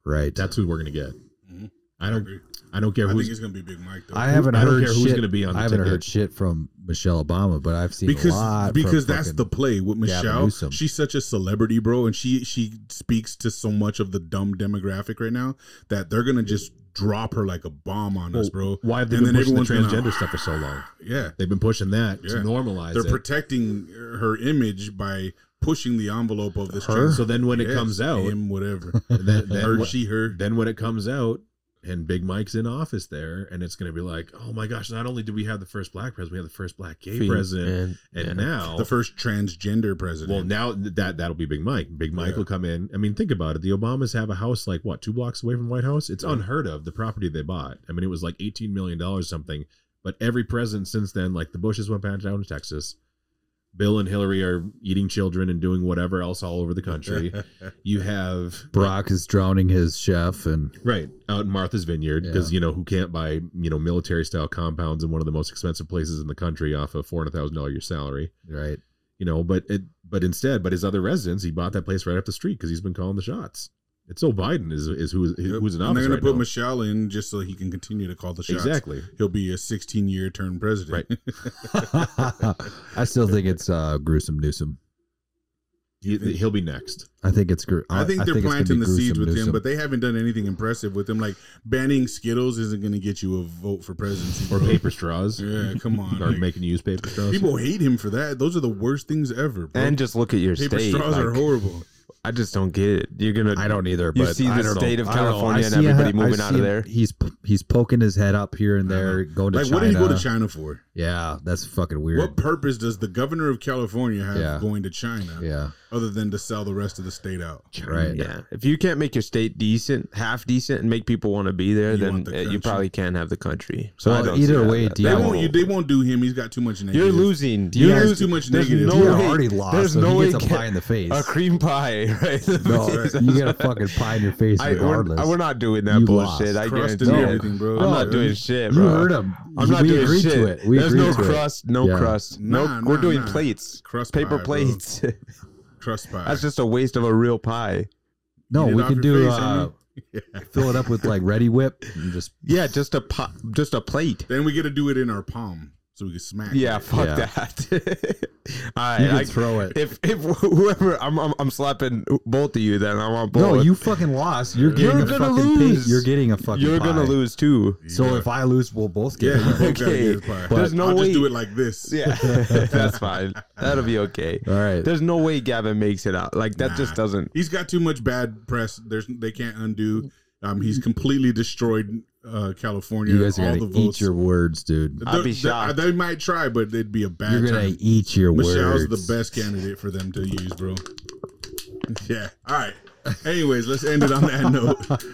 Speaker 4: right.
Speaker 3: That's who we're going to get.
Speaker 1: Mhm.
Speaker 3: I
Speaker 1: I,
Speaker 3: don't
Speaker 1: agree.
Speaker 3: I don't care
Speaker 1: I think
Speaker 3: who's
Speaker 1: it's gonna be Big Mike though.
Speaker 4: I haven't
Speaker 3: I don't
Speaker 4: heard
Speaker 3: care who's
Speaker 4: shit-
Speaker 3: gonna be on the
Speaker 4: I haven't
Speaker 3: ticket.
Speaker 4: heard shit from Michelle Obama, but I've seen a
Speaker 1: because
Speaker 4: lot
Speaker 1: because
Speaker 4: from
Speaker 1: that's
Speaker 4: fucking-
Speaker 1: the play with
Speaker 4: Gavin
Speaker 1: Michelle.
Speaker 4: Newsom.
Speaker 1: She's such a celebrity, bro, and she she speaks to so much of the dumb demographic right now that they're gonna just drop her like a bomb on
Speaker 3: Oh.
Speaker 1: us, bro.
Speaker 3: Why have they
Speaker 1: And
Speaker 3: been
Speaker 1: then
Speaker 3: pushing the
Speaker 1: everyone's
Speaker 3: transgender
Speaker 1: gonna-
Speaker 3: stuff for so long?
Speaker 1: Yeah,
Speaker 3: They've been pushing that to
Speaker 1: Yeah.
Speaker 3: normalize
Speaker 1: they're
Speaker 3: it.
Speaker 1: protecting her image by pushing the envelope of this.
Speaker 3: Her?
Speaker 1: trans-
Speaker 3: So then when it
Speaker 1: Yes,
Speaker 3: comes out-
Speaker 1: him, whatever,
Speaker 3: then, then
Speaker 1: her,
Speaker 3: what-
Speaker 1: she, her.
Speaker 3: then when it comes out, and Big Mike's in office there, and it's going to be like, oh my gosh! Not only do we have the first black president, we have the first black gay
Speaker 5: Fiend,
Speaker 3: president, and
Speaker 5: yeah.
Speaker 3: now
Speaker 1: The first transgender president.
Speaker 3: well, now th- that that'll be Big Mike. Big Mike
Speaker 1: Yeah.
Speaker 3: will come in. I mean, think about it. The Obamas have a house like what two blocks away from the White House. It's
Speaker 1: Yeah.
Speaker 3: unheard of. The property they bought. I mean, it was like eighteen million dollars something. But every president since then, like the Bushes went back down to Texas. Bill and Hillary are eating children and doing whatever else all over the country. you have
Speaker 4: Brock is drowning his chef, and
Speaker 3: Right out in Martha's Vineyard because
Speaker 4: Yeah.
Speaker 3: you know who can't buy you know military style compounds in one of the most expensive places in the country off of four hundred thousand dollars your salary.
Speaker 4: right,
Speaker 3: You know, but it but instead, but his other residents, he bought that place right up the street because he's been calling the shots. It's so Biden is is who is
Speaker 1: Yep.
Speaker 3: who's in
Speaker 1: and
Speaker 3: office
Speaker 1: they're gonna
Speaker 3: right
Speaker 1: put
Speaker 3: now.
Speaker 1: Michelle in just so he can continue to call the shots.
Speaker 3: exactly.
Speaker 1: He'll be a 16 year term president.
Speaker 4: I still think it's uh, gruesome Newsom.
Speaker 3: He, he'll be next.
Speaker 4: I think it's gru-
Speaker 1: I think they're
Speaker 4: it's gonna
Speaker 1: planting the
Speaker 4: be
Speaker 1: seeds
Speaker 4: gruesome
Speaker 1: with him,
Speaker 4: Newsom.
Speaker 1: but they haven't done anything impressive with him. Like banning Skittles isn't going to get you a vote for presidency
Speaker 3: Or
Speaker 1: bro.
Speaker 3: paper straws,
Speaker 1: Yeah, come on.
Speaker 3: or
Speaker 1: like,
Speaker 3: making you use paper straws.
Speaker 1: people hate him for that. Those are the worst things ever. Bro.
Speaker 5: And just look at your
Speaker 1: paper
Speaker 5: state.
Speaker 1: straws are
Speaker 5: like,
Speaker 1: horrible.
Speaker 5: I just don't get it. You're gonna.
Speaker 4: I don't either.
Speaker 5: You
Speaker 4: But
Speaker 5: see
Speaker 4: I
Speaker 5: the
Speaker 4: don't know.
Speaker 5: state of
Speaker 4: I don't know.
Speaker 5: California
Speaker 4: I
Speaker 5: and
Speaker 4: see him-
Speaker 5: everybody
Speaker 4: I
Speaker 5: moving
Speaker 4: see
Speaker 5: out of
Speaker 4: him-
Speaker 5: there.
Speaker 4: He's p- he's poking his head up here and there, going to
Speaker 1: Like,
Speaker 4: China.
Speaker 1: what did he go to China for?
Speaker 4: Yeah, that's fucking weird.
Speaker 1: What purpose does the governor of California have
Speaker 4: Yeah.
Speaker 1: going to China
Speaker 4: Yeah,
Speaker 1: other than to sell the rest of the state out?
Speaker 4: right.
Speaker 5: Yeah. If you can't make your state decent, half decent, and make people want to be there,
Speaker 1: You
Speaker 5: then
Speaker 1: want the
Speaker 5: uh, you
Speaker 1: country.
Speaker 5: probably can't have the country. So
Speaker 4: Well,
Speaker 5: I don't see
Speaker 4: either
Speaker 5: that-
Speaker 4: way,
Speaker 5: that-
Speaker 1: They
Speaker 4: Dion-
Speaker 5: that
Speaker 4: Yeah.
Speaker 1: won't.
Speaker 5: won't-
Speaker 1: You, they won't do him. He's got too much negative.
Speaker 5: You're losing.
Speaker 1: He
Speaker 5: You're
Speaker 1: has
Speaker 5: losing.
Speaker 1: too much
Speaker 5: There's
Speaker 1: negative.
Speaker 5: no
Speaker 1: He
Speaker 4: You
Speaker 5: way.
Speaker 4: already lost.
Speaker 5: There's
Speaker 4: so
Speaker 5: no
Speaker 4: he
Speaker 5: way
Speaker 4: gets a
Speaker 5: get
Speaker 4: pie in the face.
Speaker 5: a cream pie, right?
Speaker 4: no,
Speaker 1: Right.
Speaker 4: you get a fucking pie in your face
Speaker 5: I, we're,
Speaker 4: regardless.
Speaker 5: we're not doing that
Speaker 4: You
Speaker 5: bullshit.
Speaker 4: lost.
Speaker 5: I
Speaker 1: Crust
Speaker 5: guarantee
Speaker 1: and
Speaker 5: it.
Speaker 1: everything, bro.
Speaker 5: I'm
Speaker 1: Yeah.
Speaker 5: not doing shit,
Speaker 4: you
Speaker 5: bro.
Speaker 4: heard him.
Speaker 5: I'm not
Speaker 4: we
Speaker 5: doing
Speaker 4: agreed
Speaker 5: shit.
Speaker 4: to it. We
Speaker 5: There's
Speaker 4: agreed
Speaker 5: no
Speaker 4: to it.
Speaker 5: crust. No
Speaker 4: Yeah.
Speaker 5: crust. No,
Speaker 1: Nah,
Speaker 5: we're
Speaker 1: nah,
Speaker 5: doing
Speaker 1: nah.
Speaker 5: plates.
Speaker 1: crust pie,
Speaker 5: Paper
Speaker 1: bro.
Speaker 5: plates.
Speaker 1: crust pie.
Speaker 5: That's just a waste of a real pie.
Speaker 4: No,
Speaker 1: Eat it
Speaker 4: we
Speaker 1: off
Speaker 4: can
Speaker 1: your
Speaker 4: do
Speaker 1: face,
Speaker 4: uh,
Speaker 1: homie. Yeah.
Speaker 4: fill it up with like Ready Whip and just
Speaker 5: Yeah, just a pot, just a plate.
Speaker 1: Then we get to do it in our palm so we can smack.
Speaker 5: Yeah,
Speaker 1: it.
Speaker 5: fuck
Speaker 4: Yeah.
Speaker 5: that. All
Speaker 4: you
Speaker 5: right,
Speaker 4: can
Speaker 5: I-
Speaker 4: throw it.
Speaker 5: if if whoever I'm, I'm I'm slapping both of you, then I'm on both.
Speaker 4: No, you fucking lost. You're getting
Speaker 5: You're
Speaker 4: a
Speaker 5: gonna
Speaker 4: fucking pie.
Speaker 5: lose.
Speaker 4: You're getting a fucking.
Speaker 5: you're gonna
Speaker 4: pie.
Speaker 5: lose too.
Speaker 4: So if I lose, we'll both
Speaker 1: Yeah, you
Speaker 4: get. it.
Speaker 1: both gotta
Speaker 5: Okay.
Speaker 1: get his pie.
Speaker 5: There's no
Speaker 1: I'll
Speaker 5: way-
Speaker 1: just do it like this.
Speaker 5: Yeah, that's fine. That'll be okay.
Speaker 4: All right.
Speaker 5: There's no way Gavin makes it out. Like that
Speaker 1: Nah.
Speaker 5: just doesn't.
Speaker 1: He's got too much bad press. There's they can't undo. Um, he's completely destroyed uh, California.
Speaker 4: You guys are
Speaker 1: all
Speaker 4: gonna
Speaker 1: the
Speaker 4: eat
Speaker 1: votes.
Speaker 4: your words, dude.
Speaker 1: The-
Speaker 5: I'd be
Speaker 1: the-
Speaker 5: shocked.
Speaker 1: They might try, but it'd be a bad.
Speaker 4: You're gonna
Speaker 1: time.
Speaker 4: eat your
Speaker 1: Michelle's
Speaker 4: words.
Speaker 1: the best candidate for them to use, bro. Yeah. All right. Anyways, let's end it on that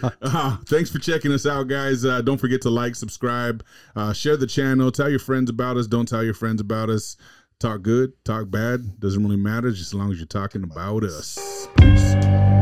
Speaker 1: note. Uh, thanks for checking us out, guys. Uh, don't forget to like, subscribe, uh, share the channel, tell your friends about us. Don't tell your friends about us. Talk good, talk bad. Doesn't really matter, just as long as you're talking about us. Peace.